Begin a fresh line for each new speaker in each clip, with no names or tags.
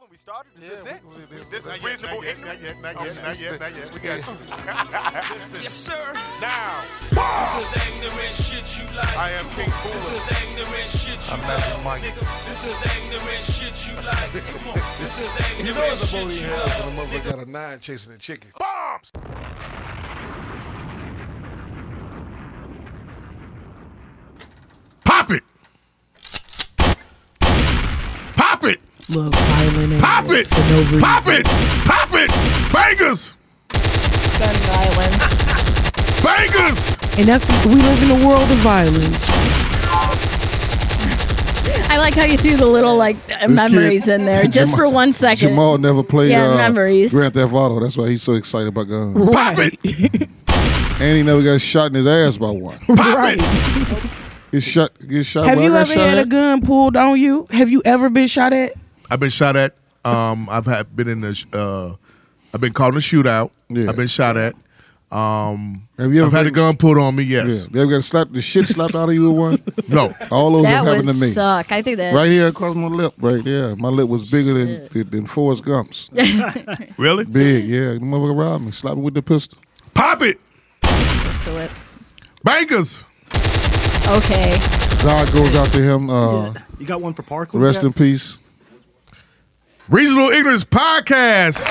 when we started? Is
Yeah,
this it?
we- we- we-
this
not
is
yet,
reasonable
not yet,
ignorance.
Not yet, not yet, not yet. We got you. Listen,
Yes, sir.
now
This is the ignorant shit you like.
I am King
This
Cooler.
is the ignorant shit you
I'm Magic
like.
Mike.
Nigga, This is the ignorant shit you like. Come on. This is the
You
ignorant
know it's a booty
shit you
hell
like.
when a motherfucker got a nine chasing a chicken.
Bombs.
Pop it. Pop it.
Look, violent and
Pop it.
for no reason.
Pop it. Pop it. Bangers.
Gun violence.
Bangers.
And that's we live in a world of violence.
I like how you threw the little like memories in there just for one second.
Jamal never played
Yeah,
uh,
memories.
Grand Theft Auto. That's why he's so excited about guns.
Pop
right.
it.
And he never got shot in his ass by one.
Pop
right.
it.
He shot. Get shot.
Have
by
you
got
ever
shot
had a
at?
gun pulled on you? Have you ever been shot at?
I've been shot at. Um, I've had been in the. sh- Uh, I've been caught in a shootout.
Yeah.
I've been shot at. Um,
Have you ever
I've had a
been-
gun pulled on me.
Yeah.
Yes.
You ever got slapped the shit slapped out of you with one?
No.
All those
that
have happened
would
to me.
suck. I think that.
Right here across my lip, right there. My lip was bigger than than, than Forrest Gump's.
Really?
Big, yeah. The motherfucker robbed me, slapped me with the pistol.
Pop it.
So it-
Bangers.
Okay.
God goes out to him. Uh,
You got one for Parkland?
Rest in peace.
Reasonable Ignorance Podcast.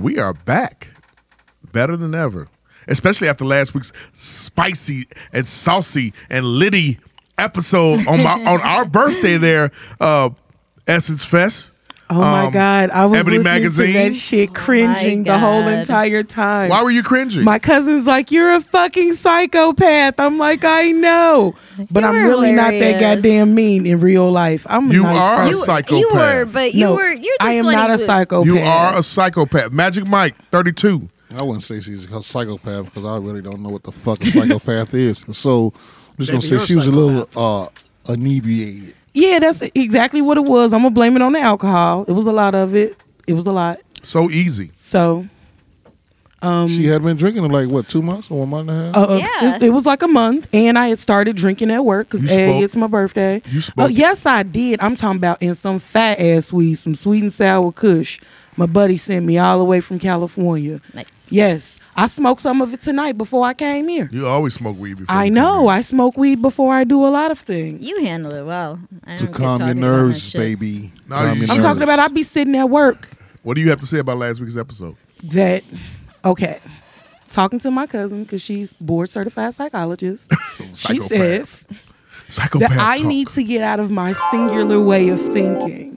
We are back, better than ever, especially after last week's spicy and saucy and litty episode on my on our birthday there, uh, Essence Fest.
Oh my
Um,
God! I was
Ebony
listening to
Magazine?
that shit, cringing the whole
Oh God.
entire time.
Why were you cringing?
My cousin's like, "You're a fucking psychopath." I'm like, "I know," but
You
I'm
were
really not that
hilarious.
goddamn mean in real life. I'm a
You
nice
are a
person.
You, you
psychopath.
were, but you
No,
were. You're just
I am
letting
not a
loose.
psychopath.
you are a psychopath. Magic Mike, thirty-two.
I wouldn't say she's a psychopath because I really don't know what the fuck a psychopath is. So I'm just
Baby,
gonna say
you're a
she was a little uh, inebriated.
yeah, that's exactly what it was. I'm gonna blame it on the alcohol. It was a lot of it. It was a lot.
So easy.
So Um,
she had been drinking in like what two months or one month and a half.
Uh, uh,
Yeah.
it, it was like a month, and I had started drinking at work because
You
hey,
spoke.
it's my birthday.
You spoke.
Oh yes, I did. I'm talking about in some fat ass weed, some sweet and sour Kush. My buddy sent me all the way from California.
Nice.
Yes, I smoked some of it tonight before I came here.
You always smoke weed before.
I
you come
know.
here.
I smoke weed before I do a lot of things.
You handled it well. I
to
don't get
calm your
talking about that
nerves,
shit.
baby.
No,
Calm
you-
your
I'm
Nervous.
talking about. I be sitting at work.
What do you have to say about last week's episode?
That okay. Talking to my cousin because she's board certified psychologist. she
Psychopath.
says.
Psychopath.
that I
talk.
need to get out of my singular way of thinking.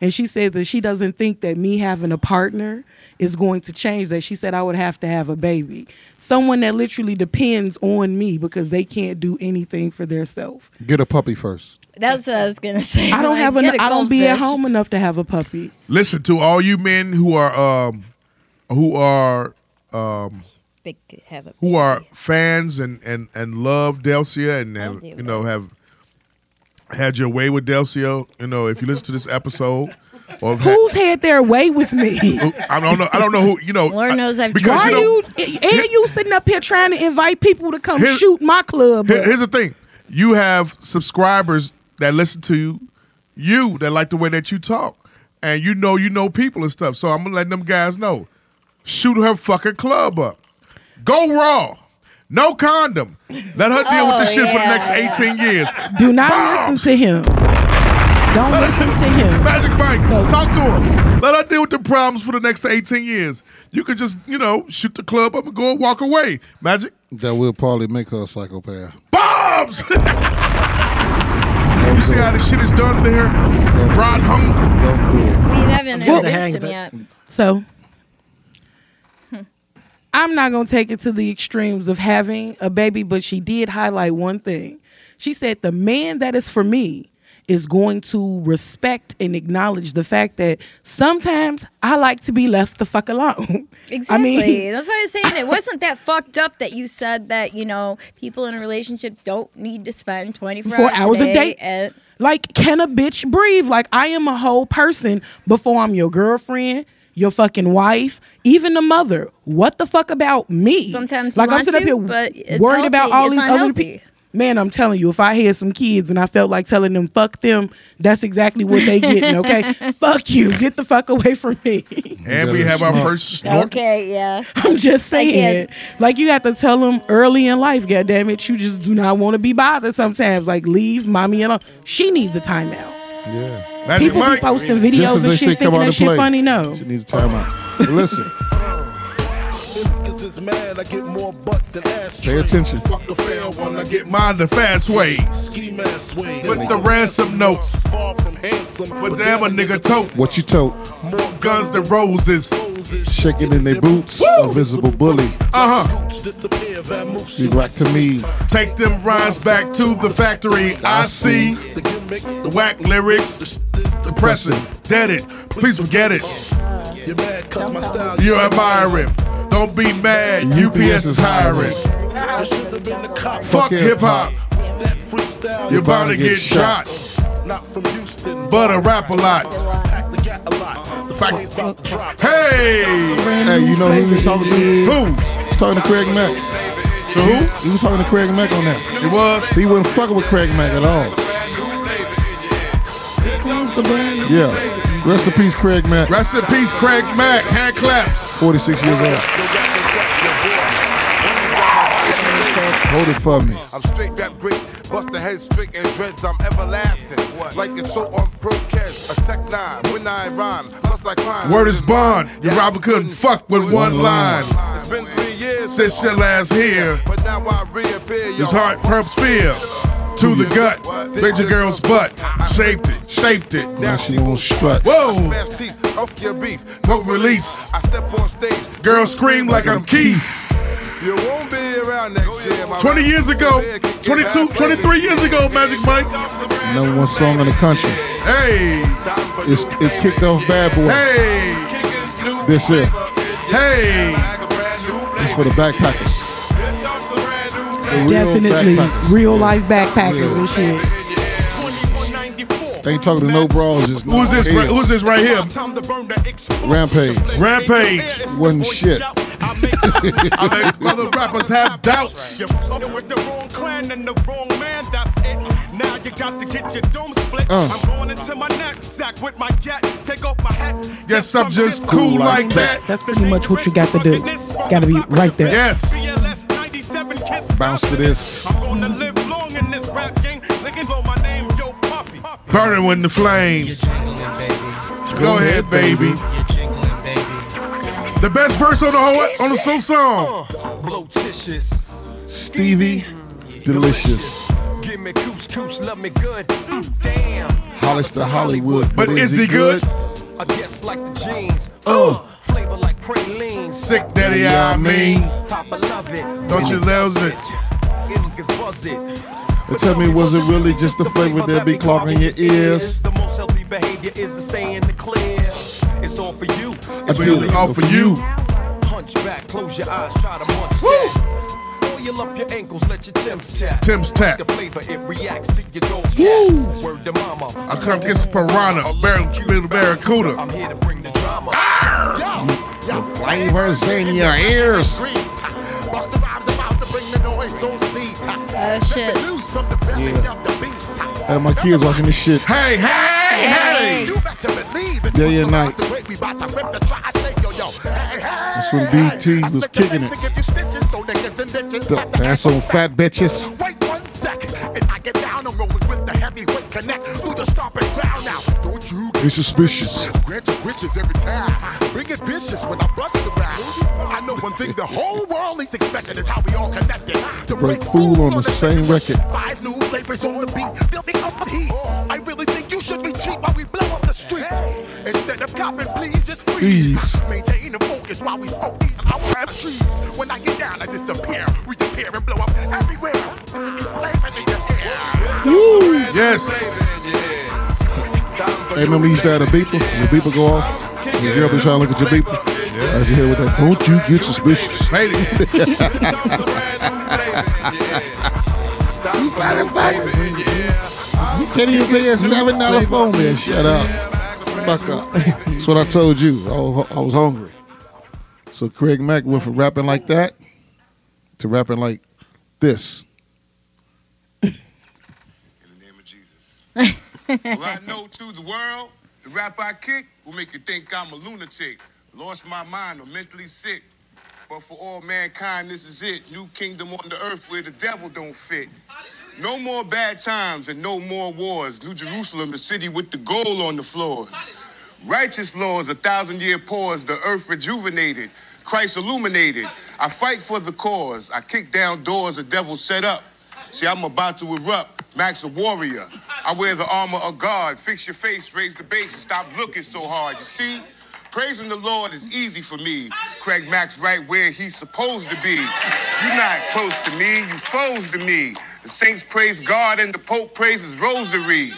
And she said that she doesn't think that me having a partner is going to change that. She said I would have to have a baby. Someone that literally depends on me because they can't do anything for themselves.
Get a puppy first.
That's what I was gonna say.
I don't
Like,
have
get
an,
a
I don't be at
goldfish.
home enough to have a puppy.
Listen to all you men who are um, who are um,
Big to have a
who are fans and and and love Delcia and have,
do
you know have had your way with Delcio. You know, if you listen to this episode, or have had-
Who's had their way with me?
who- I don't know. I don't know who you know.
Lord
I-
knows I've
because
Why
you know,
you and you sitting up here trying to invite people to come
Here's-
shoot my club?
Here-
up?
here's the thing: you have subscribers that listen to you, you that like the way that you talk, and you know you know people and stuff. So I'm gonna let them guys know. Shoot her fucking club up. Go raw. No condom. Let her deal with this shit for the
yeah,
next 18 years.
Oh, Do not
Bombs.
listen to him. Don't listen to him.
Magic Mike,
So-
talk to him. Let her deal with the problems for the next 18 years. You could just, you know, shoot the club up and go and walk away. Magic.
That will probably make her a psychopath.
Bombs! you see how this shit is done there? Rod hung.
Don't do it.
We haven't
getting the
introduced
hang
him
of it.
yet.
So I'm not gonna take it to the extremes of having a baby, but she did highlight one thing. She said the man that is for me is going to respect and acknowledge the fact that sometimes I like to be left the fuck alone.
Exactly.
I mean,
That's why I was saying it wasn't that fucked up that you said that you know people in a relationship don't need to spend twenty
Four hours a day.
at-
Like, can a bitch breathe? Like, I am a whole person before I'm your girlfriend, your fucking wife, even a mother. What the fuck about me?
Sometimes you
like
want
I'm sitting
to,
up here
but it's
worried about
healthy.
all
It's
these other
unhealthy.
people. Man, I'm telling you, if I had some kids and I felt like telling them fuck them, that's exactly what they getting. Okay, fuck you, get the fuck away from me.
And we
Better
have our
smoke.
first snort.
Okay, yeah.
I'm just
I
saying,
get-
like you have to tell them early in life. God damn it, you just do not want to be bothered sometimes. Like leave mommy alone. She needs a timeout.
Yeah.
Magic
People be
Mike.
posting videos and shit thinking that shit funny. No,
She needs a timeout. But listen,
This is mad, I get more butt than ass.
pay attention.
Fuck a fair one, I get my
Mind the fast way.
ski mask way.
With the ransom notes.
Far from handsome,
But damn a nigga tote.
What you tote,
More guns than roses.
shaking in their boots, a visible bully.
Uh huh.
Disappear, Van Moose.
Be back to me.
Take them rhymes back to the factory. I see
The gimmicks, the
the whack lyrics. Depressing. Dead it. Please forget it.
You're mad cause my style.
You're admiring. Don't be mad. UPS is hiring.
You should have been the cop.
Fuck hip hop.
that freestyle.
You're bound to get shot.
not from Houston.
But I rap a lot.
Pack the gat a lot. The
Fact-
fuck is about to drop.
Hey!
Hey, you know who he was talking to?
Who?
He was talking to Craig Mack.
To who?
He was talking to Craig Mack on that.
It was.
He wasn't fucking with Craig Mack at all. Yeah. Rest in peace, Craig Mack.
Rest in peace, Craig Mack. Hand claps.
46 years old. Hold it for me.
I'm straight back great, bust the head straight and dreads, I'm everlasting. Like it's so on pro catch, a tech nine, when I rhyme, plus I climb.
Word is bond. You probably couldn't fuck with one line.
It's been three years
Since your last here,
But now I reappear. yo.
his heart pumps fear to the gut. Big your girl's butt. Shaped it, shaped it.
Now she won't strut.
Whoa!
Smash teeth, off your beef.
No release.
I step on stage.
Girl scream like I'm Keith.
You won't be around next year. my
20
rap
years ago,
career can get
22,
back
23 years ago, Magic Mike.
Number one song in the country.
Hey,
Time for
It's,
new
it kicked off Bad Boy.
hey,
kicking, new
This it.
hey.
like a brand new
It's for the backpackers. The real
definitely
backpackers.
real life backpackers and shit.
They ain't talking to no bras. Just
Who's this? Right, who's this right here?
Rampage.
Rampage.
Wasn't shit.
I make mother rappers have doubts.
With the wrong clan and the wrong man, that's it. Now you got to get your dome split.
Uh.
I'm going into my knapsack with my gat. Take off my hat.
Yes, I'm just cool like that.
That's pretty much what you got to do. It's got to be right there.
Yes.
BLS 97 kiss.
Bounce to this.
I'm gonna live long in this rap game. Singing though my name, yo, Puffy.
Burning with the flames. Go ahead, baby. The best verse on the whole on the soul song.
Stevie Delicious.
Give me couscous, love me good. Mm, damn.
Hollis to Hollywood.
But is he good?
I guess like the jeans. Uh. Flavor like pralines.
Sick daddy, I mean.
Papa love it.
Don't you lose it?
Niggas buzz it.
And tell me, was it really just the flavor that be clogging your ears?
The most healthy behavior is to stay in the clear. It's all for you.
I did it
All
all
for you.
Punch back, close your eyes, try to munch that. Oil up your ankles, let your Tim's tap.
Tim's tap.
The flavor, it reacts to your dope. Woo! Word to mama.
I come get some piranha, bar- little barracuda. Ah!
I'm here to bring the drama.
Flavors in your ears.
Bust the vibes about to bring the noise on these.
Oh shit.
Loose from the belly
Yeah.
of the beast.
And my kids watching this shit.
Hey, hey, hey!
You better believe it.
Day and night.
The way we about to rip the try, I say, yo, yo. Hey, hey. That's
when BT was kicking it. The ass on fat bitches.
Wait one second. If I get down, I'm rolling with the heavyweight connect through the stomping ground now. Don't you
It's suspicious.
grant your wishes every time. Bring it vicious when I bust the rap. I know one thing the whole world is expecting is how we all connected. To
Break food on the same record.
Five new flavors on the beat, filling up the heat. I really think you should be cheap while we blow up the street. Instead of copping, please just freeze.
Ease.
Maintain the focus while we smoke these our trees. When I get down, I disappear, reappear, and blow up everywhere. It's flavors in your air.
Yes.
Hey, remember you used to have a beeper? Your beeper go off. Your girl be trying to look at your beeper. As you hear with that, don't you get suspicious.
Made it.
Motherfucker. You can't even pay a seven dollar phone bill. Shut up. Fuck up. That's what I told you. I was, I was hungry. So Craig Mack went from rapping like that to rapping like this.
well, I know through the world, the rap I kick will make you think I'm a lunatic, lost my mind or mentally sick. But for all mankind, this is it. New kingdom on the earth where the devil don't fit. No more bad times and no more wars. New Jerusalem, the city with the gold on the floors. Righteous laws, a thousand year pause, the earth rejuvenated, Christ illuminated. I fight for the cause. I kick down doors the devil set up. See, I'm about to erupt. Max a warrior. I wear the armor of God. Fix your face, raise the base, and stop looking so hard. You see? Praising the Lord is easy for me. Craig Max right where he's supposed to be. You're not close to me, you foes to me. The saints praise God and the Pope praises rosary.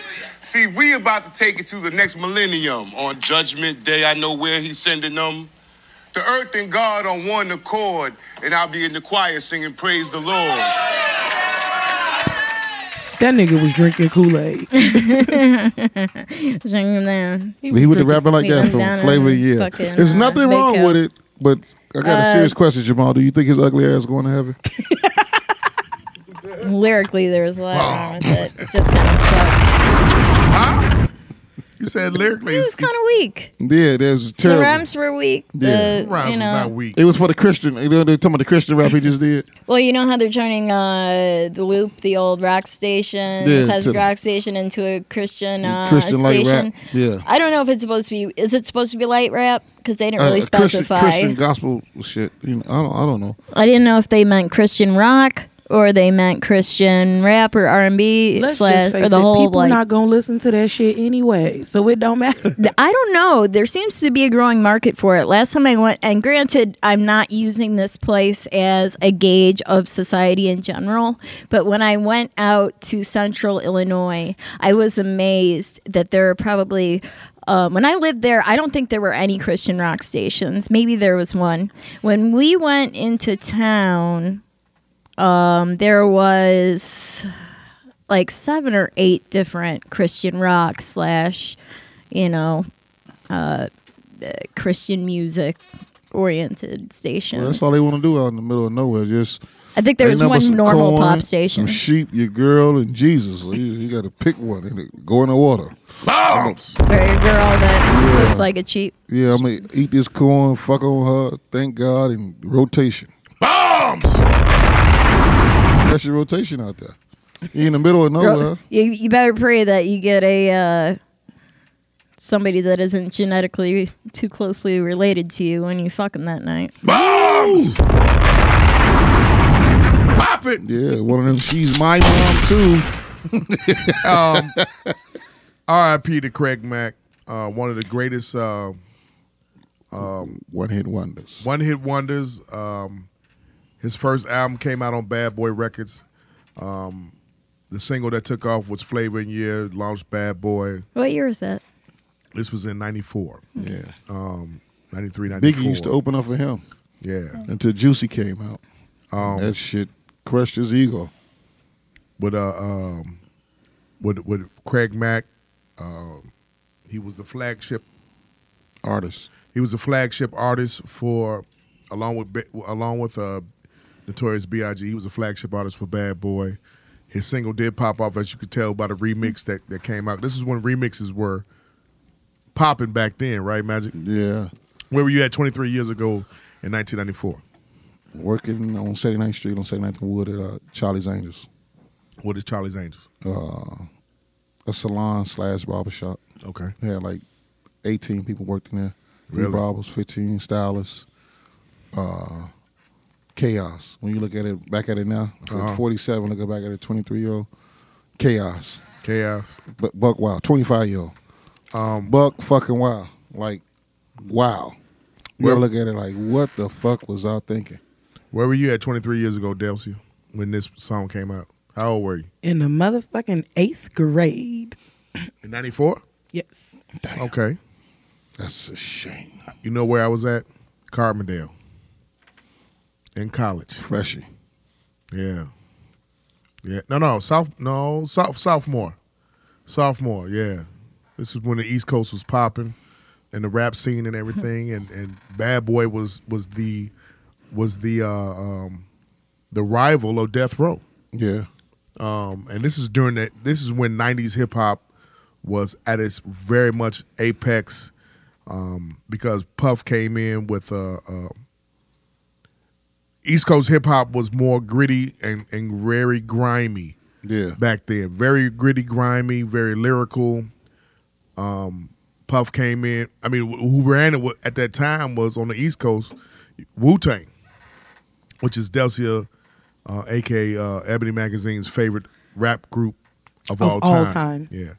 See, we about to take it to the next millennium. On judgment day, I know where he's sending them. The earth and God on one accord, and I'll be in the choir singing praise the Lord.
That nigga was drinking Kool Aid.
Bring him down.
He would have rapping like
Beat
that
him
for
down
flavor of
and
the year.
fucking,
There's
uh,
nothing
bake
wrong
him. Uh,
with it, but I got a serious question, Jamal. Do you think his ugly ass going to heaven?
Lyrically, there was a lot wrong with it. It just kind of sucked.
You said lyrically,
It was
it's-
kind of weak.
yeah, that was
The
terrible.
rhymes were weak.
Yeah.
The,
rhymes
you
is not
know,
weak.
It was for the Christian. You know, they're talking about the Christian rap he just did.
well, you know how they're turning uh, the loop, the old rock station,
Yeah,
the peasant
to-
rock station, into a Christian uh,
Christian light
station.
rap. Yeah.
I don't know if it's supposed to be. Is it supposed to be light rap? Because they didn't
Uh,
really
Christian,
specify.
Christian gospel shit. You know, I don't. I don't know.
I didn't know if they meant Christian rock or they meant Christian rap or R and B
Let's
slash
just face
or the
it,
whole
people
like.
not gonna listen to that shit anyway, so it don't matter.
I don't know. There seems to be a growing market for it. Last time I went, and granted, I'm not using this place as a gauge of society in general, but when I went out to central Illinois, I was amazed that there are probably. Um, when I lived there, I don't think there were any Christian rock stations. Maybe there was one. When we went into town, um, there was like seven or eight different Christian rock slash, you know, uh, uh, Christian music oriented stations.
That's all they want to do out in the middle of nowhere. Just
I think there
ain't
was
nothing but
one
some
normal
corn,
pop station.
some sheep, your girl, and Jesus. So you got to pick one and it- go in the water.
bombs.
Very girl that
Yeah.
looks like a cheap.
Yeah, I'm gonna eat this corn, fuck on her, thank God, and rotation.
Bombs.
That's your rotation out there. You in the middle of nowhere.
You, you better pray that you get a uh, somebody that isn't genetically too closely related to you when you fuck them that night.
Bombs. Pop it.
Yeah, one of them. She's my mom too.
R.I.P. to Craig Mack, uh, one of the greatest uh,
One hit wonders.
one hit wonders. Um, his first album came out on Bad Boy Records. Um, the single that took off was Flavor in Year, launched Bad Boy.
What year was that?
This was in 94,
Yeah,
93, 94.
Biggie used to open up for him
Yeah.
until Juicy came out. that shit crushed his ego.
with uh um with with Craig Mack. Um, he was the flagship.
Artist.
He was the flagship artist for along with Bi- along with uh, Notorious B.I.G. He was a flagship artist for Bad Boy. His single did pop off, as you could tell by the remix that, that came out. This is when remixes were popping back then, right, Magic?
Yeah,
Where were you at 23 years ago in 1994?
working on 79th Street on 79th and Wood at uh, Charlie's Angels,
What is Charlie's Angels?
Uh, a salon slash barber shop.
Okay.
They had like 18 people worked in there. Three
Really?
barbers, 15 stylists. Uh, chaos. When you look at it, back at it now, it's
Uh-huh.
like 47, look back at it, 23 year old. Chaos.
Chaos.
But Buck Wild, 25 year old.
Um,
Buck fucking wild. Like, wow. You ever
Well-
look at it like, what the fuck was I thinking?
Where were you at 23 years ago, Delcy, when this song came out? How old were you?
In the motherfucking eighth grade.
In 94?
Yes.
Okay.
That's a shame.
You know where I was at? Carbondale. In college.
Freshie.
Yeah. Yeah. No, no. South no, South sophomore. Sophomore, yeah. This is when the East Coast was popping and the rap scene and everything and, and Bad Boy was was the was the uh, um the rival of Death Row.
Yeah.
um, and this is during that. This is when '90s hip hop was at its very much apex um, because Puff came in with a. a East Coast hip hop was more gritty and, and very grimy
Yeah.
back then. Very gritty, grimy, very lyrical. Um, Puff came in. I mean, wh- who ran it wa- at that time was on the East Coast, Wu Tang, which is Delcia, uh, aka uh, Ebony Magazine's favorite rap group of,
Of
all
all
time.
time.
Yeah.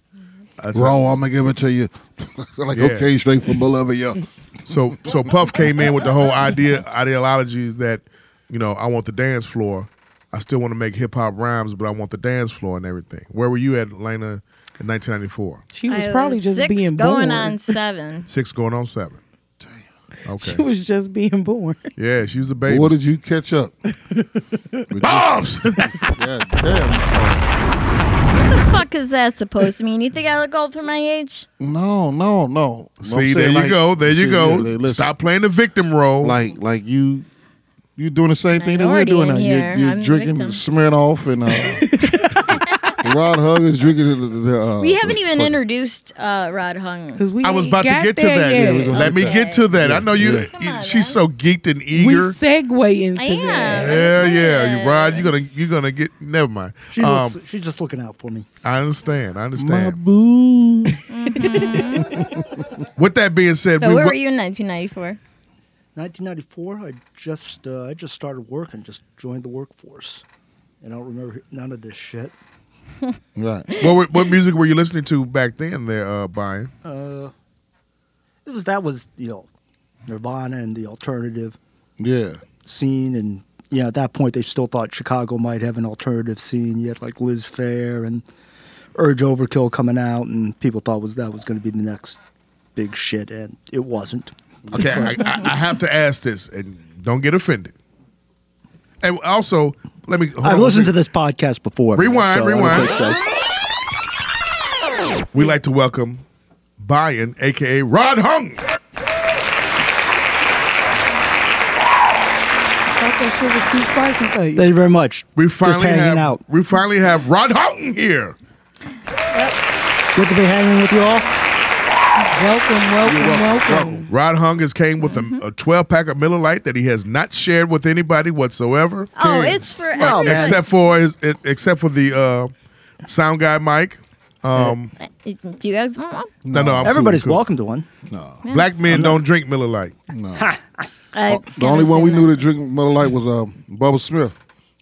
That's
Raw, I'm gonna give it to you. like
Yeah.
okay, straight from below yeah.
So so Puff came in with the whole idea ideologies that you know I want the dance floor. I still want to make hip hop rhymes, but I want the dance floor and everything. Where were you at, Lena, in 1994?
She was
I
probably
was
just
six
being
going
born.
on seven.
Six going on seven. Okay.
She was just being born.
yeah, she was a baby.
What did you catch up?
Bombs.
Yeah, damn.
what the fuck is that supposed to mean? You think I look old for my age?
Oh, No, no, no. I'm
See,
saying,
there you
like-
go. There you
see,
go.
yeah, listen,
Stop playing the victim role.
Like, like you, you doing the same thing that we're
Minority
doing
in
now.
here.
You're,
I'm
you're
the
drinking
victim.
Smirnoff and uh, Rod Hug is drinking. The, the, the, uh,
We haven't even
fuck-
introduced uh, Rod Hung.
Because we
I was
ain't
about to
got
get to
there
that.
yet.
Yeah, we was gonna
Let me
Okay.
get to that. I know you.
Yeah.
you-
on,
she's so geeked and
we
eager.
segue into
I
that.
am.
Hell yeah, you Rod. You're gonna you're gonna get. Never mind.
She
um,
looks, she's just looking out for me.
I understand. I
My
understand.
boo.
With that being said,
So
we
where
wa-
were you in 1994?
1994, I just uh, I just started working, just joined the workforce, and I don't remember none of this shit.
Right.
what, were- what music were you listening to back then? There, uh, Brian.
Uh, it was that was you know, Nirvana and the alternative
Yeah.
scene, and you know at that point they still thought Chicago might have an alternative scene. You had like Liz Fair and Urge Overkill coming out, and people thought was that was going to be the next big shit, and it wasn't.
Okay, I, I, I have to ask this, and don't get offended. And also, let me. Hold
I've
on,
listened to
this.
this podcast before. man,
Rewind,
so I don't
rewind.
think so.
We like to welcome Brian, aka Rod Hung.
I thought that shit was too spicy for you.
Thank you very much.
We finally
just hanging
have
out.
we finally have Rod Hung here.
Good to be hanging with you all.
welcome, welcome, welcome.
Rod Hung has came with a, a 12 pack of Miller Lite that he has not shared with anybody whatsoever.
Oh, it's for
Well,
everybody.
except for his, e- except for the uh, sound guy Mike. Um,
Do you guys want one?
no, no, I'm cool,
Everybody's
cool.
welcome to one.
Black men don't drink Miller Lite.
I
Oh, The only one we knew that drink Miller Lite was uh, Bubba Smith.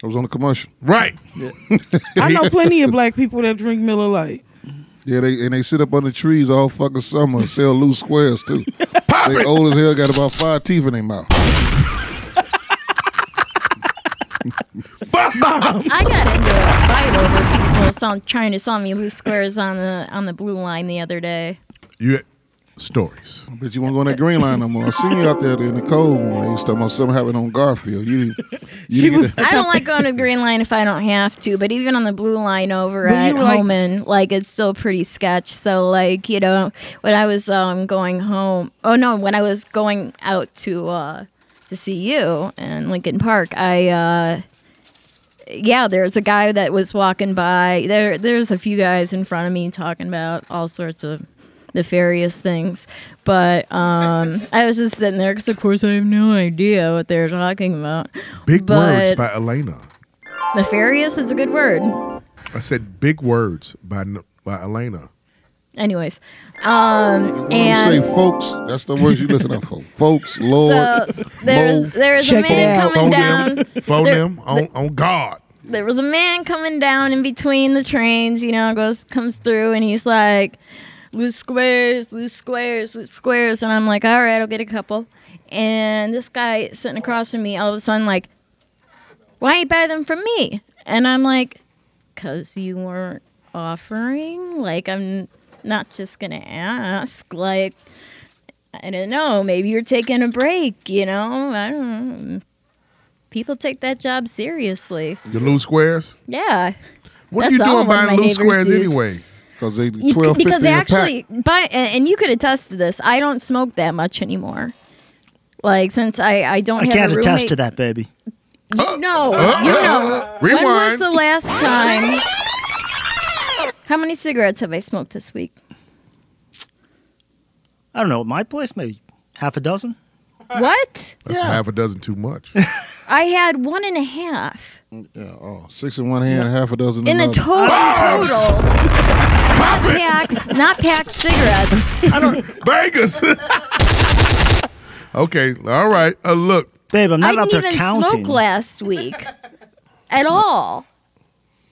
I was on the commercial.
Right.
I know plenty of black people that drink Miller Lite.
Yeah, they and they sit up on the trees all fucking summer and sell loose squares too. they old as hell, got about five teeth in their mouth.
I got into a fight over people sell, trying to sell me loose squares on the on the blue line the other day.
You stories.
But you won't go on that green line no more. I seen you out there in the cold. When they was talking about something happening on Garfield. You didn't. You didn't
was-
get
I don't like going to the green line if I don't have to, but even on the blue line over
But you
at
were like-
Holman, like it's still pretty sketch. So like, you know, when I was um going home oh no, when I was going out to uh to see you in Lincoln Park, I uh yeah, there's a guy that was walking by. There there's a few guys in front of me talking about all sorts of nefarious things. But um I was just sitting there because of course I have no idea what they're talking about.
Big words
But-
by Elena.
Nefarious is a good word.
I said big words by N- by Elena.
Anyways, um,
you say
and
folks. That's the words you listen out for. Folks, Lord.
so there's
Mo,
there's a
Check it
man
out.
coming
Phone
down.
them. Phone
There-
them on, on God.
There was a man coming down in between the trains. You know, goes comes through, and he's like, "Loose squares, loose squares, loose squares," and I'm like, "All right, I'll get a couple." And this guy sitting across from me, all of a sudden, like, "Why you buy them from me?" And I'm like, "Cause you weren't offering. Like, I'm not just gonna ask. Like." I don't know. Maybe you're taking a break, you know? I don't know. People take that job seriously.
The loose squares.
Yeah.
What
That's
are you
all
doing
one of my
buying loose
neighbors
squares
use.
anyway?
because they
You-
twelve
because
fifty
they
a
actually,
pack.
but and you could attest to this. I don't smoke that much anymore. Like since I I don't
I
have
can't
a roommate.
attest to that, baby.
You know,
Uh,
you
uh,
know.
uh, rewind.
When was the last time? How many cigarettes have I smoked this week?
I don't know. At my place, maybe half a dozen.
What?
That's half a dozen too much.
I had one and a half.
Yeah, oh, six in one hand, half a dozen
In a
another.
total, total.
Ah!
Not packs, not packed cigarettes.
I don't. Vegas. okay, all right. Uh, look,
Babe, I'm
I
not out
didn't
there
even
counting.
smoke last week at all.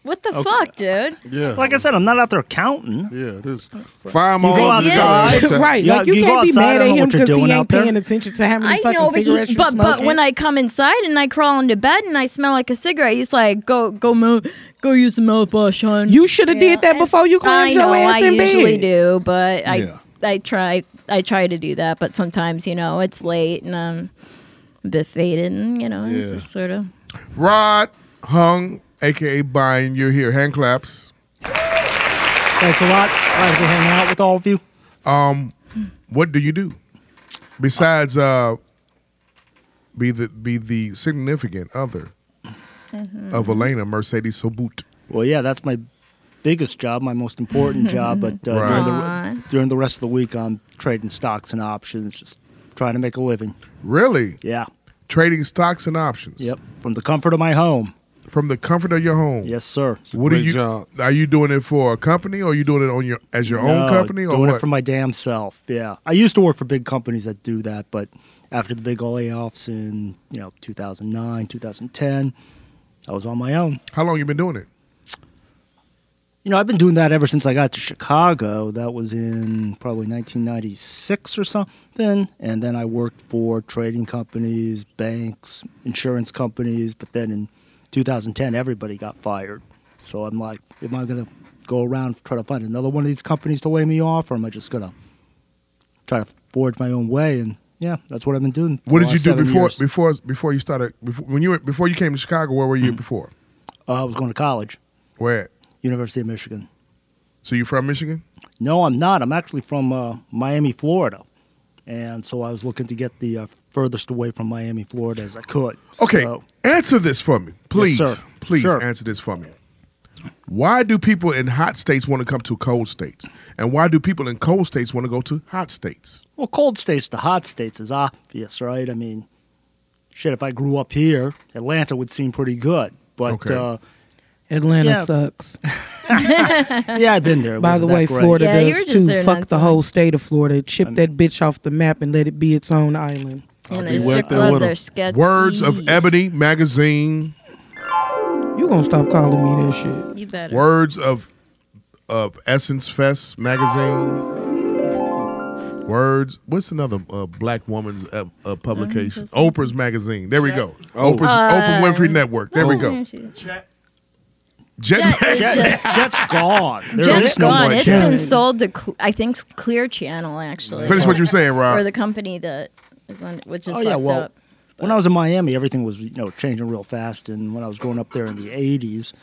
What the
Okay.
fuck, dude?
Yeah.
Like I said, I'm not out there counting.
yeah, this five
You
all
go
together
outside.
at a time.
right.
Yeah,
like you,
you go
can't be
outside, I
mad
don't
at him
know what you're
because he
doing
ain't
out there.
paying attention to how many
I
fucking
know, but,
cigarettes
you,
you,
but but
smoking.
when I come inside and I crawl into bed and I smell like a cigarette, he's like, "Go go mo- go use the mouthwash, hon."
you should have
Yeah,
did that
and
before you climbed
I know,
your ass
I
in
usually
bed.
do, but I
Yeah.
I try I try to do that, but sometimes you know it's late and I'm a bit faded, and you know,
Yeah.
it's sort of.
Rod Hung, aka Buying, you're here. Hand claps.
Thanks a lot. Glad to be hanging out with all of you.
What do you do besides uh, be the be the significant other
Mm-hmm.
of Elena Mercedes Sobut?
Well, yeah, that's my biggest job, my most important job. But uh,
Right.
during, the, during the rest of the week, I'm trading stocks and options, just trying to make a living.
Really,
Yeah.
trading stocks and options.
Yep. From the comfort of my home.
From the comfort of your home.
Yes, sir.
What are
Great
you?
job.
Are you doing it for a company, or are you doing it on your as your own
No,
company, or
doing
what?
it for my damn self. Yeah, I used to work for big companies that do that, but after the big layoffs in you know 2009, 2010, I was on my own.
How long you been doing it?
You know, I've been doing that ever since I got to Chicago. That was in probably 1996 or something. And then I worked for trading companies, banks, insurance companies. But then in 2010, everybody got fired. So I'm like, am I going to go around try to find another one of these companies to lay me off, or am I just going to try to forge my own way? And yeah, that's what I've been doing. for
What
the
did you
last
do
seven
before
years.
before before you started before, when you were, before you came to Chicago? Where were
Mm-hmm.
you before?
Uh, I was going to college,
Where? At?
University of Michigan.
So you from Michigan?
No, I'm not. I'm actually from uh, Miami, Florida. And so I was looking to get the uh, furthest away from Miami, Florida as I could.
Okay,
So,
answer this for me, please.
sir.
Please
Sure.
answer this for me. Why do people in hot states want to come to cold states, and why do people in cold states want to go to hot states?
well, cold states to hot states is obvious, right? I mean, shit, if I grew up here, Atlanta would seem pretty good. But
Okay.
uh,
Atlanta
Yeah.
sucks.
yeah, I've been there. It
By the
wasn't
way,
that great.
Florida
Yeah, you were
does
just
too.
there
Fuck
not
the
too
whole state of Florida. Chip that bitch off the map and let it be its own island.
And
be
the
right
strip
there with
clubs
'em.
are sketchy.
Words of Ebony magazine.
You gonna stop calling me that shit?
You better.
Words of of Essence Fest magazine. Words. What's another uh, black woman's uh, uh, publication? Oprah's magazine. There we go. Oprah's Oprah Winfrey Network. There we go. Jet
Jet
Mag-
Oh. Mm-hmm. is just-
Jets, Jets gone. There
Jet's
is no
gone.
more
It's
Jets.
been sold to, Cl- I think, Clear Channel, actually.
Finish what you're saying, Rob.
Or the company that is on, which is
Oh
fucked
yeah, well,
up.
when I was in Miami, everything was you know changing real fast, and when I was growing up there in the '80s,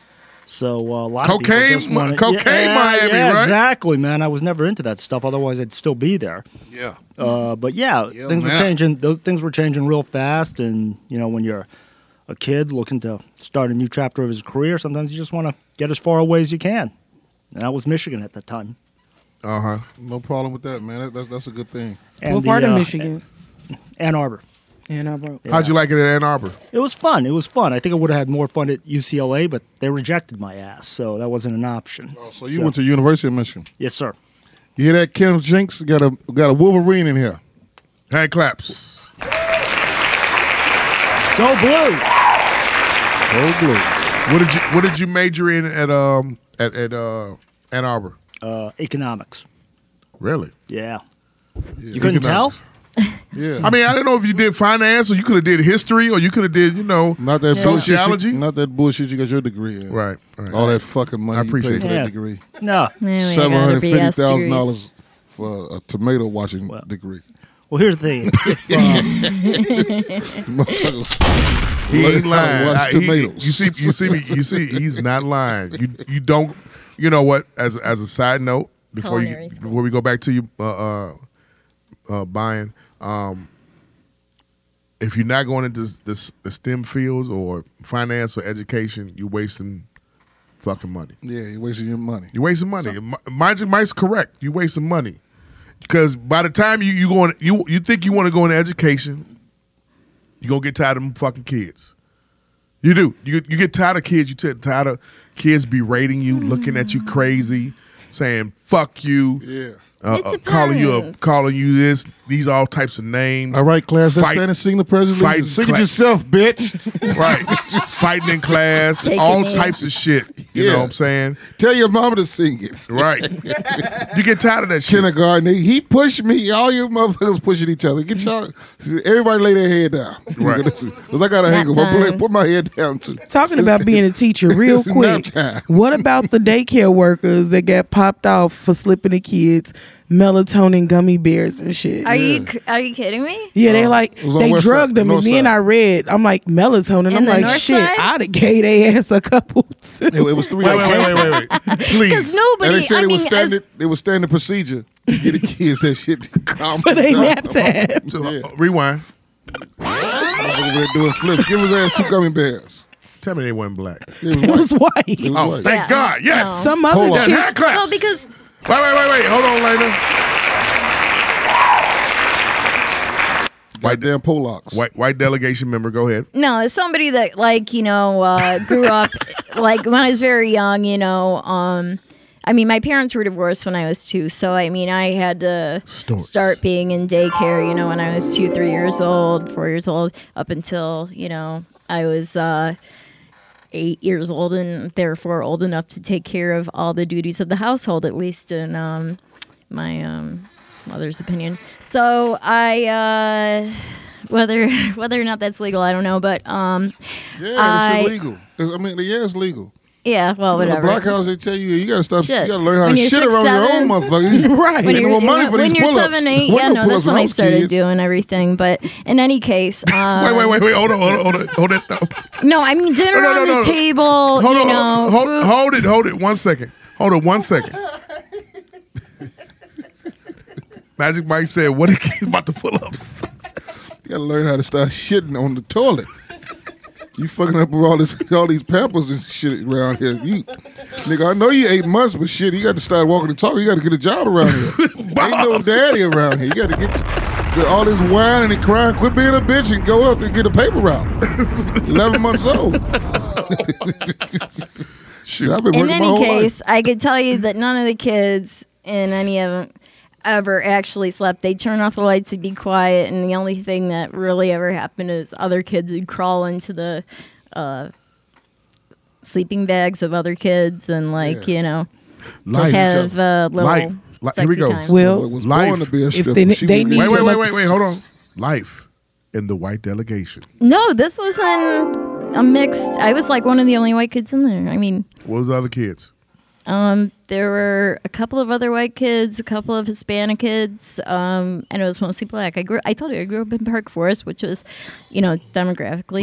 so uh, a lot of people
Cocaine
just
Mi-
wanted,
cocaine
yeah,
Miami,
yeah,
right?
Exactly, man. I was never into that stuff. Otherwise, I'd still be there.
Yeah.
Uh, but yeah, things were
man.
changing. Those things were changing real fast, and you know when you're a kid looking to start a new chapter of his career, sometimes you just want to get as far away as you can. And I was Michigan at that time.
No problem with that, man. That, that's, that's a good thing.
And
what
the,
part
uh,
of Michigan?
Ann Arbor.
And I broke.
How'd you like it in Ann Arbor?
It was fun. It was fun. I think I would have had more fun at UCLA, but they rejected my ass, so that wasn't an option.
Oh, So you went to University of Michigan.
Yes, sir.
You hear that, Kim Jinx? Got a got a Wolverine in here.
Hand claps.
Go blue.
Oh, blue.
What did you What did you major in at um at at uh, Ann Arbor?
Uh, economics.
Really?
Yeah. you couldn't
Economics.
tell?
Yeah.
I mean, I don't know if you did finance or you could have did history or you could have did you know
not that
sociology.
Bullshit you, not that bullshit you got your degree in.
Right, right.
All that fucking money.
I
I appreciate
appreciate
you paid for
Yeah.
that degree.
No.
Anyway, I got a
Seven hundred fifty
BS
thousand
degrees.
dollars for a tomato watching
Well.
degree.
Well, here's the thing. If, uh,
He ain't lying.
Watch
I- he-
tomatoes.
you see, you see me. You see, he's not lying. You you don't. You know what? As as a side note, before
Culinary
you
school.
before we go back to you, uh, uh, uh, buying. Um, if you're not going into this, this the STEM fields or finance or education, you're wasting fucking money.
Yeah, you're wasting your money.
You're wasting money. Mi- Mind you, Mike's correct. You're wasting money because by the time you you going you you think you want to go into education, you are gonna get tired of them fucking kids. You do. You you get tired of kids. You get tired of kids berating you, looking at you crazy, saying "fuck you."
Yeah.
Uh, uh, calling you a, calling you this, these all types of names.
All right, class, let's
Fight-
stand and sing the president.
fighting
Sing it
class.
yourself, bitch.
right? Fighting in class,
Taking
all
names.
types of shit. You
Yeah.
know what I'm saying?
Tell your mama to sing it.
Right. you get tired of that shit.
Kindergarten, he- he pushed me. All you motherfuckers pushing each other. Get y'all, everybody lay their head down.
Right.
Because I got a hangover. I'm gonna Put my head down too.
Talking about being a teacher, real
It's nap
quick.
time.
What about the daycare workers that got popped off for slipping the kids melatonin gummy bears and shit?
Are you cr- are you kidding me?
yeah, they like
Uh, was on
they
West
drugged
Side-
them,
North
and then
Side.
I read, I'm like melatonin. I'm
the
like,
North
shit,
Side?
I'd have gave they ass a couple. Too.
It, it was three.
Wait, wait, wait, wait, wait, wait.
Because
Please.
nobody.
and they said
I
it
mean,
was
as-
standard. It was standard procedure to get the kids that shit to calm
But they
down.
nap tab.
So,
Yeah.
uh, rewind.
Over there doing flips. Give his ass two gummy bears.
Tell me they weren't black.
It was
It was
white.
white.
It was
Oh,
white.
thank
Yeah.
God. Yes.
No.
Some
Hold
other
on.
Yeah,
kids.
hand claps.
Well, because-
Wait, wait, wait, wait. Hold on, Lena.
Goddamn Polacks.
White, white delegation member, go ahead.
No, as somebody that like you know uh, grew up like when I was very young, you know. Um, I mean, my parents were divorced when I was two, so I mean, I had to
Stories.
start being in daycare, you know, when I was two, three years old, four years old, up until you know I was uh, eight years old, and therefore old enough to take care of all the duties of the household, at least in um, my um, mother's opinion. So I. Uh, whether whether or not that's legal, I don't know. But um,
Yeah,
I-
it's illegal. It's- I mean, yeah, it's legal.
yeah, well,
In the
whatever.
black house, they tell you you gotta stop.
Shit.
You gotta learn how
When
to
you're
shit
six,
around
seven-
your own motherfucker.
Right.
Ain't no more money for
when
these
you're
pull-ups.
seven, eight,
Wasn't
yeah,
no
no,
pull-ups
that's when I
was
started
kids.
doing everything. But in any case, uh,
wait, wait, wait, wait. Hold on, hold on, hold on. Hold that thought.
no, I mean dinner
Oh, No, no,
on
no,
the
no.
table.
Hold
you
on.
know,
hold,
food-
hold it, hold it. One second. Hold it, one second. Magic Mike said, what are kids about the pull ups?
You gotta learn how to start shitting on the toilet. You fucking up with all this, all these pampers and shit around here. You, nigga, I know you eight months, but shit, you got to start walking and talking. You got to get a job around here. Ain't no
Bobs.
daddy around here. You got to get your- the- all this whining and crying. Quit being a bitch and go up and get a paper route. Eleven months old. shit, I've been
in
working my
any
whole
case, I could tell you that none of the kids in any of them ever actually slept. They turn off the lights and be quiet, and the only thing that really ever happened is other kids would crawl into the uh, sleeping bags of other kids and like
Yeah.
you know
life.
have uh, little
Life. Li- here we
sexy
go.
time.
Boy
Well,
was
Life.
born to be a
If
stripper.
they-
She
they
was-
need
Wait, wait,
to
wait,
let-
wait, wait. Hold on. Life in the white delegation.
No, this was in a mixed. I was like one of the only white kids in there. I mean,
What was the other kids?
um, there were a couple of other white kids, a couple of Hispanic kids, um, and it was mostly black. I grew. I told you I grew up in Park Forest, which was, you know, demographically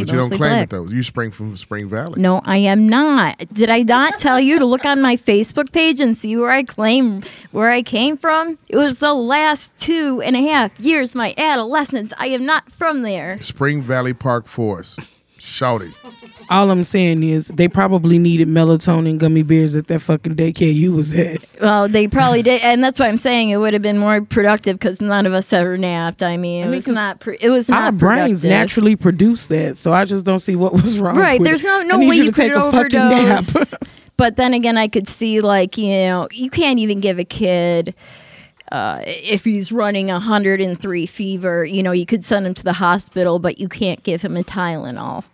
But you don't
mostly
claim
black.
it though. You spring from Spring Valley.
No, I am not. Did I not tell you to look on my Facebook page and see where I claim where I came from? It was the last two and a half years, of my adolescence. I am not from there.
Spring Valley Park Forest. Shouty.
All I'm saying is they probably needed melatonin gummy bears at that fucking daycare you was at.
Well, they probably did, and that's why I'm saying it would have been more productive because none of us ever napped. I mean, it
mean,
was
'cause
not. Pr- it was not
Our brains
productive.
naturally produce that, so I just don't see what was wrong.
Right?
with
There's
it.
no
I
no
need
way
you
you,
to
could
take a fucking nap.
overdose. but then again, I could see like you know you can't even give a kid. Uh, if he's running 103 fever, you know, you could send him to the hospital, but you can't give him a Tylenol.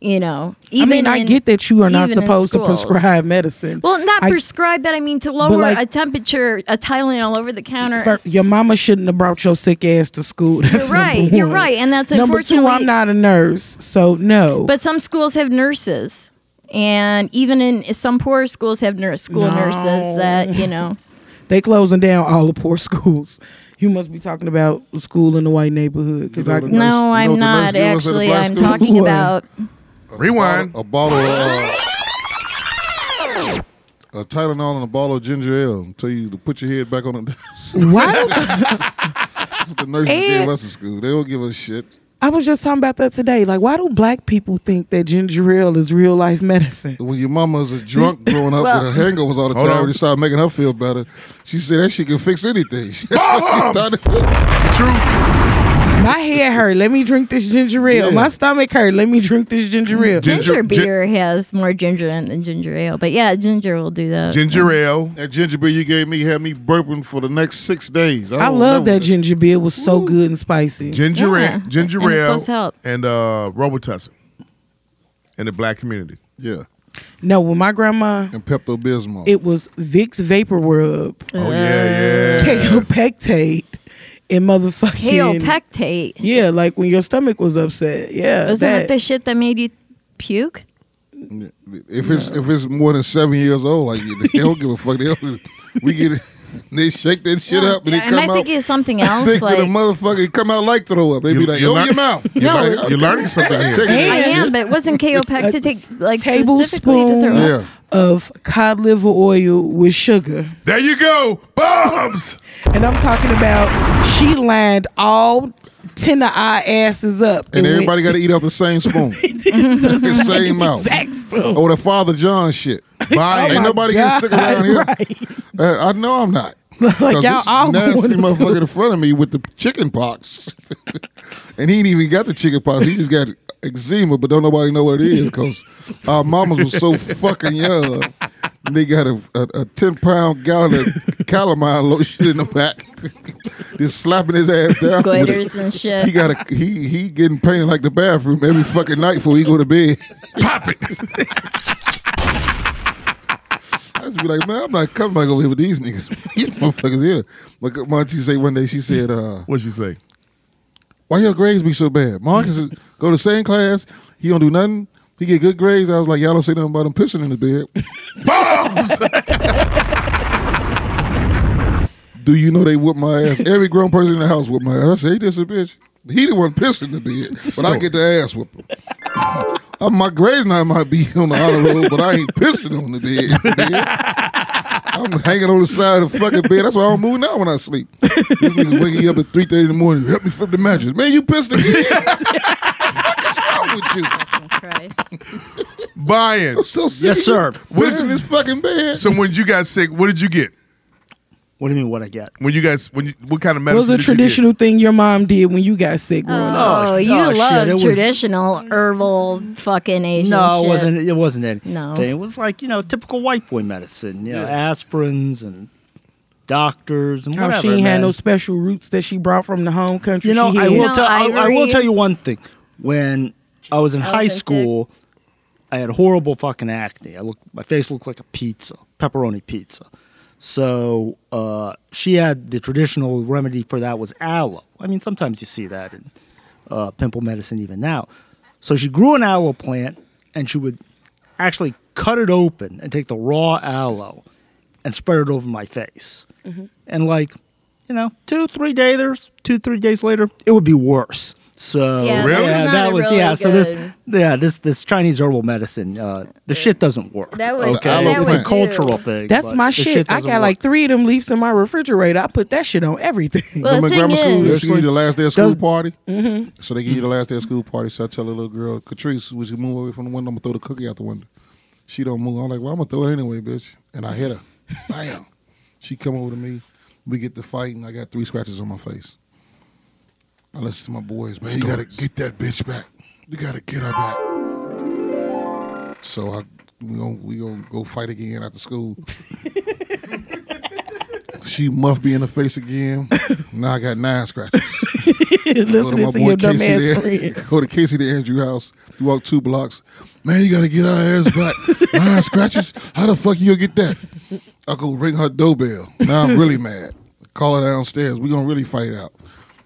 You know,
I mean, I
in-
get that you are not
even in
supposed to
schools.
prescribe medicine.
Well, not
I-
prescribe, but I mean to lower
like-
a temperature, a Tylenol over the counter.
Fir- your mama shouldn't have brought your sick ass to school. That's
You're right,
number
you're
one.
right, and that's
number two.
unfortunately-
I'm not a nurse, so no.
But some schools have nurses, and even in some poorer schools have nurse school
No.
nurses that you know.
they closing down all the poor schools. You must be talking about the school in the white neighborhood because
You know
I
the Nurse-
No,
you know
I'm
what the nurse
not
doing at the
actually.
black
I'm
school?
talking
What?
about
Rewind.
A bottle of uh, a Tylenol and a bottle of ginger ale and tell you to put your head back on the desk.
why do-
That's what the nurses
And- Eh.
gave us in school. They don't give us shit.
I was just talking about that today. Like, why do black people think that ginger ale is real life medicine?
When your mama's a drunk growing up
Well-
with her hangovers all the
Hold
time,
on.
when you start making her feel better, she said that shit can fix anything. She
Bombs!
started-
It's the truth.
My head hurt. Let me drink this ginger ale.
Yeah.
My stomach hurt. Let me drink this ginger ale.
Ginger,
Ginger- gin-
beer has more ginger in it than ginger ale, but yeah, ginger will do that.
Ginger ale.
that ginger beer you gave me had me burping for the next six days. I,
I
don't
love
know.
that ginger beer. It was so good and spicy.
Ginger
Yeah.
ale. Ginger
And it's
ale.
supposed to help.
And uh, Robitussin. In the black community.
Yeah,
no, with my grandma,
and Pepto Bismol.
it was Vicks Vapor Rub,
Oh, yeah, yeah.
Kaopectate, and motherfucking.
Kaopectate.
Yeah, like when your stomach was upset. Yeah.
Isn't
that.
it the shit that made you puke?
If it's if it's more than seven years old, like they don't give a fuck. They don't, we get it. They shake that shit
Yeah.
up and
Yeah,
they come
I
out.
think it's something
I
else.
think that a
like,
motherfucker come out like throw up. They be like,
you
open
learn-
your mouth.
You're, learning, you're learning something here.
Check it
I
out.
am, but wasn't Kaopec to take like specifically to
tablespoon
throw up?
Yeah.
of cod liver oil with sugar.
There you go. Bombs.
And I'm talking about she lined all 10 of our asses up.
And
went
everybody got to eat off the same spoon, the same mouth.
exact spoon.
Or the Father John shit.
Oh
Bye.
Ain't
my
nobody getting sick
God,
around here.
right.
Uh, I know I'm not.
Like, y'all all
nasty
going to
motherfucker
school.
in front of me with the chicken pox, and he ain't even got the chicken pox. He just got eczema, but don't nobody know what it is because our mamas was so fucking young. And they got a, a, a ten pound gallon of calamine lotion in the back, just slapping his ass down. with it.
Goiters and shit.
He got a he he getting painted like the bathroom every fucking night before he go to bed.
Pop it.
I just be like, man, I'm not coming back over here with these niggas. these motherfuckers here. Like my auntie say one day, she said, uh,
What'd you say?
why your grades be so bad? Marcus is- go to the same class. He don't do nothing. He get good grades. I was like, y'all don't say nothing about him pissing in the bed.
Bombs.
Do you know they whoop my ass? Every grown person in the house whoop my ass. I say, he just a bitch. He the one pissing the bed, but I get the ass whooping. Uh, my grades now might be on the honor roll, but I ain't pissing on the bed. man. I'm hanging on the side of the fucking bed. That's why I don't move now when I sleep. This nigga waking you up at 3.30 in the morning, help me flip the mattress. Man, you pissed again. What the fuck is wrong with you?
Christ.
Buying.
So serious.
sir.
Pissing in this fucking bed.
So when you got sick, what did you get?
What do you mean? What I get?
When you guys, when you, what kind of
What
medicine?
was a
did
traditional thing your mom did when you got sick growing up?
Oh, you
oh, shit,
love
it was-
traditional herbal fucking Asian
No,
shit.
it wasn't. It wasn't anything.
No.
it was like you know typical white boy medicine. You know, aspirins and doctors and
How
whatever.
she ain't had
man.
no special roots that she brought from the home country.
You know,
she
I
had.
will
No,
tell. I, I will
ivory.
tell you one thing. When I was in high
Elephant dick.
school, I had horrible fucking acne. I looked, my face looked like a pizza, pepperoni pizza. So uh, she had the traditional remedy for that was aloe. I mean, sometimes you see that in uh, pimple medicine even now. So she grew an aloe plant, and she would actually cut it open and take the raw aloe and spread it over my face.
Mm-hmm.
And like, you know, two, three days, two, three days later, it would be worse. So
Yeah, Really? that's not a really
yeah. So this,
good-
yeah, this this Chinese herbal medicine, uh, the shit doesn't work.
That would-
okay,
that
it's
would
a cultural
do.
thing.
That's
but
my
the
shit. I
doesn't
got like
work.
three of them leaves in my refrigerator. I put that shit on everything.
Well, the
Remember
thing
grammar school? They
is,
used to give you the last day of school
Does-
party. Mm-hmm. So they give you the last day of school party. So I tell the little girl, Catrice, would you move away from the window? I'm gonna throw the cookie out the window. She don't move. I'm like, well, I'm gonna throw it anyway, bitch. And I hit her. Bam. She come over to me. We get to fighting. I got three scratches on my face. I listen to my boys, man. You gotta get that bitch back. You gotta get her back. So I we gon' we gonna go fight again after school. she muffed me in the face again. now I got nine scratches.
Listening to your dumb ass
the,
friends.
go to Casey the Andrew house. You walk two blocks. Man, you gotta get our ass back. Nine scratches. How the fuck you gonna get that? I go ring her doorbell. Now I'm really mad. Call her downstairs. We gonna really fight out.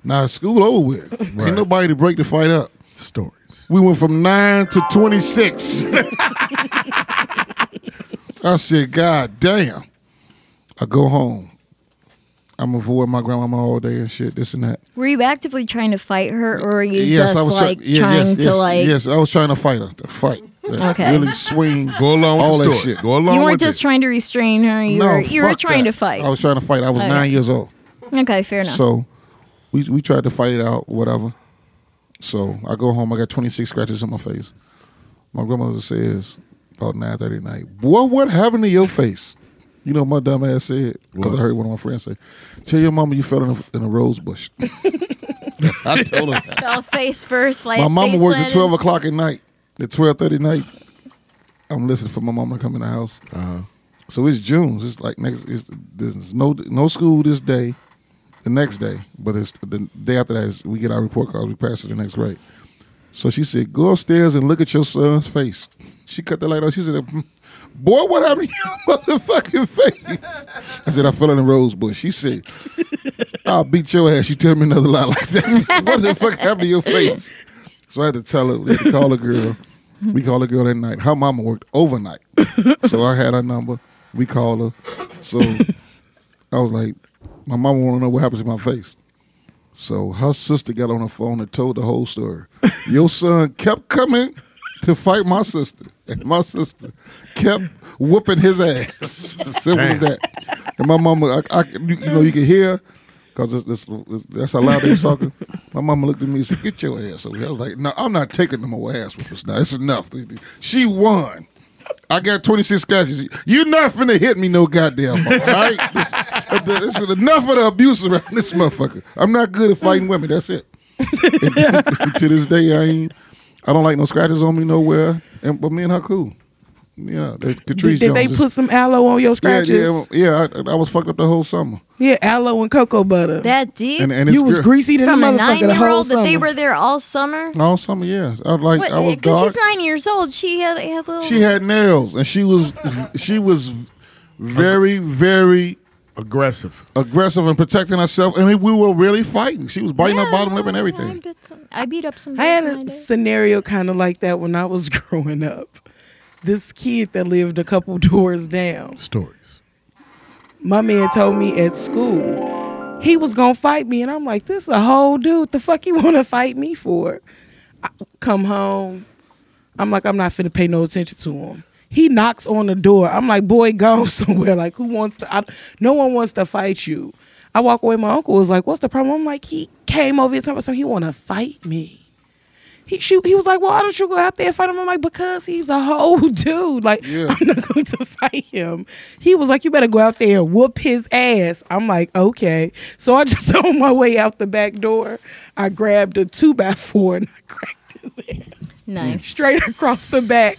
Now it's school over with. Ain't nobody to break the fight up.
Stories.
We went from nine to twenty six. I said, God damn. I go home. I'm avoiding my grandmama all day and shit, this and that.
were you actively trying to fight her, or were you just
I was
like
yeah,
trying
yes,
to
yes,
like?
yes, I was trying to fight her, to fight, to
Okay.
really swing,
Go along with
all
the
that
story.
shit.
Go along
You
with
weren't just
it.
trying to restrain her. You
no,
were you were
fuck
trying
that.
to fight.
I was trying to fight. I was
Okay.
nine years old,
okay, fair enough.
so we we tried to fight it out, whatever. So I go home. I got 26 scratches on my face. My grandmother says about 9:30 at night. What what happened to your face? You know, my dumb ass said because I heard one of my friends say, "Tell your mama you fell in a, in a rose bush." I told her that.
Fell face first. Like
My mama
face
worked at
planted.
twelve o'clock at night. At twelve thirty night, I'm listening for my mama to come in the house. So it's June. It's like next. It's, there's no no school this day. The next day, but it's the day after that. Is we get our report cards. We pass to the next grade. So she said, "Go upstairs and look at your son's face." She cut the light off. She said, "Boy, what happened to your motherfucking face?" I said, "I fell in a rose bush." She said, "I'll beat your ass." You tell me another lie like that. what the fuck happened to your face? So I had to tell her, we had to call a girl. We called a girl that night. Her mama worked overnight. so I had her number. We called her. So I was like, my mama wanna know what happened to my face. So her sister got on the phone and told the whole story. Your son kept coming to fight my sister. And my sister kept whooping his ass. Simple as that. And my mama, I, I, you know, you can hear, because that's, that's how loud they was talking. My mama looked at me and said, Get your ass over here. I was like, No, I'm not taking no more ass whoopers now. It's enough. She won. I got 26 scratches. You're not finna hit me no goddamn more, all right? this, this is enough of the abuse around this motherfucker. I'm not good at fighting women. That's it. And to this day, I ain't. I don't like no scratches on me nowhere. And but me and her cool. Yeah, that- Catrice
Did, did they
Jones is-
put some aloe on your scratches?
Yeah, yeah, yeah. I, I was fucked up the whole summer.
Yeah, aloe and cocoa butter.
That deep.
And, and it's
you was
good.
greasy than
from
a
a
motherfucker the whole
nine-year-old that
summer.
they were there all summer.
all summer. Yeah, I like. I
eh,
was
Because
dark.
she's nine years old. She had, had little.
she had nails, and she was she was very very
Aggressive.
aggressive and protecting herself, and we were really fighting. She was biting her bottom lip and
I
everything.
beat, some, I beat up some.
I had
girls in
a
my day.
scenario kind of like that when I was growing up. This kid that lived a couple doors down,
Stories.
my man told me at school he was gonna fight me, and I'm like, "This a whole dude. The fuck you wanna fight me for?" I come home, I'm like, "I'm not finna pay no attention to him." He knocks on the door. I'm like, "Boy, go somewhere." Like, who wants to? I, no one wants to fight you. I walk away. My uncle was like, "What's the problem?" I'm like, "He came over here talking so he wanna fight me." He, she, he was like, well, why don't you go out there and fight him? I'm like, because he's a whole dude. Like,
Yeah.
I'm not going to fight him. He was like, you better go out there and whoop his ass. I'm like, okay. So I just on my way out the back door, I grabbed a two by four and I cracked his ass
Nice.
straight across the back.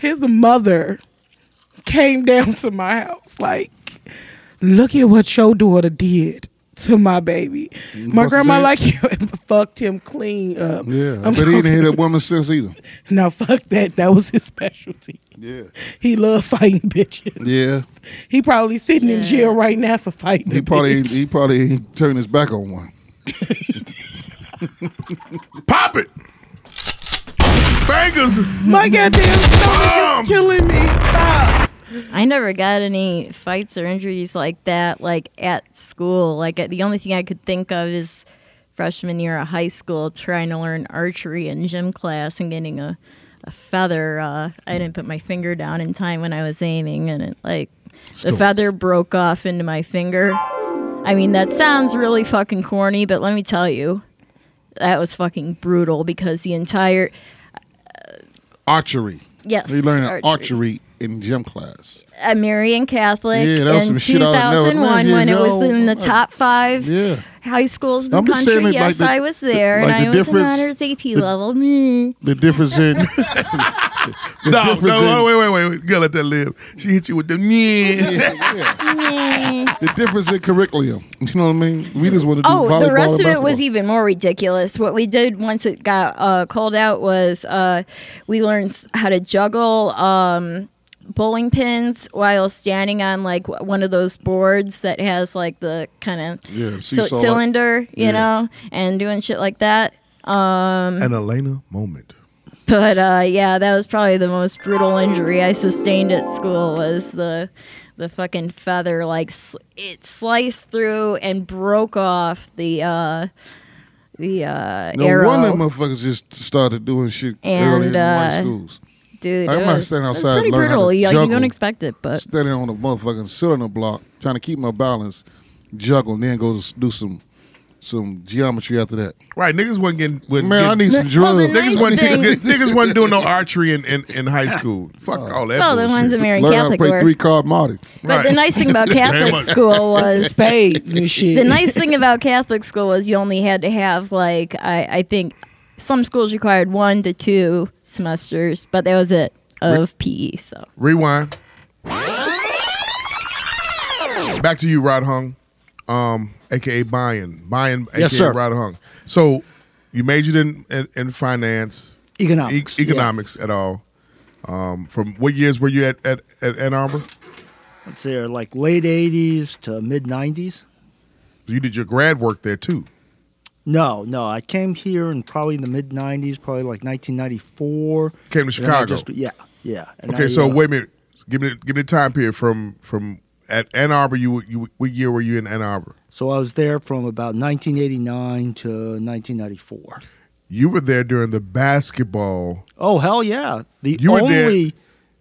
His mother came down to my house like, look at what your daughter did to my baby.
Mm-hmm.
bust
My
his
grandma
ass?
like fucked him clean up.
Yeah,
I'm
but he didn't
talking-
hit a woman since either.
now fuck that. That was his specialty.
Yeah,
He loved fighting bitches.
yeah.
He probably sitting in
Yeah.
jail right now for fighting.
He
a
probably
bitch.
ain't- he probably ain't turned his back on one.
Pop it. Bangers.
My goddamn stomach
Bombs!
is killing me. Stop.
I never got any fights or injuries like that, like at school. Like the only thing I could think of is freshman year of high school, trying to learn archery in gym class and getting a, a feather. Uh, I didn't put my finger down in time when I was aiming, and it like the feather broke off into my finger. I mean, that sounds really fucking corny, but let me tell you, that was fucking brutal because the entire
Archery.
yes,
He learned archery. in gym class.
a Marian Catholic
Yeah, that was some
in
shit I would never-
2001
Man,
when it was
yo,
in the
uh,
top five
Yeah.
high schools in the
I'm just
country.
saying it like
yes,
the-
I was there,
like
and
the
I was an
difference-
honors AP level. Mm.
The difference in the
No,
difference
no,
in-
wait, wait, wait, wait. Girl, let that live. She hit you with the yeah.
yeah, yeah. the difference in curriculum. You know what I mean? We just want to do
Oh,
volleyball
the rest of
and
it was
basketball.
even more ridiculous. What we did once it got uh, cold out was uh, we learned s- how to juggle um, bowling pins while standing on like w- one of those boards that has like the kind of
Yeah, seesaw-like.
cylinder, you
Yeah.
know, and doing shit like that.
An Elena moment.
But uh, yeah, that was probably the most brutal injury I sustained at school was the the fucking feather like sl- it sliced through and broke off the uh, the uh,
No
arrow.
one of them motherfuckers just started doing shit
And,
early in my
uh,
schools.
Dude,
I'm
it
not
was-
standing
it was
outside
Pretty
and learning how
brutal.
to
Yeah, you don't
juggle.
expect it, but
Standing on a motherfucking cylinder block, trying to keep my balance, juggle, and then go do some some geometry after that.
Right, niggas wasn't getting. wasn't
Man, I
getting-
need some Well, the drugs.
niggas,
nice
wasn't
thing-
niggas wasn't doing no archery in, in, in high school. Fuck all that.
Well, the
bullshit.
ones that Mary
Learn
Catholic
how to
were.
play three card Marty.
But the
Right.
nice thing about
Very
Catholic
much.
school was
Spades and shit.
the nice thing about Catholic school was you only had to have like I, I think some schools required one to two semesters, but that was it of PE. So
Rewind. Back to you, Rod Hung, um, aka Bayan. Bayan, aka
Yes, sir.
Rod Hung. So you majored in in, in finance,
Economics,
e-
yeah.
economics at all. Um, from what years were you at at, at Ann Arbor?
Let's say are like late '80s to mid '90s.
You did your grad work there too.
No, no, I came here in probably in the mid '90s, probably like
Came
1994.
to
And then I
Chicago.
just- yeah, yeah. And
okay,
I,
so
uh,
wait a minute. Give me give me the time period from from at Ann Arbor. You you what year were you in Ann Arbor?
So I was there from about 1989 to 1994.
You were there during the basketball.
Oh hell yeah! The
You were
only,
there-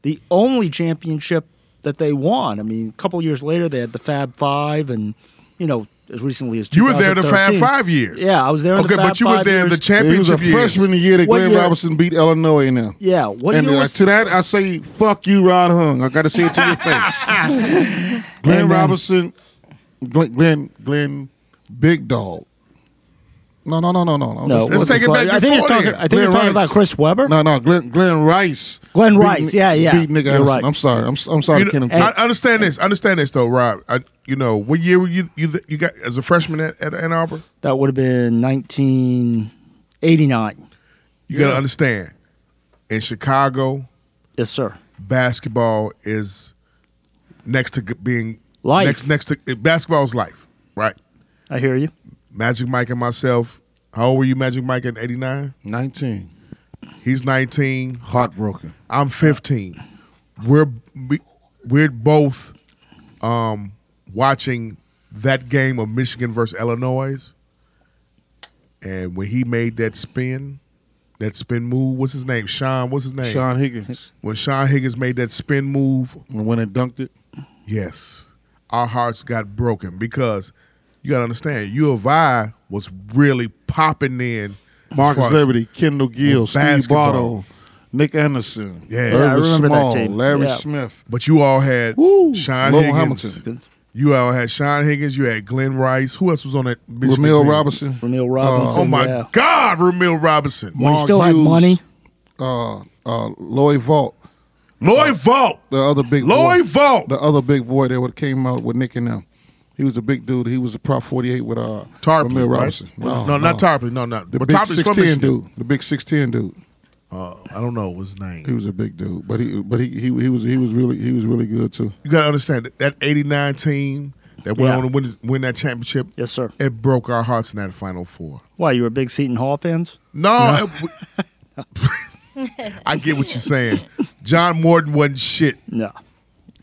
the only championship that they won. I mean, a couple years later they had the Fab Five, and you know, as recently as
You were there the Fab
2013.
Five years.
Yeah, I was there. in
Okay,
the Fab
but you were
Five
there in the
years.
He was a
championship years.
freshman the year that
What
Graham
year?
Robinson beat Illinois now.
Yeah, what
and
year
uh,
was-
to that, I say, fuck you, Rod Hung. I got to say it to your face. Glenn
And, um,
Robinson, Glenn, Glenn, Glenn, Big Dog. No, no, no, no, no.
No,
Let's-
it wasn't
take it back
Glenn- I think you're
before
talking,
then.
I think you're
Glenn
talking about
Rice.
Chris Webber.
No, no, Glenn, Glenn Rice.
Glenn
beat
Rice,
Ni-
yeah, yeah.
Beat Nick
You're
Anderson.
right.
I'm sorry. I'm, I'm sorry,
You
Ken. I'm
know, I understand this. Understand this though, Rob. I, you know, what year were you you you got as a freshman at, at Ann Arbor?
That would have been 1989.
You got to understand. In Chicago,
Yes, sir.
basketball is next to g- being
Life.
Next, next to eh, basketball is life, right?
I hear you.
Magic Mike and myself. How old were you, Magic Mike, in '89?
19.
He's 19.
Heartbroken.
I'm 15. We're we- we're both um, watching that game of Michigan versus Illinois, and when he made that spin, that spin move. What's his name? Sean. What's his name?
Sean Higgins.
When Sean Higgins made that spin move,
And when they dunked it,
yes, our hearts got broken because you got to understand, U of I was really popping in.
Marcus
for-
Liberty, Kendall Gill, Steve
Basketball.
Bartle, Nick Anderson,
Yeah. Yeah, I
Irvin
remember that
Small,
team.
Larry
Yeah.
Smith.
But you all had
Woo!
Sean
Lowell
Higgins.
Hamilton.
You all had Sean Higgins. You had Glenn Rice. Who else was on that? Michigan
Ramil
team?
Robinson.
Ramil Robinson.
Oh my
yeah.
God, Ramil Robinson.
When he
Mark
still had
Hughes.
money.
Uh, uh, Lloyd Vault,
Lloyd Vault.
the other big
Lloyd
boy,
Vault.
the other big boy that would came out with Nick and them. He was a big dude. He was a prop forty eight with uh
Tarpley.
Ramil
right?
Robinson.
No, not Tarpley. No, not.
The
but
big
Tarpley's from
six ten
Michigan.
dude. The big six ten dude.
Uh, I don't know his name.
He was a big dude, but he but he, he he was he was really he was really good too.
you gotta understand that, that '89 team that went
Yeah.
on to win, win that championship.
Yes, sir.
It broke our hearts in that Final Four.
Why you were big Seton Hall fans?
No, it- I get what you're saying. John Morton wasn't shit.
No.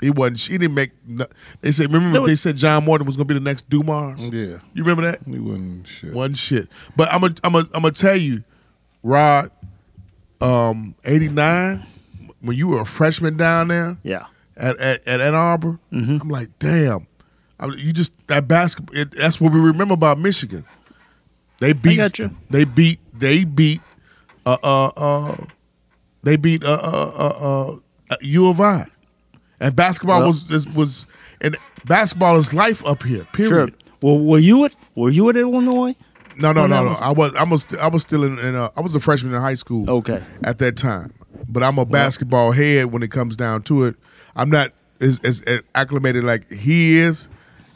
He wasn't. She didn't make. No, they said. Remember,
There was-
they said John Morton was gonna be the next Dumars.
Yeah.
you remember that?
He wasn't shit.
One shit. But I'm a, I'm a, I'm gonna tell you, Rod, um, eighty nine, when you were a freshman down there,
Yeah.
at at, at Ann Arbor,
Mm-hmm.
I'm like, damn, I, you just that basketball. It, that's what we remember about Michigan. They beat.
got you.
They beat. They beat. Uh uh uh. They beat uh uh uh, uh U of I, and basketball
Well-
was was was and basketball is life up here. Period.
Well, were you at Were you at Illinois?
No, no,
When
no,
that
no.
was-
I was, I was, I was still in. in uh, I was a freshman in high school.
Okay.
At that time, but I'm a basketball head when it comes down to it. I'm not as, as, as acclimated like he is.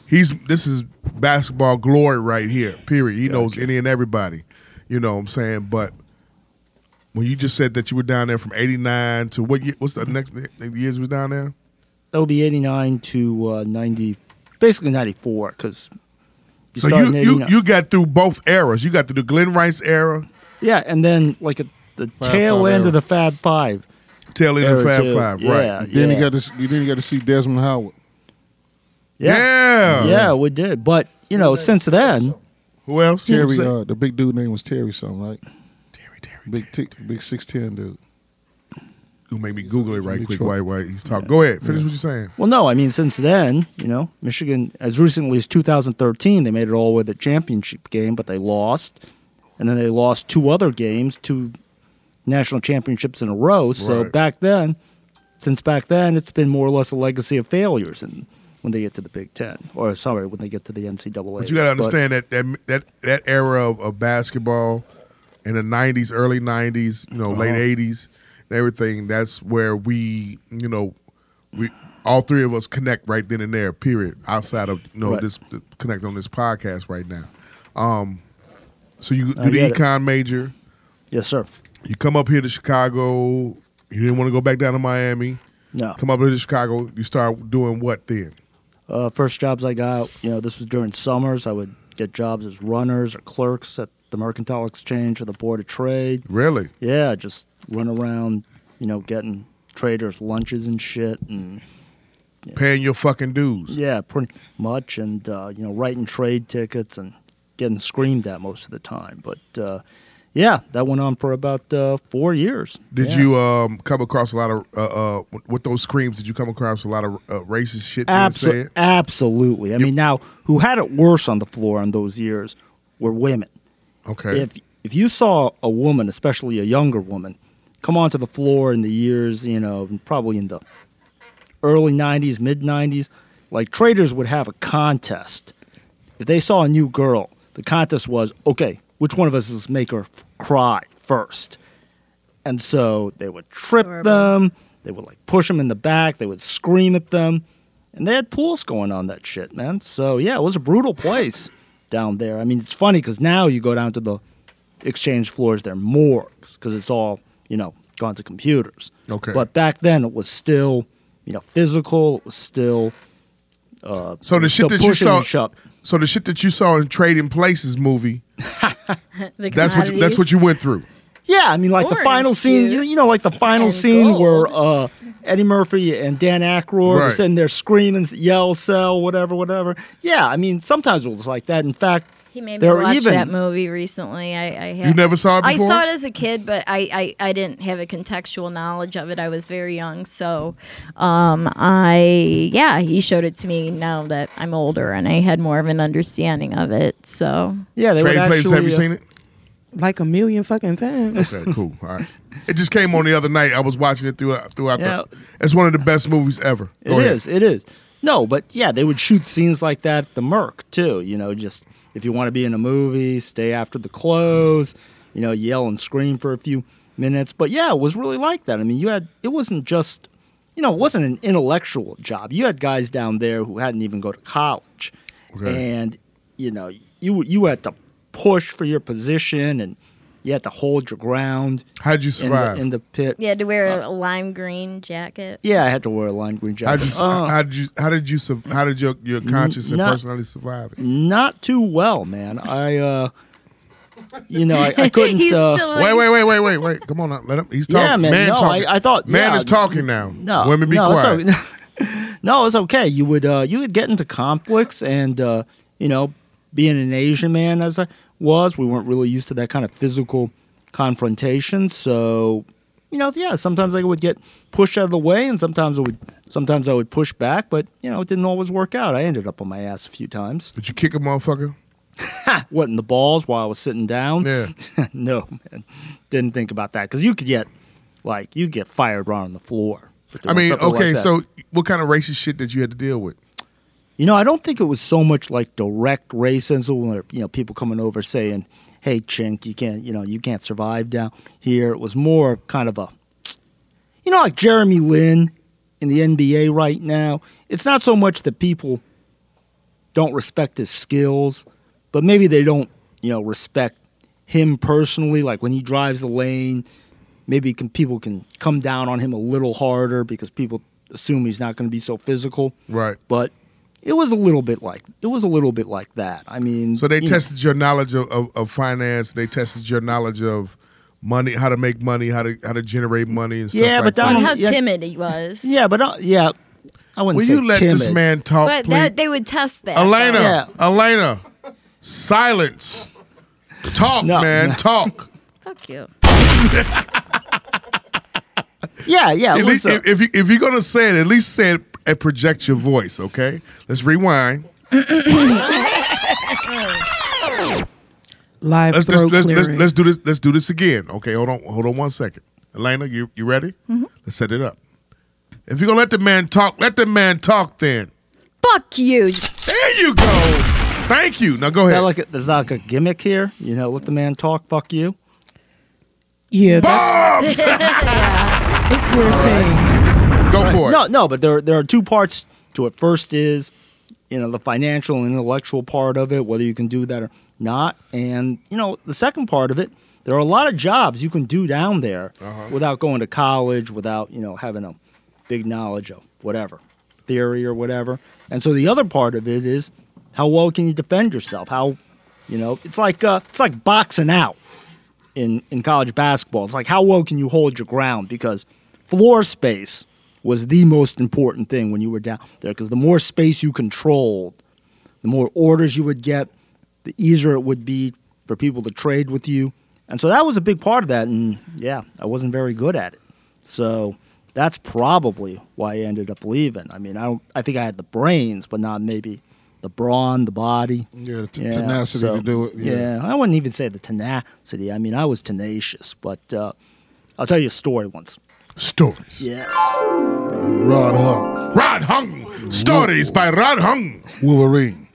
He's this is basketball glory right here. Period. He knows any and everybody. You know what I'm saying? But when you just said that you were down there from '89 to what? Year, what's the next the years you was down there?
That would be eighty nine to uh, ninety, basically ninety four. Because you
So
start
you
in
you
89.
you got through both eras. You got through the Glenn Rice era,
yeah, and then like at the
Fab
tail
Five
end
era.
of the Fab Five.
tail end of
era
Fab
too.
Five,
yeah,
right?
Then
yeah.
he got to then he got to see Desmond Howard.
yeah.
yeah. Yeah, we did. But you know, since then,
Who else? Who was
Terry,
that?
uh, the big dude name was Terry something, right?
Terry, Terry.
Big tick, big six ten dude.
gonna make me Google it right quick. Why? Why he's talking? Go ahead. Finish what you're saying.
Well, no, I mean, since then, you know, Michigan, as recently as 2013, they made it all the way to the championship game, but they lost. And then they lost two other games, two national championships in a row. So
Right.
back then, since back then, it's been more or less a legacy of failures. And when they get to the Big Ten, or sorry, when they get to the NCAA,
But you gotta understand that that that that era of, of basketball in the '90s, early '90s, you know, late
Uh-huh.
'80s, and everything. That's where we, you know, we all three of us connect right then and there. Period. Outside of you know
Right.
this connect on this podcast right now. Um, so you
I
do the
get it.
econ major.
Yes, sir.
You come up here to Chicago. You didn't want to go back down to Miami.
No.
Come up here to Chicago. You start doing what then?
Uh, first jobs I got, you know, this was during summers. I would get jobs as runners or clerks at the Mercantile Exchange or the Board of Trade.
Really?
Yeah, just run around, you know, getting traders lunches and shit, and
Paying your fucking dues.
yeah, pretty much, and uh, you know, writing trade tickets and getting screamed at most of the time. But uh, yeah, that went on for about uh, four years.
Did
Yeah.
you um, come across a lot of uh, uh, with those screams? Did you come across a lot of uh, racist shit being
Abso-
said?
absolutely. I mean, now who had it worse on the floor in those years were women.
Okay,
If if you saw a woman, especially a younger woman, come onto the floor in the years, you know, probably in the early '90s, mid '90s, like traders would have a contest. If they saw a new girl, the contest was okay, which one of us is make her f- cry first. And so they would trip them. They would like push them in the back. They would scream at them. And they had pools going on that shit, man. So yeah, it was a brutal place down there. I mean, it's funny because now you go down to the exchange floors, they're morgues because it's all, you know, gone to computers.
Okay.
But back then it was still, you know, physical. It was still. Uh,
so the
still
shit that you
pushing
saw,
and shoving.
so the shit that you saw in Trading Places movie,
The
that's what you, that's what
commodities.
you went through.
Yeah, I mean, like the
Orange
final scene, you,
juice
you know, like the final
and
scene
gold.
where uh, Eddie Murphy and Dan Aykroyd are
Right.
sitting there screaming, yell, sell, whatever, whatever. Yeah, I mean, sometimes it was like that. In fact,
He made me
there were
watch
even
that movie recently. I, I had,
You never saw it
I
before?
saw it as a kid, but I, I, I didn't have a contextual knowledge of it. I was very young, so um, I yeah, he showed it to me now that I'm older and I had more of an understanding of it. So
yeah, they would
Trading Places.
actually.
Have you
uh,
seen it?
like a million fucking times.
Okay, cool. All right. It just came on the other night. I was watching it throughout. Throughout,
Yeah.
the, it's one of the best movies ever.
It is. It is. No, but yeah, they would shoot scenes like that at the Merc too. You know, just if you want to be in a movie, stay after the close. You know, yell and scream for a few minutes. But yeah, it was really like that. I mean, you had it wasn't just, you know, it wasn't an intellectual job. You had guys down there who hadn't even go to college,
Okay.
and you know, you you had to push for your position and you had to hold your ground
How'd you
in the,
survive?
in the pit.
you had to wear a lime green jacket.
Yeah, I had to wear a lime green
how'd
jacket.
you,
Uh,
how did you how did you sur- how did your your conscience and
not-
personality survive? it?
not too well, man. I, uh, you know, I, I couldn't.
He's
uh,
still
Wait, wait, wait, wait, wait, wait. Come on, now. let him. He's
Yeah,
talking.
man, no, I-
talking.
I thought-
man
yeah.
is talking now.
no,
women be
no, it's
quiet.
o- no, it's okay. You would, uh, you would get into conflicts, and uh, you know, being an Asian man as I was, we weren't really used to that kind of physical confrontation. So, you know, yeah, sometimes I would get pushed out of the way, and sometimes I would, sometimes I would push back, but you know, it didn't always work out. I ended up on my ass a few times.
Did you kick a motherfucker?
what in the balls while I was sitting down.
Yeah.
no, man. Didn't think about that because you could get like you get fired right on the floor. for
I
doing
mean,
something like
okay,
that.
so what kind of racist shit that you had to deal with?
you know, I don't think it was so much like direct racism where you know people coming over saying, "Hey, chink, you can't, you know, you can't survive down here." It was more kind of a, you know, like Jeremy Lin in the NBA right now. It's not so much that people don't respect his skills, but maybe they don't, you know, respect him personally. Like when he drives the lane, maybe can, people can come down on him a little harder because people assume he's not going to be so physical.
Right.
But it was a little bit like it was a little bit like that. I mean,
So they
you know,
tested your knowledge of, of, of finance. They tested your knowledge of money, how to make money, how to how to generate money and stuff.
Yeah, but
like
Donald-
And
that.
how
yeah.
timid he was.
Yeah, but uh, yeah, I wouldn't
will
say
you let
timid.
this man talk,
but
please?
that they would test that.
Elena,
Yeah.
Elena, silence. Talk,
No,
man,
no.
talk.
though. Fuck you.
Yeah, yeah.
At least,
listen.
if, if, you, if you're gonna say it, at least say it and project your voice. Okay, let's rewind.
Live
Let's let's,
throat
let's, let's
clearing.
let's do this. Let's do this again. Okay, hold on, hold on one second. Elena, you you ready?
Mm-hmm.
Let's set it up. If you're gonna let the man talk, let the man talk. Then
Fuck you.
there you go. Thank you. Now go
Is that
ahead.
like a, is that like a gimmick here? You know, let the man talk. Fuck you.
yeah, that's,
Bombs.
it's your thing.
go for it.
No, no, but there there are two parts to it. First is, you know, the financial and intellectual part of it, whether you can do that or not. And you know, the second part of it, there are a lot of jobs you can do down there without going to college, without you know having a big knowledge of whatever theory or whatever. And so the other part of it is how well can you defend yourself? How you know, it's like uh, it's like boxing out in, in college basketball. It's like how well can you hold your ground because floor space was the most important thing when you were down there because the more space you controlled, the more orders you would get, the easier it would be for people to trade with you. And so that was a big part of that and yeah, I wasn't very good at it. So that's probably why I ended up leaving. I mean, I don't I think I had the brains, but not maybe the brawn, the body.
Yeah, the t- tenacity to do it, yeah.
I wouldn't even say the tenacity. I mean, I was tenacious, but uh, I'll tell you a story once.
Stories.
Yes.
Rod Hall,
Rod Hung. Stories by Rod Hung.
Wolverine.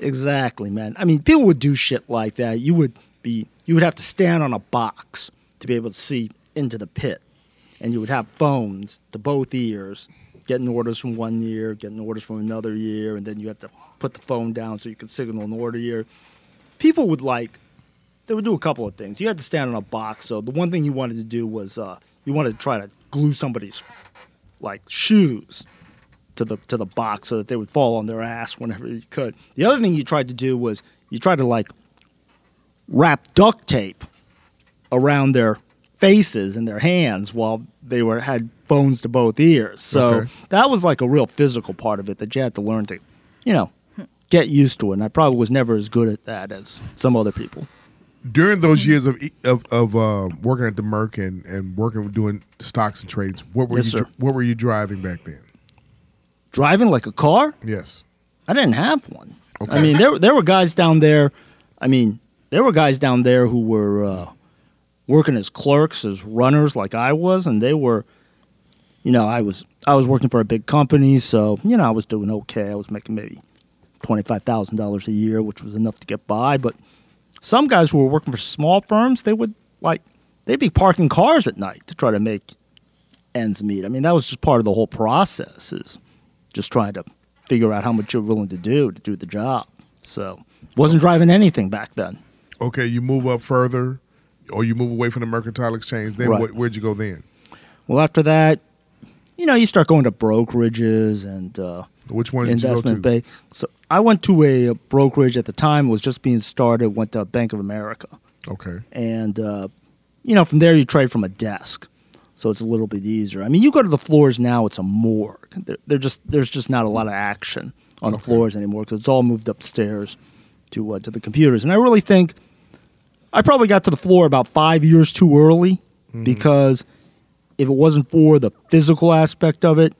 Exactly, man. I mean, people would do shit like that. You would be, you would have to stand on a box to be able to see into the pit, and you would have phones to both ears, getting orders from one ear, getting orders from another ear, and then you have to put the phone down so you could signal an order ear. People would like, they would do a couple of things. You had to stand on a box, so the one thing you wanted to do was uh, you wanted to try to glue somebody's like shoes to the to the box so that they would fall on their ass whenever you could. The other thing you tried to do was you tried to like wrap duct tape around their faces and their hands while they were had phones to both ears. So
Okay.
that was like a real physical part of it that you had to learn to, you know, get used to it. And I probably was never as good at that as some other people.
during those years of of, of uh, working at the Merck and, and working doing stocks and trades, what were
Yes,
you
sir.
dri- what were you driving back then?
Driving like a car?
Yes.
I didn't have one.
Okay.
I mean, there there were guys down there. I mean, there were guys down there who were uh, working as clerks, as runners, like I was, and they were, you know, I was I was working for a big company, so you know, I was doing okay. I was making maybe twenty five thousand dollars a year, which was enough to get by. But some guys who were working for small firms, they would like they'd be parking cars at night to try to make ends meet. I mean, that was just part of the whole process is just trying to figure out how much you're willing to do to do the job. So wasn't driving anything back then.
Okay, you move up further, or you move away from the Mercantile Exchange. Then
Right.
what, where'd you go then?
Well, after that, you know, you start going to brokerages and uh,
Which ones did you go
investment
to?
bank. So I went to a, uh brokerage at the time was just being started. Went to Bank of America,
Okay.
and uh, you know, from there you trade from a desk. So it's a little bit easier. I mean, you go to the floors now; it's a morgue. They're, they're just there's just not a lot of action on the floors anymore because it's all moved upstairs to uh, to the computers. And I really think I probably got to the floor about five years too early because if it wasn't for the physical aspect of it,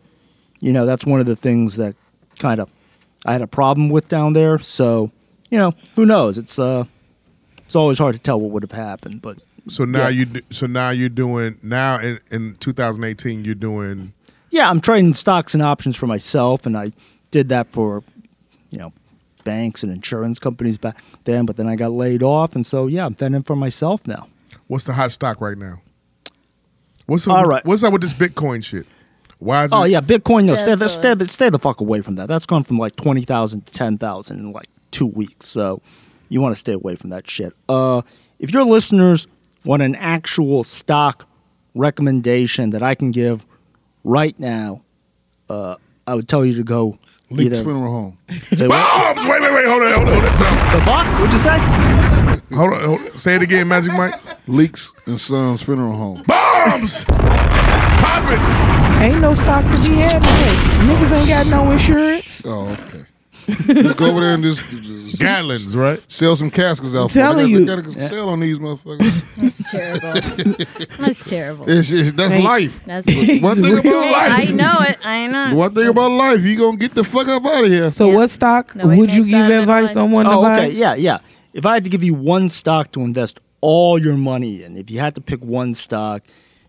you know, that's one of the things that kind of I had a problem with down there. So, you know, who knows? It's uh, it's always hard to tell what would have happened, but
So now
Yeah.
you do, so now you're doing now in, in 2018 you're doing
yeah, I'm trading stocks and options for myself, and I did that for, you know, banks and insurance companies back then. But then I got laid off, and so yeah, I'm fending for myself now.
what's the hot stock right now? What's up
All
with-
right.
What's up with this Bitcoin shit? Why is
Oh
it,
yeah, Bitcoin. No, stay,
That's
stay, stay the fuck away from that. That's gone from like twenty thousand to ten thousand in like two weeks. So you want to stay away from that shit. Uh, if your listeners want an actual stock recommendation that I can give right now, uh, I would tell you to go.
Leaks
either-
funeral home.
Say what?
Bombs! Wait, wait, wait! Hold on, hold on, hold on!
The fuck? What'd you say?
Hold on, hold on. Say it again, Magic Mike.
Leaks and Sons funeral home.
Bombs! Pop it!
Ain't no stock to be had. Niggas ain't got no insurance.
Oh, okay. Let's go over there and just, just
gallons, right?
Sell some caskets out.
I'm
for it. I
telling
gotta-
you.
gotta sell on these motherfuckers.
That's terrible. That's terrible.
It's- it's- that's
Right.
life.
That's
One thing about
Hey, I
life.
know it. I know.
One thing about life, you gonna get the fuck up out of here.
So what stock
Nobody
would you
makes
give
out of
advice
one.
on one to
Oh,
buy?
okay. Yeah, yeah. If I had to give you one stock to invest all your money in, if you had to pick one stock,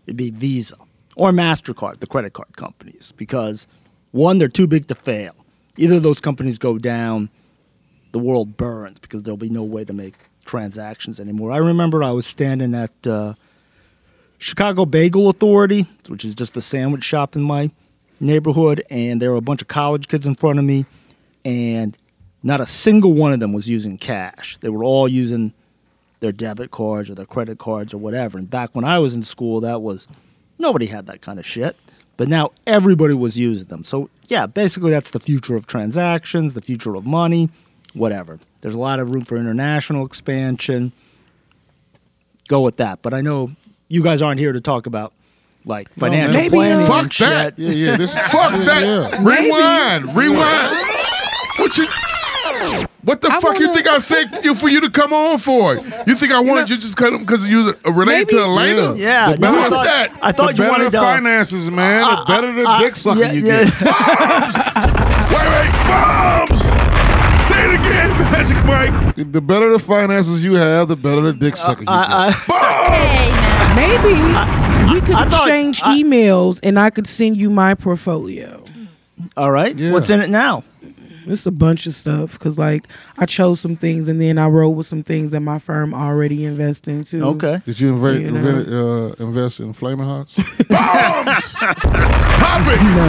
it'd be Visa or MasterCard, the credit card companies, because one, they're too big to fail. Either of those companies go down, the world burns because there'll be no way to make transactions anymore. I remember I was standing at uh, Chicago Bagel Authority, which is just a sandwich shop in my neighborhood, and there were a bunch of college kids in front of me, and not a single one of them was using cash. They were all using their debit cards or their credit cards or whatever. And back when I was in school, that was nobody had that kind of shit. But now everybody was using them. So yeah, basically that's the future of transactions, the future of money, whatever. There's a lot of room for international expansion go with that. But I know you guys aren't here to talk about like financial
Maybe,
planning.
uh,
and
Fuck
shit.
that.
Yeah, yeah. This
Fuck
yeah,
that.
Yeah.
Rewind. Rewind. What you? What the fuck you
wanna-
think I said you, for you to come on for? You think I wanted you just cut them because you was- uh, relate to
Maybe-
Elena?
Yeah,
Fuck
no, I thought,
that.
I thought
the
you
better
wanted
the
to.
finances, man. the better the dick sucker
yeah,
you
yeah.
get.
Wait, wait, bombs. Say it again, Magic Mike.
The better the finances you have, the better the dick sucker you get.
Hey, now.
Maybe we could
I thought-
exchange
I-
emails and I could send you my portfolio.
All right,
Yeah.
what's in it now?
It's a bunch of stuff because, like, I chose some things and then I rolled with some things that my firm already invested into.
Okay,
Did you invent,
You know.
invent, uh, invest in flaming hearts?
Pop it.
No.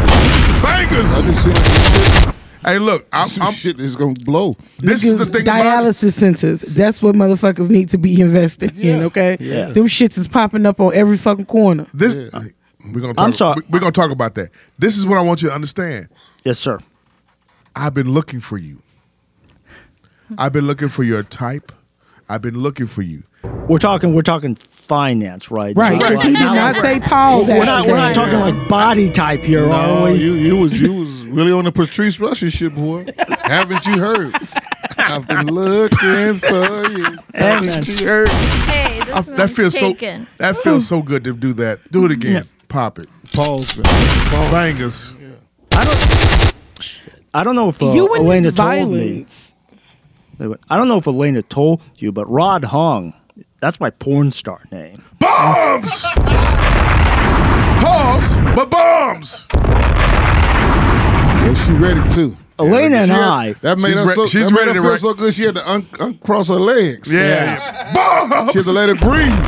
I
Bangers.
just seen some shit,
Hey, look, I'm,
some
I'm,
shit is gonna blow.
this is the thing about it.
Dialysis centers. That's what motherfuckers need to be invested in, okay?
Yeah.
Them shits is popping up on every fucking corner.
This, we're gonna talk,
I'm sorry.
We're going to talk about that. This is what I want you to understand.
yes, sir.
I've been looking for you. I've been looking for your type. I've been looking for you.
We're talking. We're talking finance, right?
Right.
Not
Because he
like-
did not say pause
We're not.
after
We're
that.
not talking like body type here, are
Oh,
we?
you you was you was really on the Patrice Russian shit, boy. Haven't you heard? I've been looking for you. Haven't you heard?
Hey, this
I- that
one's
feels
taken.
so. That feels so good to do that. Do it again. Pop it.
Pause, man.
Bangers.
I don't know if uh,
you and
Elena
this
told me.
violence.
Wait, wait. I don't know if Elena told you, but Rod Hong, that's my porn star name.
Bombs. Pause, but bombs.
Well, she ready too.
Elena
Yeah,
and
she had-
I.
That made
She's
her
re-
so.
she's
that made
ready
her
to
feel
re-
so good. She had to un- uncross her legs.
Yeah. Bombs.
She had to let it breathe.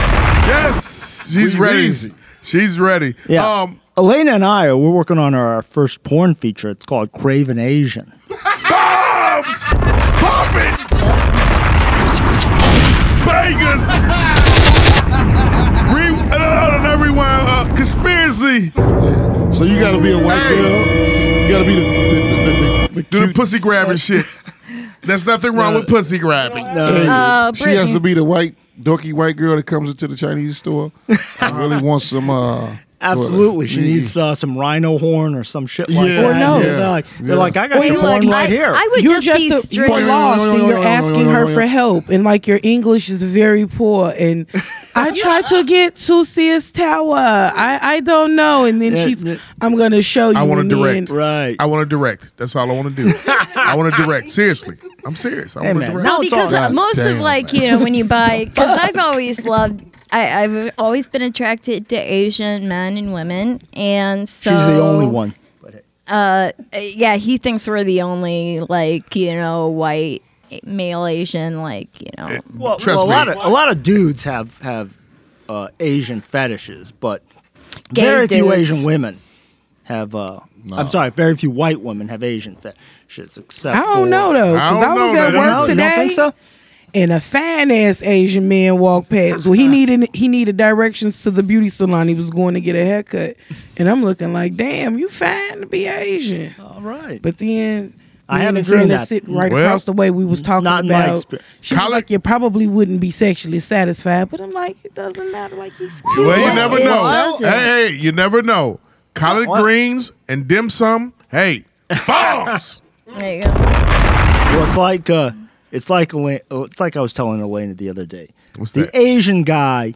Yes. She's
We
ready.
easy.
She's ready.
Yeah.
Um,
Elena and I, we're working on our first porn feature. It's called Craven Asian.
bombs. Pop it. Bangers. Re- no, no, no, no, rewind. Uh, conspiracy.
So you got to be a white
Hey.
girl. You got to be the. the, the, the, the,
Do the
cute-
pussy grabbing shit. There's nothing wrong with pussy grabbing.
Hey,
Uh,
she has
Brittany.
to be the white dorky white girl that comes into the Chinese store. I really want some. Uh,
Absolutely. She
Yeah.
needs uh, some rhino horn or some shit like
Yeah,
that.
Or no.
They're
yeah,
like,
yeah.
they're like, I got
Wait,
your
look,
horn right
I,
here.
I would
You're
just,
just,
be
a,
straight.
you're lost and you're asking her for help and like you're English is very poor and I tried to get to CS Tower. I, I don't know and then
Yeah,
she's
yeah.
I'm gonna show you.
I want
and
to
then-
direct.
Right.
I want to direct. That's all I want to do. I want to direct. Seriously, I'm serious. I
Hey,
want to
man,
direct.
no-
No,
it's all
because
good.
most of
Damn.
like you know when you buy, because I've always loved, I, I've always been attracted to Asian men and women, and so
She's the only one.
Uh, yeah, he thinks we're the only like you know white male Asian like you know.
Well,
Trust
well, a,
me.
lot of, a lot of dudes have, have uh, Asian fetishes, but
Gay
very few
dudes.
Asian women have. Uh, I'm sorry, very few white women have Asian fetishes except
I don't
for-
know though,
I
because I,
don't
was
know, man.
at
I
You
work
don't know? You
today
don't think so?
and a fine ass Asian man walked past. Well, he needed he needed directions to the beauty salon. He was going to get a haircut, and I'm looking like, damn, you fine to be Asian.
All right.
But then
I
me and
haven't
the girl
seen
that's
that.
Sitting right
Well,
across the way, we was talking
not in my
about.
experience.
she was
Colli-
like, you probably wouldn't be sexually satisfied, but I'm like, it doesn't matter. Like he's cute.
well, you
Well,
never
it
know.
wasn't.
Hey, hey, you never know. Collard
What?
greens and dim sum. Hey, bombs.
There you go.
Well, it's like uh, it's like Ela- oh, it's like I was telling Elena the other day.
What's
the
that?
Asian guy?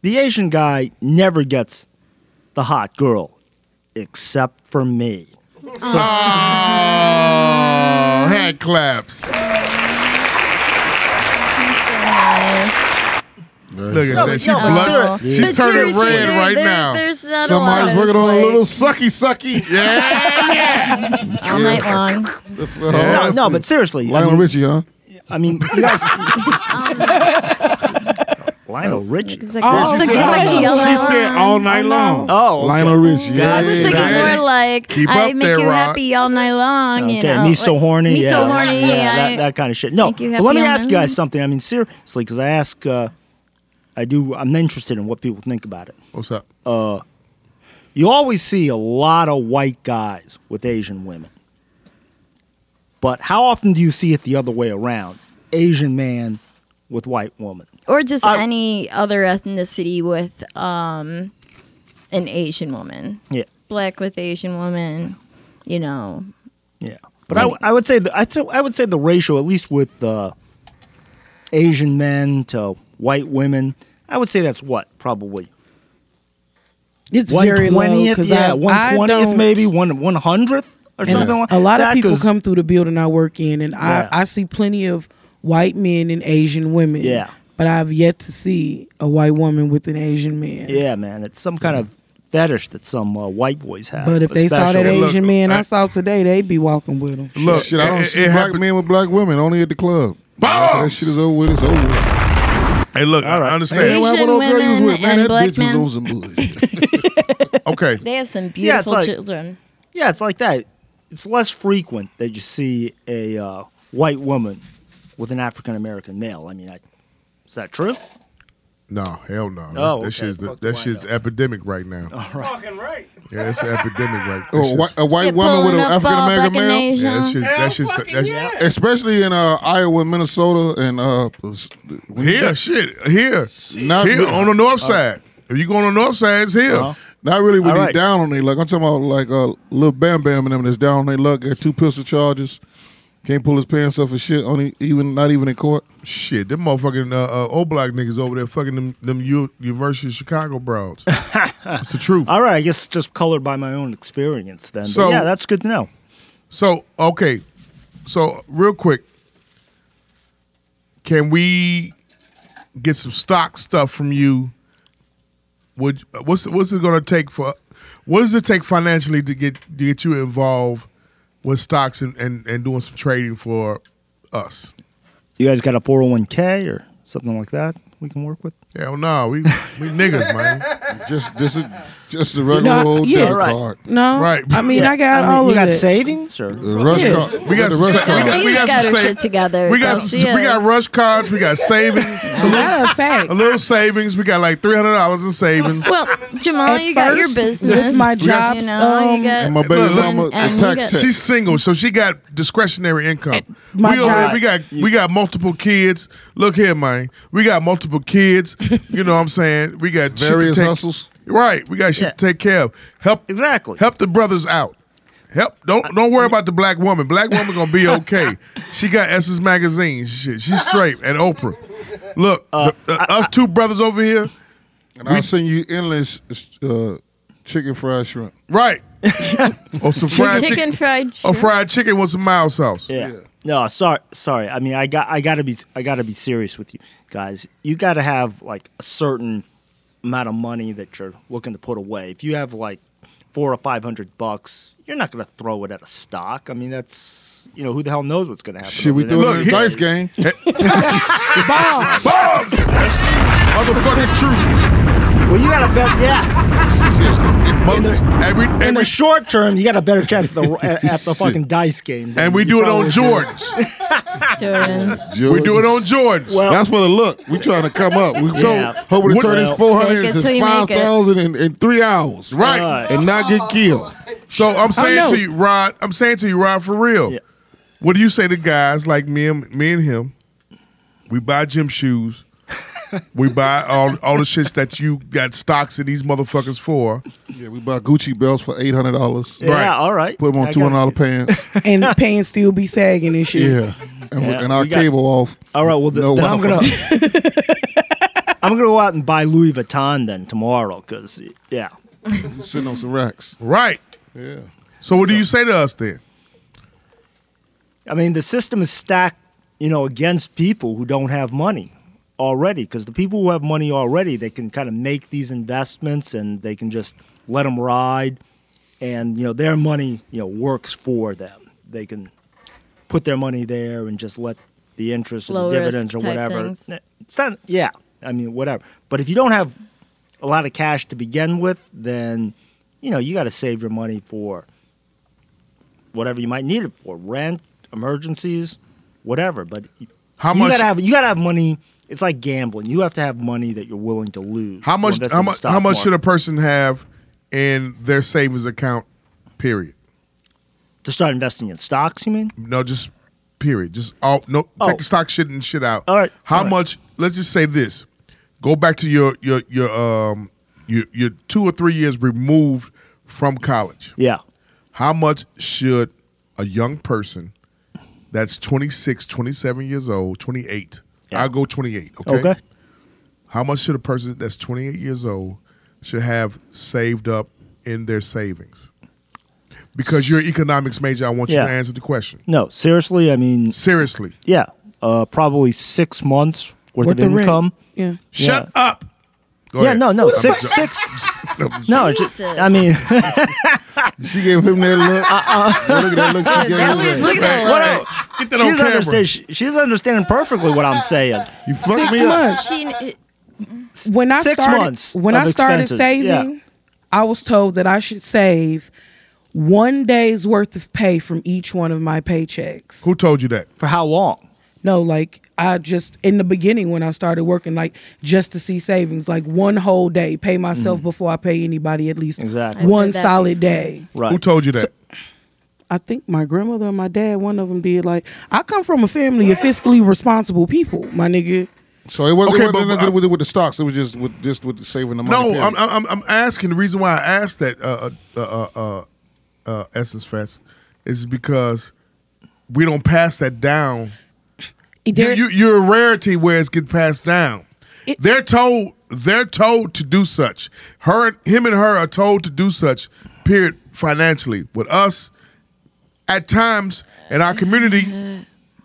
The Asian guy never gets the hot girl, except for me.
Oh, hand claps. Look at that. She
no, but
blush-
ser-
She's
Uh, but
turning
seriously,
red
there-
right
there-
now.
There's not
Somebody's
a lot of
working on a
like,
little sucky sucky.
Yeah.
all night long.
No, no, but seriously, I
Lionel
mean,
Richie, huh?
I mean you guys. Lionel Richie.
It's like, it's like, it's like a yellow.
She said all night long.
Oh, okay.
Lionel Richie. Yeah,
I was
yeah,
thinking
yeah.
more like
Keep
I
up
make
there,
you
Rod.
happy all night long.
Okay,
you know,
me so
like,
horny.
Me
yeah,
so horny.
Yeah,
I,
that, that kind of shit. No,
Make you
but let
happy
me
all
ask you
night
guys
long.
something. I mean, seriously, because I ask, uh, I do. I'm interested in what people think about it.
What's up?
You always see a lot of white guys with Asian women, but how often do you see it the other way around? Asian man with white woman.
or just
I-
any other ethnicity with um, an Asian woman,
Yeah,
black with Asian woman. You know,
yeah. But I, I would say the, I, th- I would say the ratio, at least with uh, Asian men to white women, I would say that's what probably
It's
one
very low.
twentieth,
'cause
yeah,
I-
one
I
twentieth,
don't-
maybe one one hundredth or
and
something. like
a lot
that,
of people
'cause-
come through the building I work in, and
Yeah.
I, I see plenty of white men and Asian women.
Yeah.
But I've yet to see a white woman with an Asian man.
Yeah, man, it's some kind of fetish that some uh, white boys have.
But if they saw that
Hey,
especially.
look,
Asian man I
I-
saw today, they'd be walking with him.
Look,
Shit, I don't
it,
see
it
black
happened.
men with black women, only at the club. After That
Bombs!
shit is over with. It's over with.
Hey, look,
All right.
I
Hey,
understand.
why
Asian
would old girl you was
women
with? Man,
and
that
black
bitch
men.
was on some bullshit.
Okay.
they have some
Yeah, it's
beautiful
like-
children.
yeah, it's like that. It's less frequent that you see a uh, white woman with an African American male. I mean, I, is that true?
No, hell no. That,
Oh,
that
okay.
shit's the,
Fuck
that
do I
shit's
know.
epidemic right now.
Oh.
Fucking right.
Yeah, it's an epidemic right now.
Oh, whi- a white
They're
woman with an
pulling up all
African American
black and
male,
Asian.
Yeah, that's just
Hell
that's just
fucking
that's
yeah.
especially in uh, Iowa, Minnesota, and uh, s- when you
here. Shit, here,
Not
here
good.
on the north side. If you go on the north side, it's here.
Uh-huh.
Not really when
All
he
right.
down on their luck. I'm talking about like uh, little Bam Bam and them that's down on their luck. Got two pistol charges. Can't pull his pants up for shit. Only even not even in court.
Shit, them motherfucking uh, uh, old black niggas over there fucking them them U- University of Chicago broads. That's the truth.
All right, I guess it's just colored by my own experience then. But
So-
yeah, that's good to know.
So okay, so real quick, can we get some stock stuff from you? Would what's what's it going to take for? What does it take financially to get to get you involved with stocks and, and, and doing some trading for us?
You guys got a 401k or something like that we can work with?
Hell no, we we niggas, man.
Just just a, just a regular
No,
old
yeah.
debit
Right.
card.
No,
Right.
I mean, I got
I mean,
all
you
of
got
it.
savings or
The rush
Yeah.
card.
We got
the
some
rush
sa- we
card.
got- we got
got
some
her
sa-
shit together.
We got
Don't
some,
see
we
it.
got rush cards. We got savings.
Matter of fact,
A little savings. We got like three hundred dollars in savings.
Well, Jamal,
At
you got your
first,
business.
with my
you
jobs,
know,
um,
you got
And my baby
Look, look,
mama, the
and we
tax
got-
check.
She's single, so she got discretionary income.
my
we, over
God.
there, we got we got multiple kids. Look here, man. We got multiple kids. you know what I'm saying? We got shit to
Various
take-
hustles.
Right. We got shit
Yeah.
to take care of. Help
Exactly.
Help the brothers out. Help! Don't don't worry about the black woman. Black woman gonna be okay. she got Essence magazine. Shit, she's straight and Oprah. Look, the- the- us two brothers over here.
And I'll send you endless uh, chicken fried shrimp.
Right. or some fried chicken.
chicken fried.
Or
shrimp.
fried chicken with some mild sauce.
Yeah. No, sorry, sorry. I mean, I got, I gotta be, I gotta be serious with you guys. You gotta have like a certain amount of money that you're looking to put away. If you have like four or five hundred bucks, you're not gonna throw it at a stock. I mean, that's you know, who the hell knows what's gonna happen?
Shit, we
over the
throw
next
it in
Look,
the
few
dice
days.
game.
Bob,
Bombs! That's motherfucking true.
Well, you gotta bet, yeah.
Mother, and, we,
In
and,
the
we,
short term, you got a better chance at the, at, at the fucking dice game. than
and we
you
do it on
probably
Jordans.
Jordan.
We do it on Jordans.
Well-
That's for the look. We trying to come up. We so
Yeah.
hoping to
What-
turn this
Well-
four hundred
Make it
into
till you
five
make it.
thousand in, in three hours,
right.
Right.
And not get killed.
So I'm saying
know.
to you, Rod, I'm saying to you, Rod, for real.
Yeah.
What do you say to guys like me and me and him? We buy gym shoes. we buy all all the shits that you got stocks in these motherfuckers for.
Yeah, we buy Gucci belts for eight hundred dollars.
Yeah, Right.
all right.
Put them
I
on
got
two hundred dollar
you.
pants.
and the pants still be sagging and shit.
Yeah, and, we-
Yeah,
and our
we got-
cable off.
All right. Well, th-
No
then I'm gonna.
waffle.
I'm gonna go out and buy Louis Vuitton then tomorrow, cause yeah,
We sitting on some racks.
Right.
Yeah,
So what do you say to us then?
I mean the system is stacked, you know, against people who don't have money already, because the people who have money already, they can kind of make these investments and they can just let them ride, and you know their money, you know, works for them. They can put their money there and just let the interest or
Low
the
risk
dividends or
type
whatever.
things.
It's not, yeah, I mean whatever. But if you don't have a lot of cash to begin with, then you know you got to save your money for whatever you might need it for, rent, emergencies, whatever. But you-
How
you
much-
Gotta have, you got to have money. It's like gambling. You have to have money that you're willing to lose.
How
to
much
invest in
how
the
much
stock
how much should a
market.
person have in their savings account? Period.
to start investing in stocks? You mean?
No, just period. Just all no
Oh.
take the stock shit and shit out.
All right,
How
all right.
much let's just say this. Go back to your your your um your your two or three years removed from college.
Yeah.
How much should a young person that's 26, 27 years old, 28,
Yeah.
I'll go 28, okay?
Okay.
How much should a person that's 28 years old should have saved up in their savings? Because you're an economics major, I want you
Yeah.
to answer the question.
No, seriously. I mean,
Seriously.
yeah, uh, probably six months worth
What
of
the rent?
income.
Yeah.
Shut up. Go
yeah,
ahead.
no, no,
I'm
six,
jo-
six.
I'm jo-
No, it's just, I mean,
she gave him that look.
Uh,
Yo, look at that look she
That
gave
was-
him.
look at that
Hey,
look.
hey, Get that on
she's,
camera.
understand, she- she's understanding perfectly what I'm saying.
You fucked me
Six
up.
months.
She,
When I
Six
started,
months
When
of
I started
expenses, yeah.
saving, I was told that I should save one day's worth of pay from each one of my paychecks.
Who told you that?
For how long?
No, like I just in the beginning when I started working, like just to see savings, like one whole day, pay myself before I pay anybody at least
Mm. Exactly.
I've
one
heard that
solid day.
Right.
Who told you that?
I think my grandmother and my dad, one of them did. Like I come from a family of fiscally responsible people, my nigga.
So it wasn't,
Okay,
it wasn't
but-
nothing with, with the stocks. It was just with just with saving the money.
No,
period.
I'm, I'm I'm asking the reason why I asked that uh uh uh uh, uh Essence Fest is because we don't pass that down. You,
There-
you you're a rarity where it's get passed down.
It-
they're told they're told to do such. Her him and her are told to do such. Period. Financially, with us, at times in our community,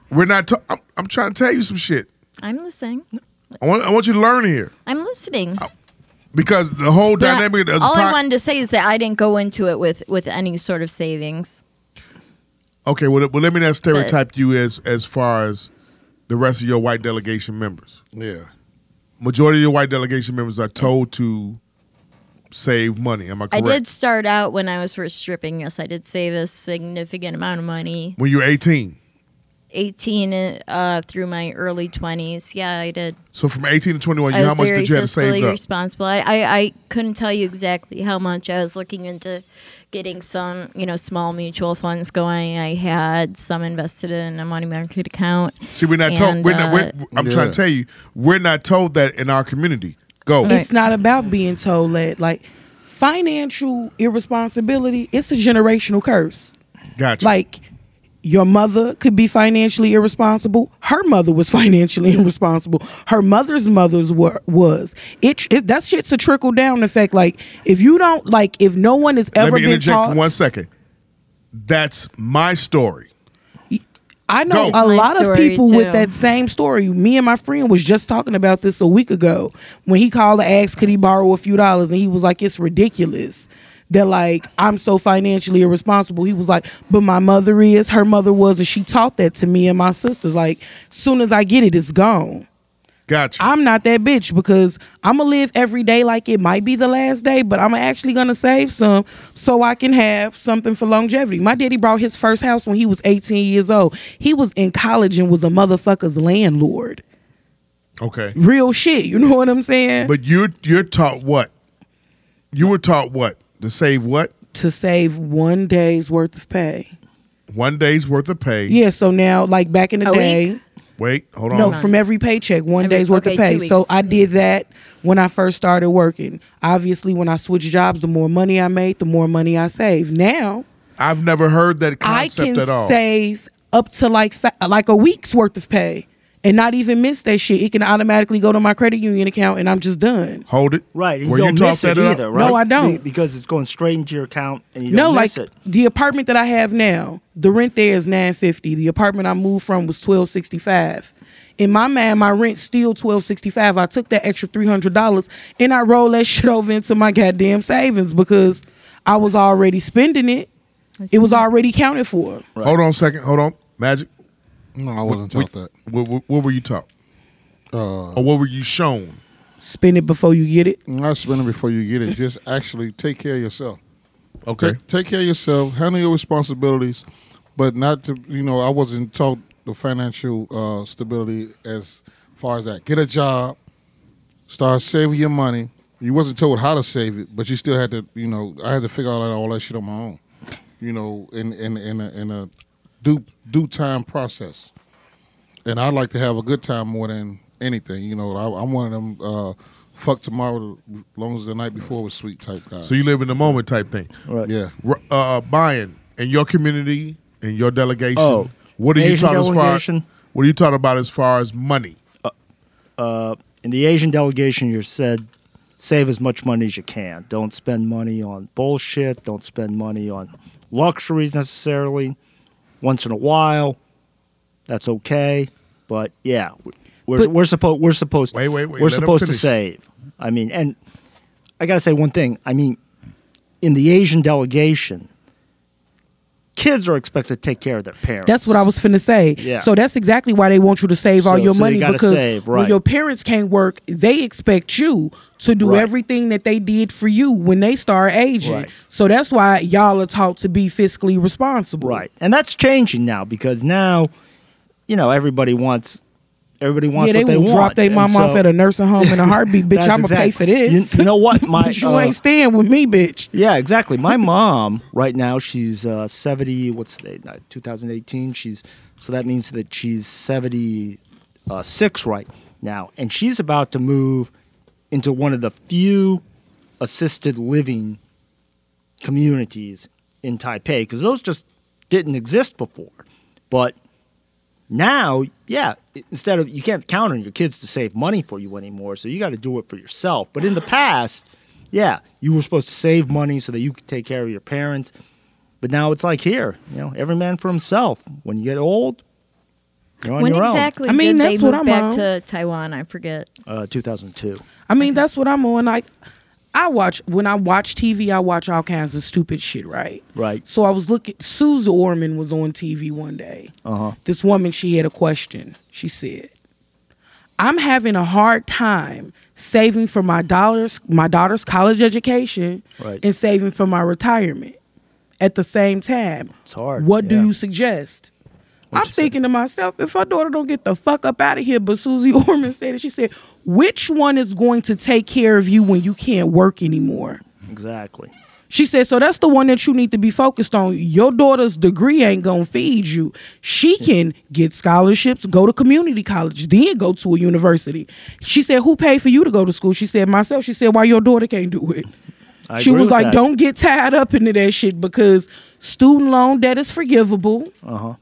we're not. To- I'm, I'm trying to tell you some shit.
I'm listening.
I want I want you to learn here
I'm listening.
Uh, because the whole
But I-
dynamic. of this
all I
pod-
wanted to say is that I didn't go into it with with any sort of savings.
Okay, well, well let me not stereotype you as as far as the rest of your white delegation members.
yeah.
Majority of your white delegation members are told to save money. Am I correct?
I did start out when I was first stripping. Yes, I did save a significant amount of money.
When you're 18.
18 uh, through my early 20s. Yeah, I did.
So from 18 to 21,
I
you,
was
how much
very
did you have to
fiscally
save up?
responsible. I, I, I couldn't tell you exactly how much. I was looking into getting some, you know, small mutual funds going. I had some invested in a money market account.
See, we're not
And,
told. We're not,
uh,
we're, I'm
Yeah.
trying to tell you, we're not told that in our community. Go.
It's not about being told that. Like financial irresponsibility, it's a generational curse.
Gotcha.
Like your mother could be financially irresponsible. Her mother was financially irresponsible. Her mother's mother's were, was. It, it that shit's a trickle down effect. Like if you don't like if no one has
Let
ever
me
been
interject
taught.
for one second. That's my story.
I know
Go.
a
My
lot of
story,
people
too.
with that same story. Me and my friend was just talking about this a week ago when he called to ask could he borrow a few dollars and he was like, It's ridiculous that like I'm so financially irresponsible. He was like, But my mother is, her mother was, and she taught that to me and my sisters. Like, soon as I get it, it's gone.
Gotcha.
I'm not that bitch because I'm gonna live every day like it might be the last day, but I'm actually gonna save some so I can have something for longevity. My daddy bought his first house when he was 18 years old. He was in college and was a motherfucker's landlord.
okay.
Real shit, you know what I'm saying?
But you're you're taught what? You were taught what? To save what?
to save one day's worth of pay.
One day's worth of pay.
Yeah, so now like back in the
A
day,
week?
Wait, hold on.
No, from every paycheck, one
Every-
day's worth
okay,
of pay.
two
So
weeks. Mm.
I did that when I first started working. Obviously, when I switched jobs, the more money I made, the more money I saved. Now
I've never heard that
I
concept
can
at all.
save up to like fa- like a week's worth of pay and not even miss that shit. It can automatically go to my credit union account, and I'm just done.
Hold it.
Right. You
Where
don't
you
miss
talk
it
that up?
either,
No,
right?
I don't.
Be- because it's going straight into your account and you
no,
don't
like
miss it.
the apartment that I have now, the rent there is nine fifty. The apartment I moved from was twelve sixty five. In my mind, my rent still twelve sixty five. I took that extra three hundred dollars and I rolled that shit over into my goddamn savings because I was already spending it. It was already counted for.
Hold on a second. Hold on. Magic.
No, I wasn't taught that. Uh,
What, what, what were you taught? or what were you shown?
Spend it before you get it.
Not spending before you get it. Just actually take care of yourself.
Okay.
Take, take care of yourself. Handle your responsibilities, but not to you know. I wasn't taught the financial uh, stability as far as that. Get a job, start saving your money. You wasn't told how to save it, but you still had to. You know, I had to figure out all that shit on my own. You know, in in in a, in a due due time process. And I like to have a good time more than anything. You know, I, I'm one of them. Uh, Fuck tomorrow, as long as the night before was sweet type guy.
So you live in the moment type thing.
Right.
yeah.
R- Uh, buying in your community in your delegation.
Oh.
what are you
Asian
taught as far?
delegation.
What are you taught about as far as money?
in the Asian delegation, you said save as much money as you can. Don't spend money on bullshit. Don't spend money on luxuries necessarily. Once in a while, that's okay. But yeah, we're
But-
we're supposed we're supposed
Wait, wait, wait,
we're
let him
supposed to
finish.
save. I mean, and I gotta say one thing. I mean, in the Asian delegation, kids are expected to take care of their parents.
That's what I was finna say.
Yeah.
So that's exactly why they want you to save all
So-
your
so you
money
gotta
because
save,
when
right.
your parents can't work, they expect you to do
Right.
everything that they did for you when they start aging.
Right.
So that's why y'all are taught to be fiscally responsible.
Right. And that's changing now because now, you know, everybody wants everybody
Yeah,
wants
they
what they
will
want.
drop their
And
mom off
so-
at a nursing home in a heartbeat, bitch.
That's
I'ma pay
exact-
for this.
You, you know what? My
but you
uh,
ain't staying with me, bitch.
Yeah, exactly. My mom right now she's uh, 70 what's the date? 2018. She's so that means that she's 76 right now and she's about to move into one of the few assisted living communities in Taipei because those just didn't exist before. But now, yeah, i- instead of you can't count on your kids to save money for you anymore, so you got to do it for yourself. But in the past, yeah, you were supposed to save money so that you could take care of your parents. But now it's like here, you know, every man for himself. When you get old, you're on
When
your
exactly
I mean,
did they
that's what
move
I'm
back
on.
to Taiwan? I forget.
own. Uh, 2002.
I mean, that's what I'm on. Like, I watch when I watch TV, I watch all kinds of stupid shit, right?
Right.
So I was looking. Suze Orman was on TV one day.
Uh-huh.
This woman, she had a question. She said, "I'm having a hard time saving for my daughter's my daughter's college education
Right.
and saving for my retirement at the same time.
It's hard,
What do
yeah.
you suggest?" I'm
you say?
thinking to myself, if her daughter don't get the fuck up out of here, but Susie Orman said it. She said, "Which one is going to take care of you when you can't work anymore?"
Exactly.
She said, "So that's the one that you need to be focused on. Your daughter's degree ain't gonna feed you. She can get scholarships, go to community college, then go to a university." She said, "Who paid for you to go to school?" She said, "Myself." She said, "Why your daughter can't do it?"
I
she
agree
was
with
like,
that.
"Don't get tied up into that shit because student loan debt is forgivable."
Uh huh.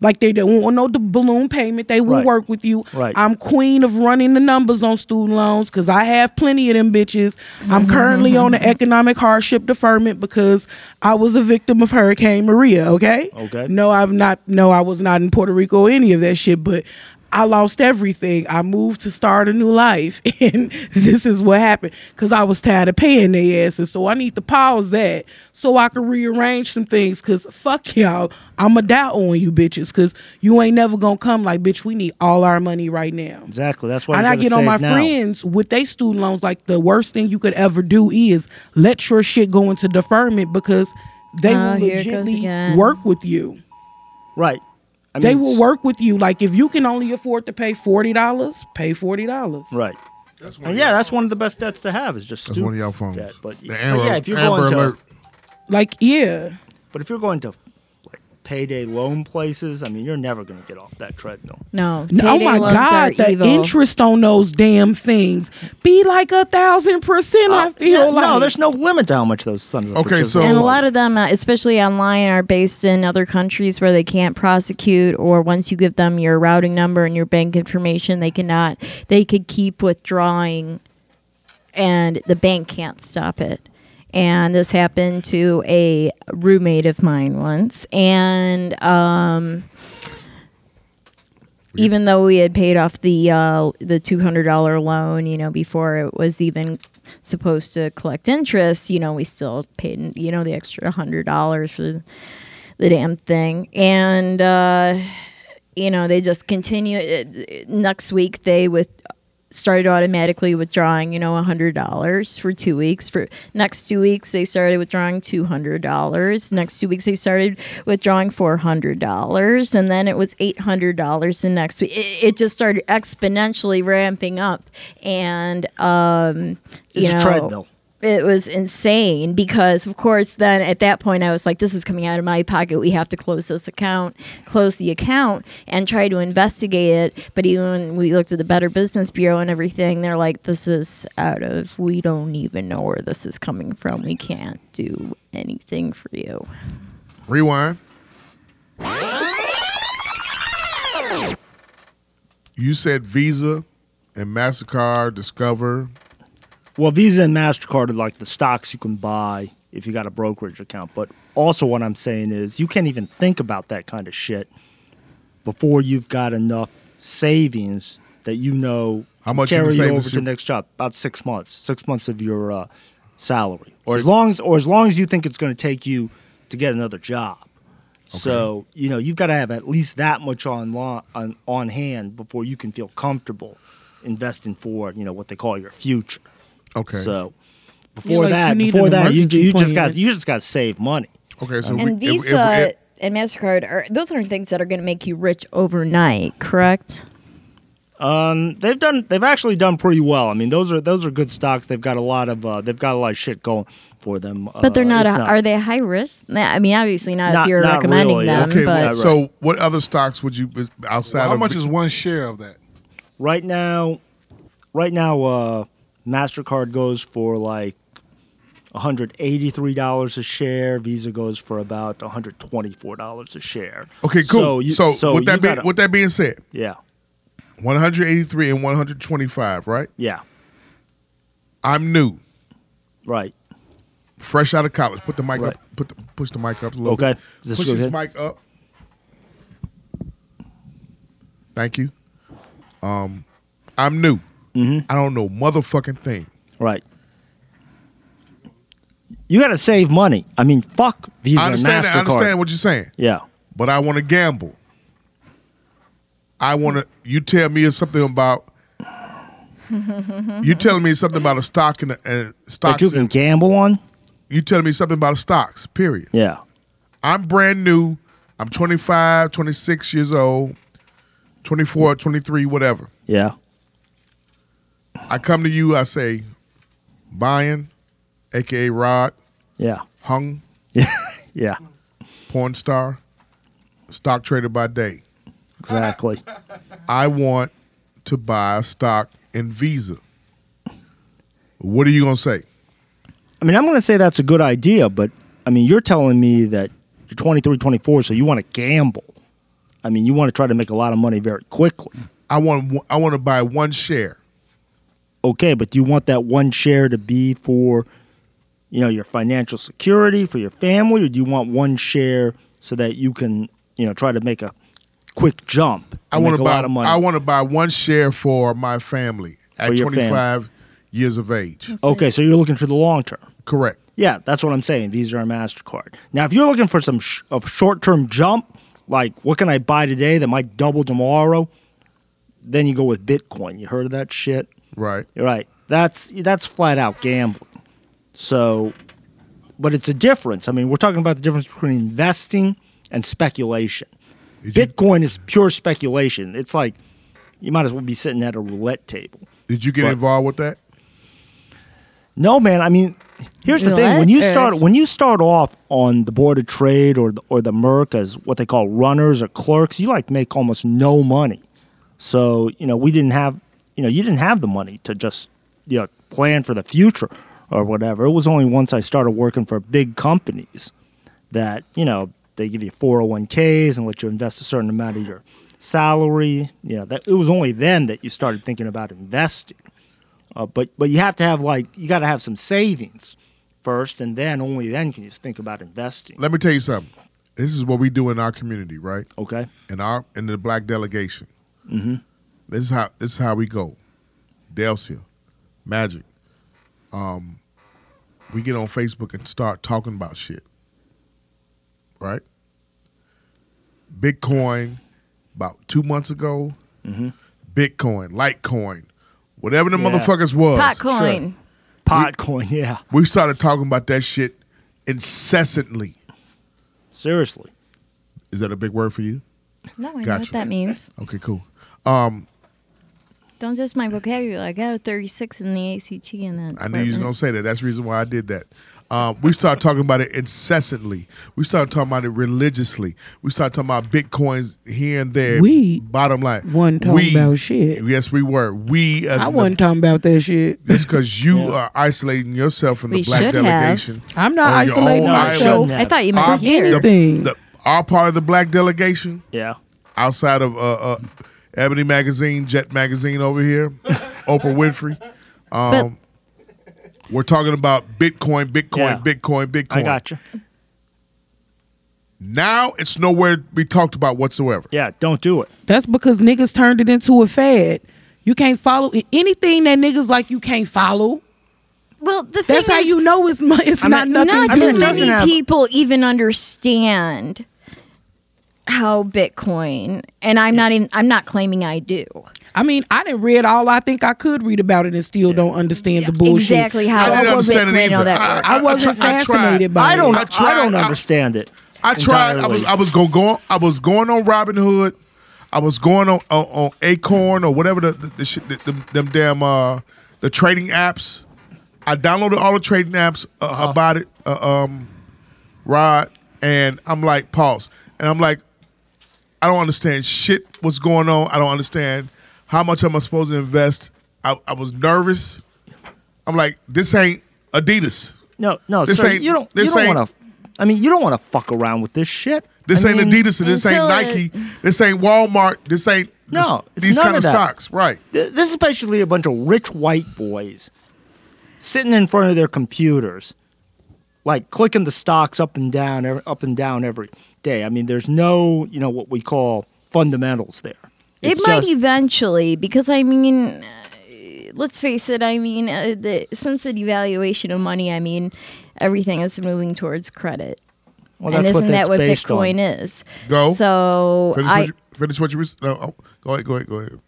Like they don't want no d- balloon payment. They will
Right.
work with you.
Right.
I'm queen of running the numbers on student loans because I have plenty of them bitches. I'm currently on the economic hardship deferment because I was a victim of Hurricane Maria. Okay.
Okay.
No, I've not. No, I was not in Puerto Rico. or Any of that shit, but. I lost everything. I moved to start a new life, and this is what happened because I was tired of paying their asses. So I need to pause that so I can rearrange some things. Cause fuck y'all, I'm a doubt on you bitches. Cause you ain't never gonna come like bitch. We need all our money right now.
Exactly. That's why
And
you
I
gotta
get on
save
my
now.
friends with they student loans. Like the worst thing you could ever do is let your shit go into deferment because they
Oh,
will
here it goes
legitly
again.
work with you
Right. I
they
mean,
will
s-
work with you. Like if you can only afford to pay forty dollars, pay forty dollars.
Right. and yeah, that's one of the best debts to have is just
That's one of
student
y'all phones.
debt. But,
The
but
Amber-
yeah, if you're
Amber
going to
Alert.
Like yeah,
But if you're going to like payday loan places. I mean, you're never going to get off that treadmill.
No.
oh
payday
my
loans
God,
are
the
evil.
interest on those damn things be like a thousand percent. I feel
Uh, No,
like
no, there's no limit to how much those sons of
Okay,
bitches
so-
are.
and a lot of them, uh, especially online, are based in other countries where they can't prosecute, or once you give them your routing number and your bank information, they cannot. They could keep withdrawing, and the bank can't stop it. And this happened to a roommate of mine once, and um, even though we had paid off the uh, the two hundred dollar loan, you know, before it was even supposed to collect interest, you know, we still paid, you know, the extra hundred dollars for the damn thing, and uh, you know, they just continue. it- Next week, they with started automatically withdrawing, you know, $100 for two weeks. For next two weeks, they started withdrawing $200. Next two weeks, they started withdrawing $400. And then it was $800 the next week. It, it just started exponentially ramping up. And, um,
It's
you
a
know,
treadmill.
it was insane because of course then at that point i was like this is coming out of my pocket we have to close this account close the account and try to investigate it but even when we looked at the better business bureau and everything they're like this is out of we don't even know where this is coming from we can't do anything for you
Rewind. You said Visa and MasterCard, Discover.
Well, Visa and MasterCard are like the stocks you can buy if you got a brokerage account. But also, what I'm saying is you can't even think about that kind of shit before you've got enough savings that you know
How
to
much in the
carry you
savings
over to
you-
the next job. About six months, six months of your uh, salary, or as long as, or as long as you think it's going to take you to get another job. So you know you've got to have at least that much on, lo- on on hand before you can feel comfortable investing for you know what they call your future.
Okay.
So
You're
before
like,
that,
you need
before
an
that, you,
emergency
you just
plan.
got you just got to save money.
okay,
um,
so
and
we, if- if-
visa
if-
and mastercard are those aren't things that are going to make you rich overnight correct
They've done they've actually done pretty well. I mean, those are those are good stocks. They've got a lot of uh, they've got a lot of shit going for them.
but they're
Uh,
not,
it's
a, are they high risk Nah, i mean obviously not,
Not-
if you're
not
recommending
really.
them
okay,
but
well, so what other stocks would you outside
How
of
much
Vi-
is one share of that?
right now? Right now, uh, Mastercard goes for like. $183 a share. Visa goes for about $124 a share.
Okay, cool. So,
you-
with that
you
being
gotta-
with that being said,
yeah,
183 and 125, right?
yeah,
I'm new,
right.
fresh out of college. Put the mic
Right.
up. Put the, push the mic up a little.
Okay.
Bit.
Is this
Push
good
his
here?
mic up. Thank you. Um, I'm new.
Mm-hmm.
I don't know motherfucking thing.
Right. You got to save money. I mean, fuck Visa
I understand.
and
That,
Mastercard.
I understand what you're saying,
yeah.
but I want to gamble. I want to. You tell me something about. you telling me something about a stock and a, a
That
stocks.
you can
and-
gamble on.
you telling me something about stocks. Period.
Yeah.
I'm brand new. I'm 25, 26 years old, 24, 23, whatever.
Yeah.
I come to you, I say, buying, aka Rod,
Yeah.
Hung,
Yeah.
porn star, stock trader by day.
Exactly.
I want to buy a stock in Visa. What are you gonna say?
I mean, I'm going to say that's a good idea, but I mean, you're telling me that you're 23, 24, so you want to gamble. I mean, you want to try to make a lot of money very quickly.
I want I want to buy one share.
okay, but do you want that one share to be for, you know, your financial security for your family, or do you want one share so that you can, you know, try to make a quick jump?
I
and
want
make
to
a
buy
lot of money.
I want to buy one share for my family at
For your
25
family.
years of age.
okay, so you're looking for the long term.
Correct.
Yeah, that's what I'm saying. Visa and Mastercard. Now, if you're looking for some sh- of short term jump, like what can I buy today that might double tomorrow, then you go with Bitcoin. You heard of that shit?
Right.
You're right. That's that's flat out gambling. So, but it's a difference. I mean, we're talking about the difference between investing and speculation.
you-
Bitcoin is pure speculation. It's like you might as well be sitting at a roulette table.
Did you get
But-
involved with that?
No, man. I mean, Here's the
You
thing:
what?
when you
Or-
start when you start off on the board of trade or the, or the Merc as what they call runners or clerks, you like make almost no money. So you know we didn't have you know you didn't have the money to just you know plan for the future or whatever. It was only once I started working for big companies that you know they give you 401ks and let you invest a certain amount of your salary. You know that it was only then that you started thinking about investing. Uh, but but you have to have like you got to have some savings first, and then only then can you think about investing.
Let me tell you something. This is what we do in our community, right?
Okay.
In our in the black delegation.
Mm-hmm.
This is how this is how we go. Delcia, Magic. Um, we get on Facebook and start talking about shit. Right? Bitcoin about two months ago. Bitcoin, Litecoin, whatever the
Mm-hmm. Yeah.
motherfuckers was.
Potcoin.
Potcoin, yeah.
We started talking about that shit incessantly.
Seriously.
Is that a big word for you?
No, I know what
Gotcha.
that means.
Okay, cool. Um,
Don't just my vocabulary. I got a 36 in the ACT and that.
I knew you was gonna say that. That's the reason why I did that. Um, we started talking about it incessantly. We started talking about it religiously. We started talking about bitcoins here and there.
We
bottom line,
wasn't talking
We-
about shit.
Yes, we were. We as
I wasn't talking about that shit.
That's because you are isolating yourself from the
We
black
should have.
delegation.
I'm not
on your
isolating
own
myself.
island.
I thought you meant
Our-
here.
the- the- our part of the black delegation.
Yeah.
Outside of uh, uh, Ebony Magazine, Jet Magazine over here, Oprah Winfrey. Um, we're talking about Bitcoin, Bitcoin, Bitcoin, Bitcoin.
I gotcha.
Now it's nowhere to be talked about whatsoever.
Yeah, don't do it.
That's because niggas turned it into a fad. You can't follow anything that niggas like. You can't follow.
Well, the
That's
thing
how
is-
you know it's mu- it's
I
not
mean,
nothing.
Not
good.
too many people even understand how Bitcoin, and I'm not even. I'm not claiming I do.
I mean, I didn't read all I think I could read about it and still don't understand the bullshit.
Exactly how I didn't
wasn't-
understand it either. I-
I wasn't
I tried.
fascinated by
I
it.
don't-
I,
tried-
don't
I-
understand it.
I tried. I was,
entirely.
I was going, going. I was going on Robin Hood. I was going on on, on Acorn or whatever the the, the, shit- the, the them damn uh the trading apps. I downloaded all the trading apps uh, about it. Uh, um, Rod and I'm like pause, and I'm like, I don't understand shit. What's going on? I don't understand how much am I supposed to invest. I, I was nervous. I'm like, this ain't Adidas.
No, no,
This
sir,
ain't-
you don't.
this
you don't
ain't-
want to. I mean, you don't want to fuck around with this shit.
This
I
ain't
mean-
Adidas and this ain't Nike. This ain't Walmart. This ain't
No,
this-
it's
these
none
kind of,
that.
stocks. Right.
Th- This is basically a bunch of rich white boys sitting in front of their computers, like clicking the stocks up and down, ev- up and down every day. I mean, there's no, you know, what we call fundamentals there. It's
it might
just-
eventually, because I mean, uh, let's face it. I mean, uh, the, since the devaluation of money, I mean, everything is moving towards credit.
Well,
and
that's what
isn't that
that's
what
based on.
Bitcoin is?
Go.
So
finish,
I,
what you, finish what you. was- No, oh, go ahead. Go ahead. Go ahead.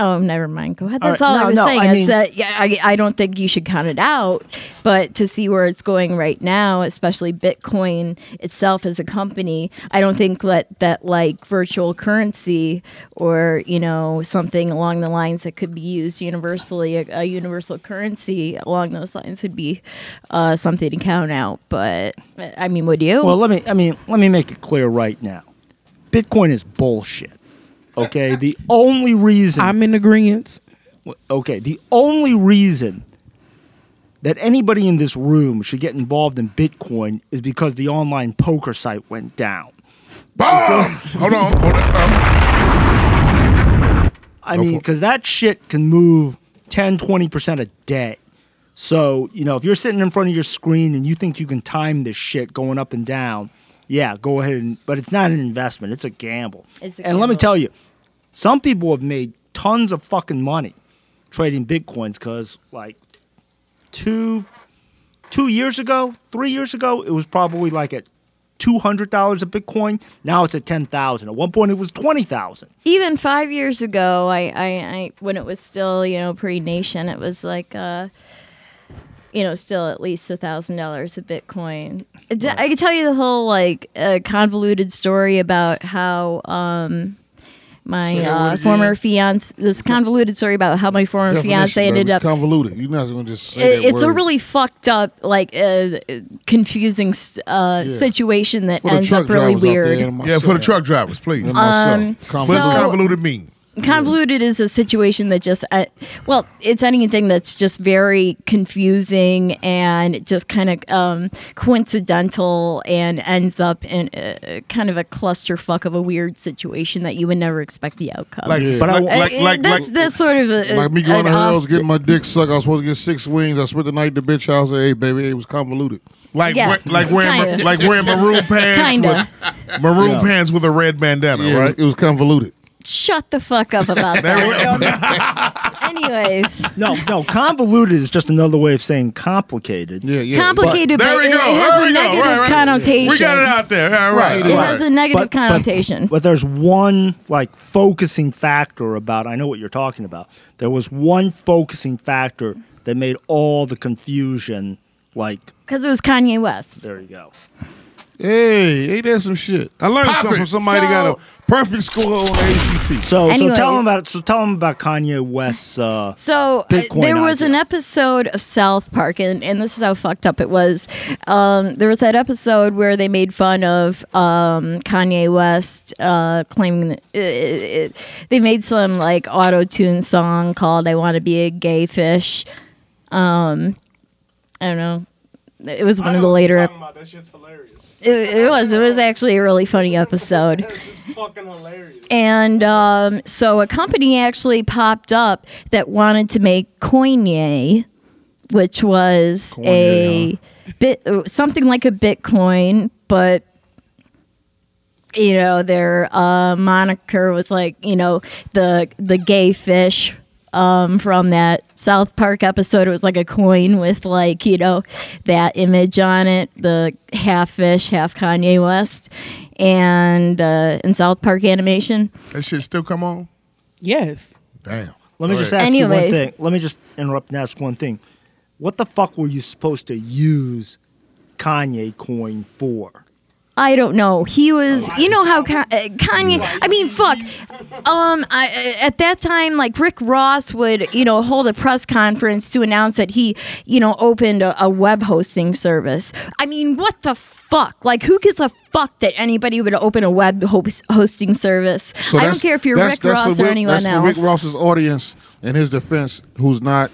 Oh, never mind. Go ahead.
All
That's
right.
all,
No,
I was
no,
saying
I
is
mean-
that yeah, I, I don't think you should count it out, but to see where it's going right now, especially Bitcoin itself as a company, I don't think that that like virtual currency or you know something along the lines that could be used universally, a, a universal currency along those lines would be uh, something to count out. But I mean, would you?
Well, let me. I mean, let me make it clear right now. Bitcoin is bullshit. Okay, the only reason I'm
in agreement.
Okay, the only reason that anybody in this room should get involved in Bitcoin is because the online poker site went down.
Bombs. hold on. Hold on.
I mean, because that shit can move 10, 20% a day. So, you know, if you're sitting in front of your screen and you think you can time this shit going up and down, yeah, go ahead. And, but it's not an investment, it's a gamble.
It's a
and let me
gamble.
tell you, some people have made tons of fucking money trading Bitcoins because, like, two two years ago, three years ago, it was probably like at two hundred dollars a Bitcoin. Now it's at ten thousand. At one point, it was twenty thousand.
even five years ago, I, I, I when it was still you know pre nation, it was like uh, you know still at least a thousand dollars a bitcoin. It- I could tell you the whole like uh, convoluted story about how um, my
Say that word
uh,
again.
former fiance. This convoluted story about how my former fiance ended up.
convoluted. You're not gonna just say
It-
that
it's a
word.
really fucked up, like uh, confusing s- uh,
Yeah.
situation that
For the
ends
truck
up really
drivers out there
weird.
and my
Yeah, for the
son.
truck drivers, please.
And
What
myself.
Um,
does
Convoluted.
so-
convoluted mean?
convoluted is a situation that just uh, well it's anything that's just very confusing and just kind of um, coincidental and ends up in a, kind of a clusterfuck of a weird situation that you would never expect the outcome
Like,
Yeah.
but I,
Like-
like,
Uh,
like,
that's,
like,
that's sort of a,
Like me going
an
to her house,
off-
getting my dick sucked. I was supposed to get six wings. I spent the night at the bitch house. Hey, baby, it was convoluted.
like,
Yeah.
wear- like wearing, ma-
Kinda.
like wearing maroon pants,
Kinda.
with, maroon pants with a red bandana,
Yeah,
right?
it was convoluted.
shut the fuck up about that anyways
No, no, convoluted is just another way of saying complicated.
Yeah, yeah.
complicated
There
but,
we
it,
go.
it has
There
a
we go. Right,
negative
right.
connotation
We got it out there. All right.
it has a negative
But- but-
connotation
But there's one like focusing factor about I know what you're talking about. There was one focusing factor that made all the confusion like
because it was kanye west
there you go.
Hey, ain't that some shit? I learned
Pop
something
it.
from somebody
So-
that got a perfect score on the ACT.
So so tell
Anyways.
them about so tell them about Kanye West's uh
So uh,
Bitcoin
there was
idea.
an episode of South Park, and, and this is how fucked up it was. Um, there was that episode where they made fun of um, Kanye West uh, claiming that it, it, they made some like auto tune song called "I Want to Be a Gay Fish." Um, I don't know. It was one of the later. ep-
That shit's hilarious.
It, it was. It was actually a really funny episode.
Fucking hilarious.
And um, so a company actually popped up that wanted to make Coinye, which was a bit something like a Bitcoin, but you know their uh, moniker was like you know the the gay fish. Um, from that South Park episode, it was like a coin with like you know that image on it, the half fish, half Kanye West, and uh, in South Park animation.
That shit still come on?
Yes.
Damn.
Let me just
All
ask you one
Anyways.
thing. Let me just interrupt and ask one thing. What the fuck were you supposed to use Kanye coin for?
I don't know. He was,
Oh,
you know how Ka- uh, Kanye. I mean, fuck. Um, I, I- at that time, like Rick Ross would, you know, hold a press conference to announce that he, you know, opened a, a web hosting service. I mean, what the fuck? Like, who gives a fuck that anybody would open a web ho- hosting service?
So
I don't
that's-
care if you're
that's-
Rick
that's
Ross
for
or
Rick-
anyone
that's
else.
For Rick Ross's audience and his defense, who's not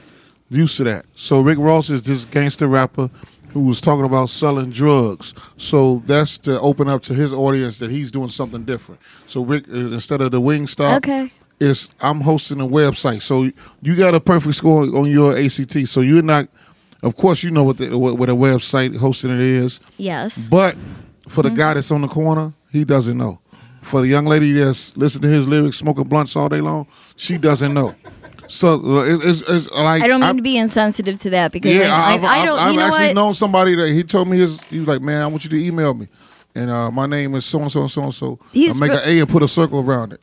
used to that. So Rick Ross is this gangster rapper who was talking about selling drugs. So that's to open up to his audience that he's doing something different. So Rick, uh, instead of the wing stop,
Okay.
it's I'm hosting a website. So you got a perfect score on your ACT. So you're not, of course, you know what the, what, what a website hosting it is.
yes. Mm-hmm.
But for the guy that's on the corner, he doesn't know. For the young lady that's listening to his lyrics, smoking blunts all day long, she doesn't know. So uh, it- it's, it's like
I don't mean
I've-
to be insensitive to that because
Yeah,
I,
I've,
I, I
I've-
don't.
I've
you know
actually
what?
known somebody that he told me his. He was like, "Man, I want you to email me, and uh, my name is so and so and so and so. I
He's
make
real-
an A and put a circle around it."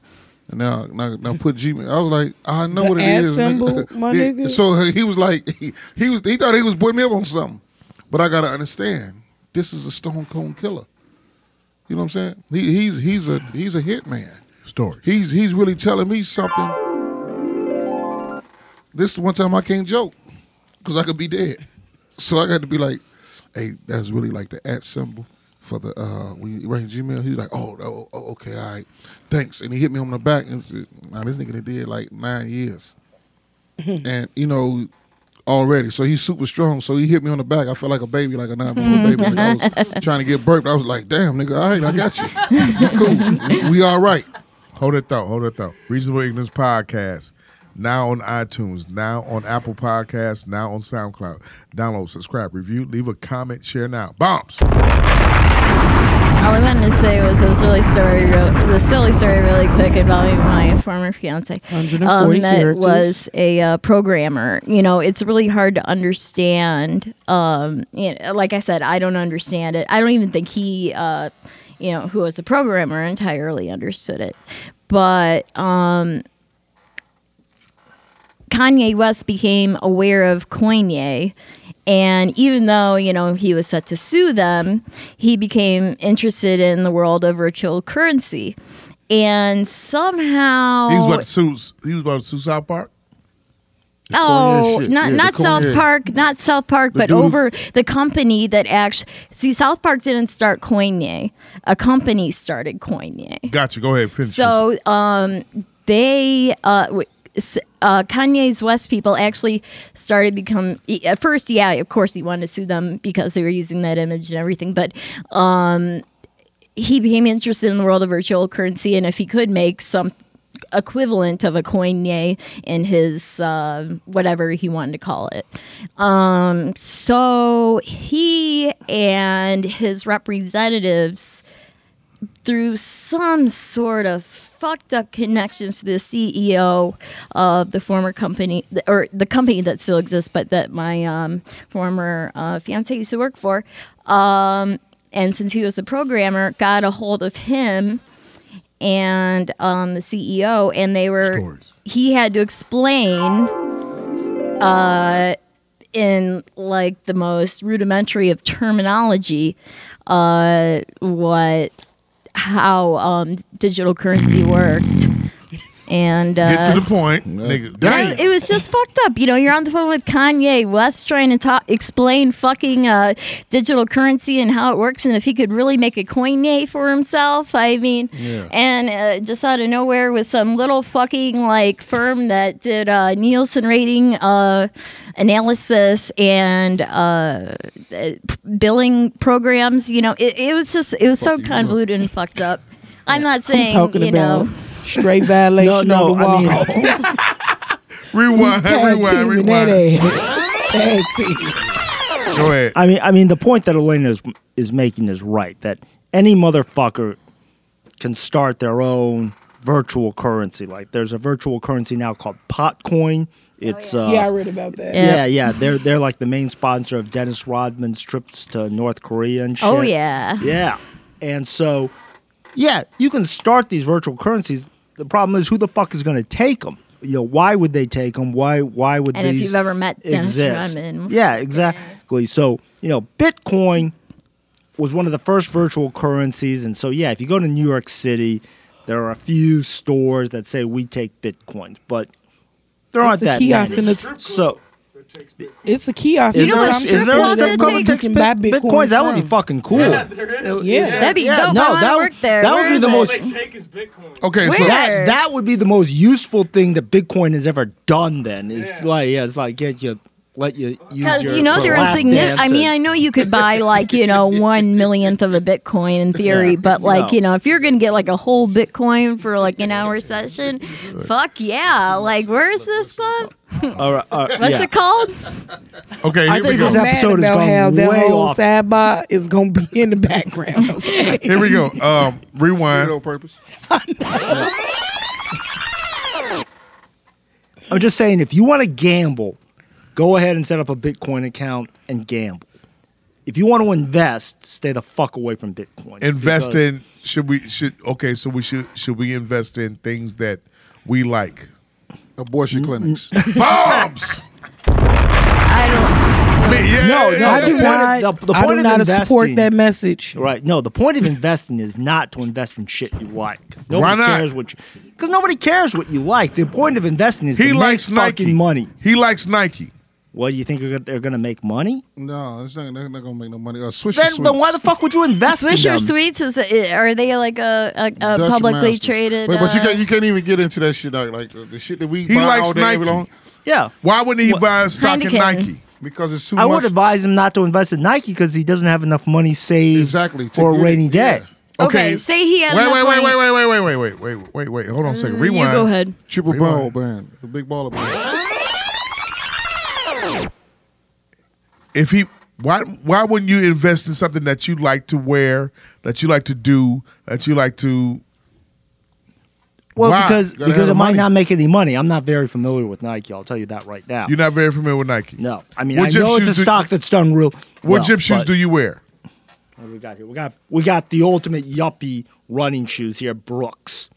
And now, now, now put Gmail. I was like, I know
The
what it
ad
is. nigga.
symbol, my
Yeah,
nigga.
So uh, he was like, he, he was. He thought he was putting me up on something, but I gotta understand. This is a stone cold killer. You know what I'm saying? He, he's he's a he's a hitman.
Story.
He's he's really telling me something. This is one time I can't joke because I could be dead. So I got to be like, hey, that's really like the at symbol for the uh when you write in Gmail. He's like, oh, oh, oh, okay, all right, thanks. And he hit me on the back and said, nah, this nigga done did like nine years, and you know. Already, so he's super strong. So he hit me on the back. I felt like a baby, like a nine-month-old baby. Like I was trying to get burped. I was like, "Damn, nigga, all right, I got you. Cool, we all right."
Hold it though. Hold it though. Reasonable Ignorance Podcast. Now on iTunes, now on Apple Podcasts, now on SoundCloud. Download, subscribe, review, leave a comment, share now. Bombs.
All I wanted to say was this really story, real, the silly story, really quick involving my former fiance. Um,
140
that
characters.
was a uh, programmer. You know, it's really hard to understand. Um, you know, like I said, I don't understand it. I don't even think he, uh, you know, who was a programmer, entirely understood it. But um, Kanye West became aware of Kanye. And even though, you know, he was set to sue them, he became interested in the world of virtual currency. and somehow
He was about to sue. He was about to sue South Park.
Oh,
shit.
not
Yeah, the
not South
Cornette.
Park, not South Park,
The
but
dude-
over the company that actually see South Park didn't start Koine. A company started Koine.
Gotcha. Go ahead. Finish.
So um, they uh, w- s- uh, Kanye's West people actually started become e- at first. Yeah, of course he wanted to sue them because they were using that image and everything. But um, he became interested in the world of virtual currency, and if he could make some equivalent of a coin yay in his uh, whatever he wanted to call it um, so he and his representatives through some sort of fucked up connections to the CEO of the former company, th- or the company that still exists, but that my um, former uh, fiance used to work for. Um, and since he was the programmer, got a hold of him and um, the CEO, and they were. He had to explain. Uh, in like the most rudimentary of terminology uh what how um digital currency worked and uh
Get to the point, nigga.
it, it was just fucked up. You know, you're on the phone with Kanye West trying to talk, explain fucking uh, digital currency and how it works, and if he could really make a coin yay for himself. I mean,
Yeah.
and uh, just out of nowhere was some little fucking like firm that did uh, Nielsen rating uh, analysis and uh, uh, billing programs. You know, it, it was just it was so convoluted and fucked up. I'm not saying
talking
you know.
about straight violation
No,
of
no,
the
I
wall.
rewind,
Tag
rewind,
teaming that
rewind.
ass. Tag team.
Go ahead.
I mean, I mean, the point that Elena is is making is right. That any motherfucker can start their own virtual currency. Like, there's a virtual currency now called Potcoin. It's uh,
Yeah, I read about that.
Yeah, yeah, they're they're like the main sponsor of Dennis Rodman's trips to North Korea and shit.
Oh, yeah.
yeah. And so, yeah, you can start these virtual currencies. The problem is, who the fuck is going to take them? You know, why would they take them? Why why would
And if
these
you've ever met Dennis
exist?
Rodman.
Yeah, exactly. So you know, Bitcoin was one of the first virtual currencies, and so yeah, if you go to New York City, there are a few stores that say we take Bitcoins, but there
It's
aren't
a
that
kiosk
many.
in the-
so
It's a kiosk.
is there,
There's
a,
some
is there a
people that
strip club that
you
takes
can buy
bit, bitcoins? That would be
from.
fucking cool.
Yeah,
there
is. Yeah. That'd be dope. I
No,
wanna
that
work there.
That
Where
would be
is
the
it?
most.
Okay,
so- Where?
that that would be the most useful thing that Bitcoin has ever done. Then is like yeah, it's like get you let you use
Because
your
you know they're
lap
insignificant. I
dance
mean,
and-
I know you could buy like you know one millionth of a Bitcoin in theory,
Yeah,
but like
no.
you know if you're gonna get like a whole Bitcoin for like an hour session, fuck yeah! Like where's this club?
All right, all right,
What's
yeah.
it called?
Okay,
I
here we
think
go.
this episode has
about
gone
how that
way
whole
off.
sidebar is gonna be in the background. Okay.
Here we go. Um, rewind.
on purpose.
I'm just saying, if you want to gamble, go ahead and set up a Bitcoin account and gamble. If you want to invest, stay the fuck away from Bitcoin.
Invest
because-
in. Should we? Should okay. So we should. Should we invest in things that we like?
Abortion
Mm-hmm.
clinics.
Bombs.
I
don't. yeah,
No, no.
I do
the
not.
point of, the, the
I
point
do
of
not
investing,
support that message.
Right. No, the point of investing is not to invest in shit you like. Nobody
Why not?
cares what you because nobody cares what you like. The point of investing is
He
to
likes
make fucking
Nike.
money.
He likes Nike.
What do you think you're gonna- they're going to make money?
No, it's not, they're not gonna make no money. Uh, Swisher
Then, then why the
Sweets.
fuck would you invest in
Swisher
them?
Sweets is are they like a, a, a
Dutch
uh, publicly
Masters.
traded?
Wait, but you
uh,
can't you can't even get into that shit like, like uh, the shit that we
He
buy
likes
all day every
Nike.
long
Yeah.
Why wouldn't he buy stock in
Heineken.
Nike?
because it's too
I
much.
would advise him not to invest in Nike because he doesn't have enough money saved
Exactly, to
for a
get it,
rainy day.
Okay, say he had
Wait,
enough
wait, wait, wait,
money-
wait, wait, wait, wait, wait, wait, wait, wait. Hold on a second.
you
Rewind.
go ahead.
Triple ball
Rewind.
band, a big baller band.
If he, why, why wouldn't you invest in something that you like to wear, that you like to do, that you like to?
Well,
Why?
because
You gotta have
because
the
it might
money.
not make any money. I'm not very familiar with Nike. I'll tell you that right now.
You're not very familiar with Nike.
no, I mean
What
I
gym
know it's a
shoes do-
stock that's done real.
What
well,
gym shoes
but-
do you wear?
What do we got here? We got we got the ultimate yuppie running shoes here. Brooks,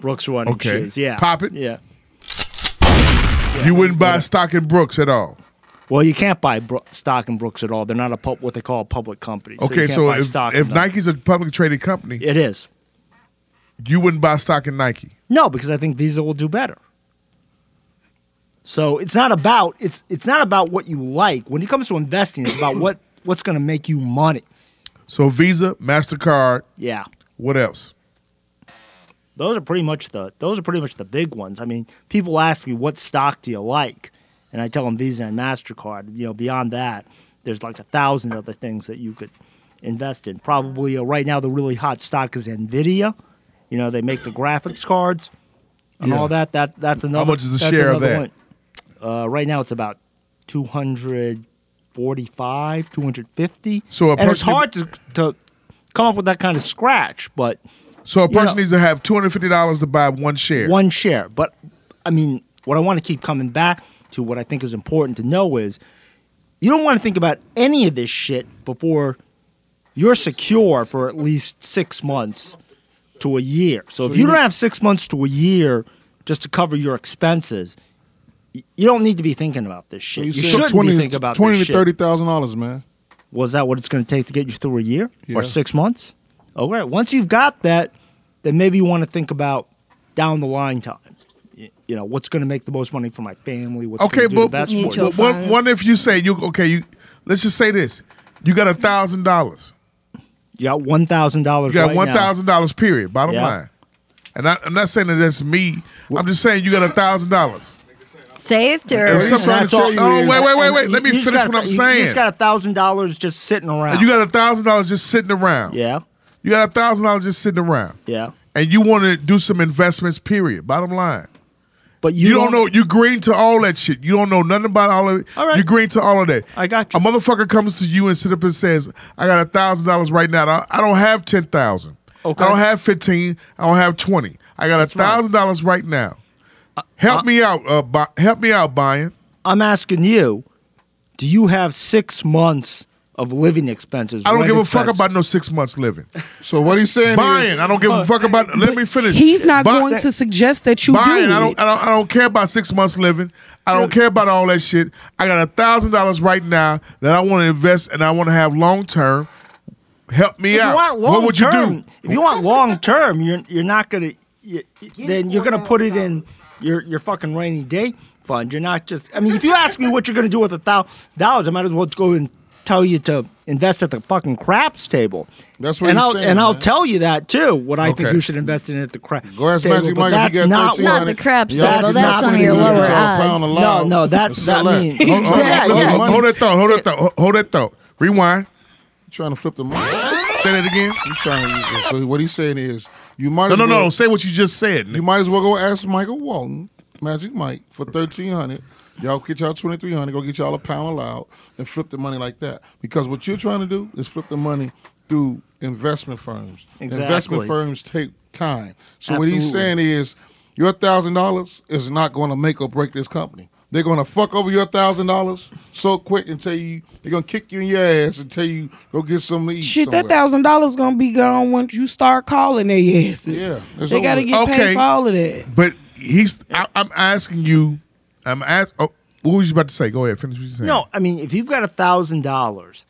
Brooks running
Okay.
shoes. Yeah,
Pop it.
Yeah.
you wouldn't buy stock in Brooks at all.
Well, you can't buy Bro- stock in Brooks at all. They're not a pub- what they call a public company. So you
okay,
can't
so
buy
if,
stock in
if
them.
Nike's a publicly traded company,
it is.
you wouldn't buy stock in Nike.
No, because I think Visa will do better. So it's not about it's it's not about what you like. When it comes to investing, it's about what what's going to make you money.
So Visa, Mastercard.
Yeah.
What else?
Those are pretty much the those are pretty much the big ones. I mean, people ask me what stock do you like, and I tell them Visa and Mastercard. You know, beyond that, there's like a thousand other things that you could invest in. Probably uh, right now the really hot stock is Nvidia. You know, they make the graphics cards and all that. That that's another.
much is the
that's
share of
another
that?
One. Uh, right now, it's about 245, 250.
So a
and it's
person-
hard to, to come up with that kind of scratch, but
So a
You
person
know-
needs to have two hundred fifty dollars to buy one share.
one share. But I mean, what I want to keep coming back to, what I think is important to know is, you don't want to think about any of this shit before you're secure for at least six months to a year. So, if you don't have six months to a year just to cover your expenses, y- you don't need to be thinking about this shit.
You
you
said
shouldn't be thinking about
20
this
to
shit.
thirty thousand dollars, man.
Was that what it's going to take to get you through a year
Yeah.
or six months? All right. Once you've got that, then maybe you want to think about down the line time. Y- You know, what's going to make the most money for my family? What's
Okay,
going to do
but,
the best
Mutual
for you?
but what,
funds.
what if you say you okay? You let's just say this: you got a thousand dollars.
You got one thousand dollars.
You got one thousand dollars. Period. Bottom
Yeah.
line. And I, I'm not saying that that's me. I'm just saying you got a thousand dollars.
Saved or
If somebody
that's
tell
all-
you
No,
is-
wait, wait, wait, wait. Let me
You just
finish
got-
what I'm
you- You
saying.
just got thousand dollars just sitting around.
You got a thousand dollars just sitting around.
yeah,
You got a thousand dollars just sitting around.
yeah.
And you want to do some investments, period. Bottom line.
But you,
You, don't know. You green to all that shit. You don't know nothing about all of it.
All right.
You green to all of that.
I got you.
A motherfucker comes to you and sit up and says, "I got a thousand dollars right now. I- I don't have ten thousand.
Okay.
I don't have fifteen. I don't have twenty. I got a thousand dollars right now. Help me out. Uh, buy, help me out, buying.
I'm asking you, do you have six months of living expenses?
I don't
rent
give a fuck
expenses?
about no six months living.
So what he's saying
buying.
is,
I don't give a fuck about. Let me finish.
He's not
Buy-
going to suggest that you
Buying,
do
I
it.
don't, I don't, I don't care about six months living. I don't care about all that shit. I got a thousand dollars right now that I want to invest and I want to have long term. Help me
if
out.
you want long
what would you
term,
do?
If you want long term, you're you're not gonna. You, then you're gonna put it in your your fucking rainy day fund. You're not just. I mean, if you ask me what you're gonna do with a thousand dollars, I might as well go and tell you to invest at the fucking craps table.
That's what
and
he's
I'll
saying,
and I'll
man.
tell you that too. What I think
Okay.
you should invest in at the craps.
Go ask
table,
Magic
but
Mike if he got
that's not
Not
what-
the crap
Y'all
table.
just
That's
not
on
putting
your
it in
lower
the top
odds.
pound of
No,
Loud.
no, that
Sell
that
that.
means
Hold-
Hold, hold-
Yeah,
hold-
yeah.
hold- hold that thought. Hold that thought. Hold that thought. Rewind.
trying to flip the mic.
Say that again.
You trying to use that. So what he's saying is, you might
No,
as
no,
well,
no. Say what you just said.
You
nigga.
might as well go ask Michael Walton, Magic Mike, for thirteen hundred. Y'all get y'all twenty three hundred. Go get y'all a pound of loud and flip the money like that. Because what you're trying to do is flip the money through investment firms. Investment
Exactly.
firms take time. So what he's
Absolutely.
saying is, your thousand dollars is not going to make or break this company. They're going to fuck over your thousand dollars so quick and tell you they're going to kick you in your ass and tell you go get something to eat.
Shit,
somewhere.
that thousand dollars gonna be gone once you start calling their asses.
Yeah, it's
they gotta
over.
get
Okay.
paid for all of that.
But he's. I, I'm asking you. I'm ask. Oh, what was you about to say? Go ahead. Finish what you saying.
no. I mean, if you've got a thousand dollars,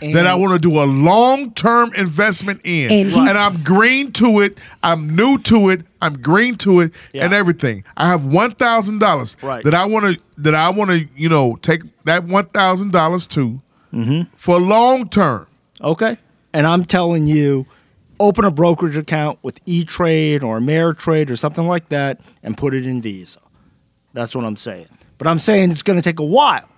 that I want to do a long term investment in.
And
And,
he's-
I'm green to it. I'm new to it. I'm green to it
Yeah.
and everything. I have one thousand dollars
Right.
that I want to that I want to you know take that one thousand dollars to
Mm-hmm.
for long term.
Okay. And I'm telling you, open a brokerage account with E Trade or Ameritrade or something like that and put it in Visa. That's what I'm saying. But I'm saying it's going to take a while.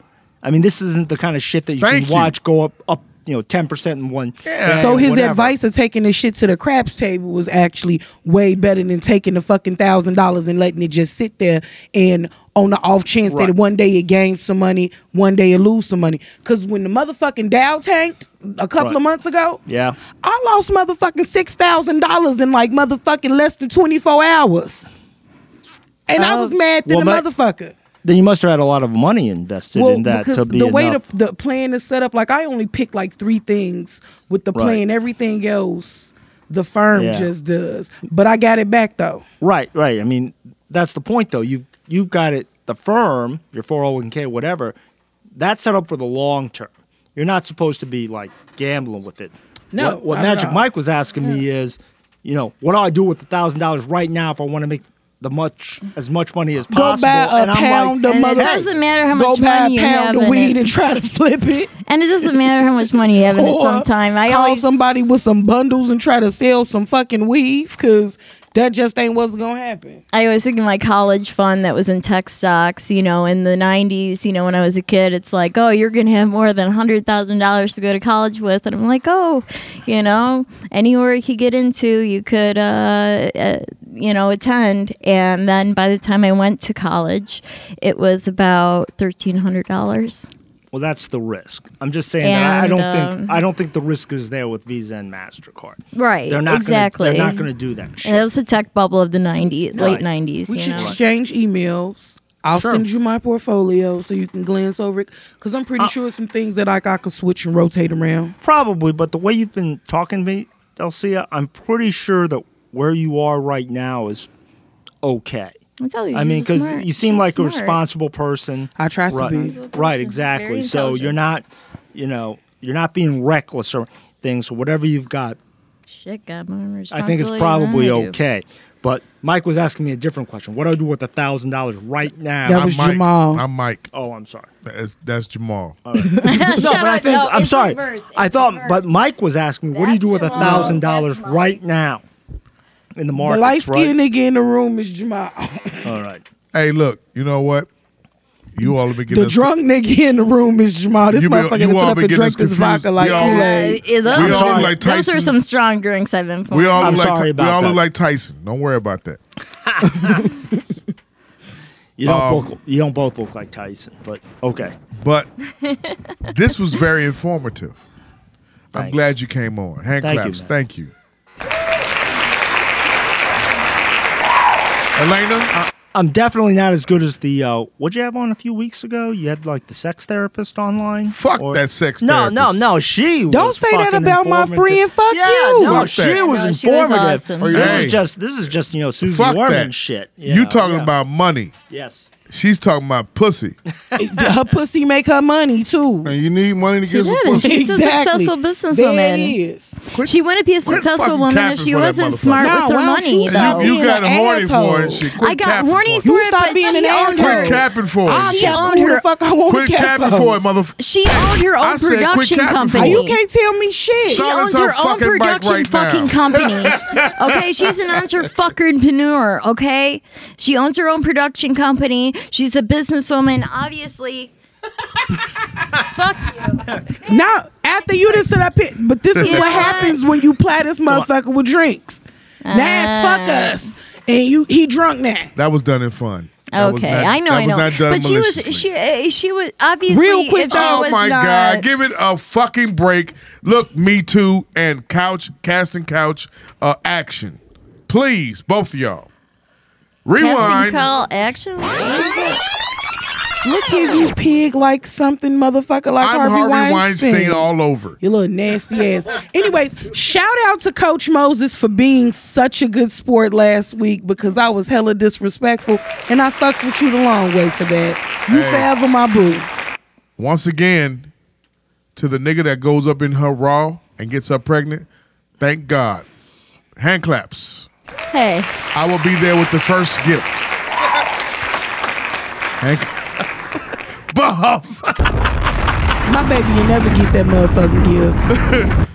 I mean, this isn't the kind of shit that you
Thank
can
you.
watch go up, up, you know, 10% in one. day
So
or
his
whatever.
advice of taking the shit to the craps table was actually way better than taking the fucking thousand dollars and letting it just sit there and on the off chance that
Right.
one day it gains some money, one day it lose some money. Cause when the motherfucking Dow tanked a couple
Right.
of months ago,
Yeah.
I lost motherfucking six thousand dollars in like motherfucking less than twenty four hours. And I
Oh.
was mad than
Well,
a
my-
motherfucker.
Then you must have had a lot of money invested in that
because
to be
the way
enough.
the the plan is set up, like I only pick like three things with the
Right.
plan. Everything else, the firm
Yeah.
just does. But I got it back though.
Right, right. I mean, that's the point, though. You you've got it. The firm, your 401k, whatever, that's set up for the long term. You're not supposed to be like gambling with it.
No,
What, what
not at
Magic
all.
Mike was asking me is, you know, what do I do with a thousand dollars right now if I want to make the much as much money as
Go
possible?
buy a
and I'm
pound
like,
of mother.
it doesn't matter how
Go
much
buy
money
a
you
pound
have
of
in
weed
it.
and try to flip it.
And it doesn't matter how much money you have in it
Or
sometime. I
call
always
somebody with some bundles and try to sell some fucking weave because that just ain't what's gonna happen.
I always think of my college fund that was in tech stocks, you know, in the 90s, you know, when I was a kid. It's like, oh, you're going to have more than $100,000 to go to college with. And I'm like, oh, you know, anywhere you could get into, you could, uh, uh, you know, attend. And then by the time I went to college, it was about $1,300.
Well, that's the risk. I'm just saying that I- I
And,
don't
um,
think I don't think the risk is there with Visa and Mastercard.
Right.
They're not
exactly.
Gonna, they're not going to do that shit.
And it was the tech bubble of the 90s, late
Right.
90s,
We
you
should
know.
exchange emails. I'll
Sure.
send you my portfolio so you can glance over it because I'm
Uh,
pretty sure some things that like I could switch and rotate around.
Probably, but the way you've been talking to me, Delcia, I'm pretty sure that where you are right now is okay.
I tell you,
I mean,
she's
because
smart.
you seem
She's
like a
smart.
responsible person.
I try to
right,
be.
Right,
Very
exactly. So
intelligent.
you're not, you know, you're not being reckless or things. So whatever you've got,
Shit, got more
I think
responsibility
it's
than I
probably
do.
okay. But Mike was asking me a different question. What do I do with a thousand dollars right now?
That was
I'm Mike.
Jamal.
I'm Mike.
oh, I'm sorry.
That's, that's Jamal.
No, but I think I'm sorry. I thought, but
my
Mike was asking me, what do you
That's
do with a
Jamal.
thousand dollars
That's Mike.
right now in the
The
market?
light skinned nigga in the room is Jamal.
All right.
hey, look, you know what? You all have been getting
The
us-
drunk nigga in the room is Jamal. This
You be-
motherfucker
you
done sit
all
up
been
and
getting
drank
us
this
confused.
vodka like
We all-
Kool-Aid.
those,
We all
are-
look like
those are
Tyson.
some strong drinks I've been.
We all
I'm
look like
sorry
we
about
all
that.
look like Tyson. Don't worry about that.
You don't,
Um,
both, you don't both look like Tyson, but okay.
But this was very informative. I'm
Thanks.
glad you came on. Hand
Thank you,
claps.
man.
Thank you. Elena,
I'm definitely not as good as the uh, what'd you have on a few weeks ago? You had like the sex therapist online.
Fuck that sex
No, no,
therapist.
no. She
Don't
was
say that
fucking
about my friend.
informative.
Fuck
yeah,
you.
No,
Fuck
she
that.
was
No, she was
informative.
awesome.
This
Hey.
is just this is just you know Susan
fuck
Orman
that
shit.
You,
know,
talking
yeah.
about money?
yes?
She's talking about pussy.
Her pussy make her money too.
And you need money to get some
did.
pussy.
She's a
exactly.
successful
There it
businesswoman.
is.
She wouldn't be a
quit
successful
fucking
woman
capping
if she
for that
wasn't
motherfucker.
smart
No,
with her
why don't
money.
you
though.
stop
you you
being
got horny for
an
it. and
asshole.
shit. Quit
I got
capping
horny
for it.
for
You
it,
stop
but
being
she
an
owned
asshole.
her.
Quit capping for it.
I
and
She
shit.
cap
owned
who the
her-
fuck I want
Quit
to cap
capping for it, motherfucker.
She owned her
I
own
said quit
production
capping
Oh,
company.
for
you can't tell me shit.
She
Silence
owns
her
her own
fucking mic
production
right now.
fucking company. okay, she's an entrepreneur. Okay, she owns her own production company. She's a businesswoman, obviously. Fuck you.
Now, after you just sit up here, but this is
Yeah.
what happens when you ply this motherfucker with drinks. Nas fuck
Uh.
us, and you he drunk now.
That was done in fun. That was
Okay,
not-
I know,
that
I
was
know.
not done
but she was
maliciously.
she uh, she was obviously
Real quick,
If she
Oh
was
my
not,
God! Give it a fucking break. Look, me too, and couch casting couch uh, action, please, both of y'all.
Casting
Rewind.
call actually.
Look at you, pig like something, motherfucker, like
I'm
Harvey,
Harvey Weinstein.
Weinstein.
all over.
You little nasty ass. Anyways, shout out to Coach Moses for being such a good sport last week because I was hella disrespectful, and I fucked with you the long way for that. You
Hey.
forever my boo.
Once again, to the nigga that goes up in her raw and gets her pregnant. Thank God. Hand claps.
Hey,
I will be there with the first gift. Hand claps. Bumps.
My baby, you never get that motherfucking gift.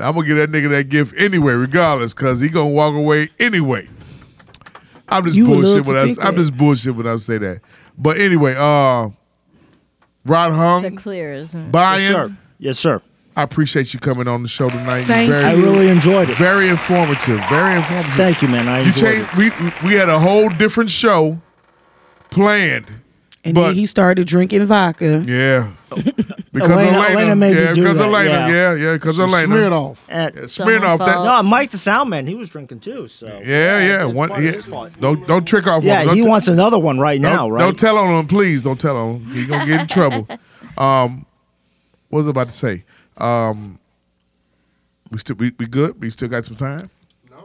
I'm gonna give that nigga that gift anyway, regardless, cause he gonna walk away anyway. I'm just
You would
bullshit
love to
when I
think
I'm
that.
just bullshit when I say that. But anyway, uh Rod
the
Hung,
clears.
Brian,
Yes, sir. Yes, sir.
I appreciate you coming on the show tonight.
Thank
You're
I
very,
really enjoyed it.
very informative. Very informative.
Thank you, man. I
You changed.
enjoyed it.
We we had a whole different show planned.
And
But-
then he started drinking vodka.
Yeah. Because
Elena-
Elena,
Elena made me
yeah,
do
because
that,
Elena,
yeah.
yeah, yeah, because Elena,
Smear it off.
And-
Spin off that.
no, Mike the sound man, he was drinking too. So
Yeah, yeah.
it's
One,
part of
yeah.
his fault.
Don't don't trick off. on
Yeah,
him.
he
Don't t-
wants another one right
don't,
now, right?
Don't tell on him, please. Don't tell on him. He gonna get in trouble. Um, what was I about to say? Um, we still we, we good. We still got some time.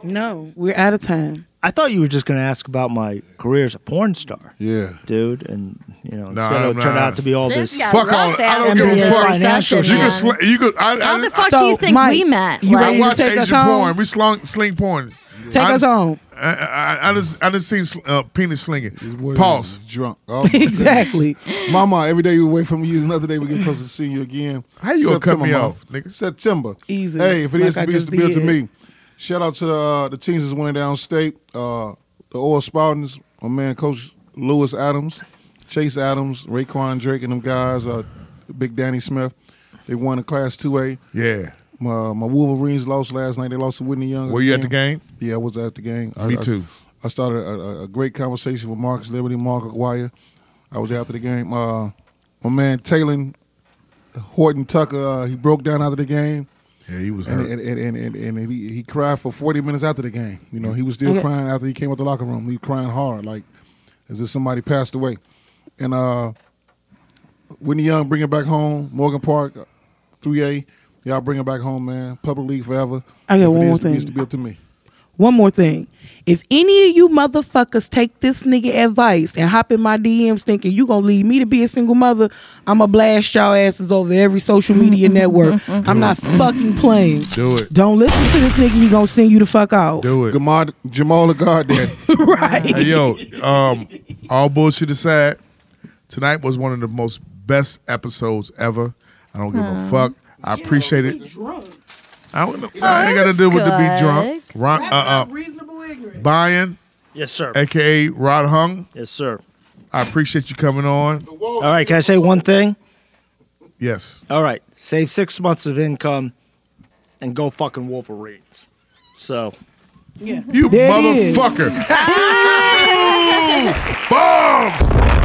No, we're out of time.
I thought you were just going to ask about my career as a porn star,
Yeah.
dude, and you know,
Nah,
instead of
I'm
it turned
not.
out to be all this.
guy
Fuck
rough
all- I don't
out
give a
the
fuck. You
recession,
Financial Yeah.
could
man.
sl- you could. I,
How
I,
the fuck
So,
do you think
Mike,
we met?
you
Like,
I
ready to
watch
take us
Asian
home?
porn. We slung sling porn.
Take
I
us
just-
home.
I, I, I just I just seen sl- uh, penis slinging. Pause.
drunk. Oh, my goodness.
Exactly.
Mama, every day you away from you, another day we get closer to seeing you again.
How you gonna cut me
Mama.
off, nigga?
September.
Easy.
Hey, if it
Like
is
I
to be, it's
just
to be to
did.
me. Shout out to the uh, the teams that's winning downstate. Uh, the Oil Spartans, my man, Coach Lewis Adams, Chase Adams, Raquan Drake, and them guys. Uh, Big Danny Smith. They won a Class Two A.
Yeah.
My, my Wolverines lost last night. They lost to Whitney Young.
Were you at the game?
Yeah, I was at the game. I,
Me
I-
too.
I started a- a, a great conversation with Marcus Liberty, Mark Aguirre. I was after the game. Uh, my man Taylor Horton Tucker, uh, he broke down after the game,
Yeah, he was
and
hurt.
and, and, and, and, and he, he cried for 40 minutes after the game. You know, he was still
Okay.
crying after he came out the locker room. He was crying hard, like as if somebody passed away. And uh, Whitney Young, bring it back home. Morgan Park, 3A, y'all bring it back home, man. Public league forever.
I got
If it
one more
is, It
thing.
needs to be up to me.
One more thing. If any of you motherfuckers take this nigga advice and hop in my DMs thinking you gonna leave me to be a single mother, I'ma blast y'all asses over every social media network. I'm not fucking playing.
Do it.
Don't listen to this nigga, he gonna send you the fuck off.
Do it.
Gamal, Jamal the God Daddy.
Hey yo, um, all bullshit aside, tonight was one of the most best episodes ever. I don't give a fuck. I appreciate it. I don't know. I ain't got to
that's
deal with the be drunk.
good.
Ron, uh,
reasonable
uh,
ignorance.
Brian,
Yes, sir.
aka Rod Hung.
Yes, sir.
I appreciate you coming on.
All right, can I say one thing?
Yes.
All right, save six months of income and go fucking Wolverines. So,
You
There it is.
motherfucker. Bombs.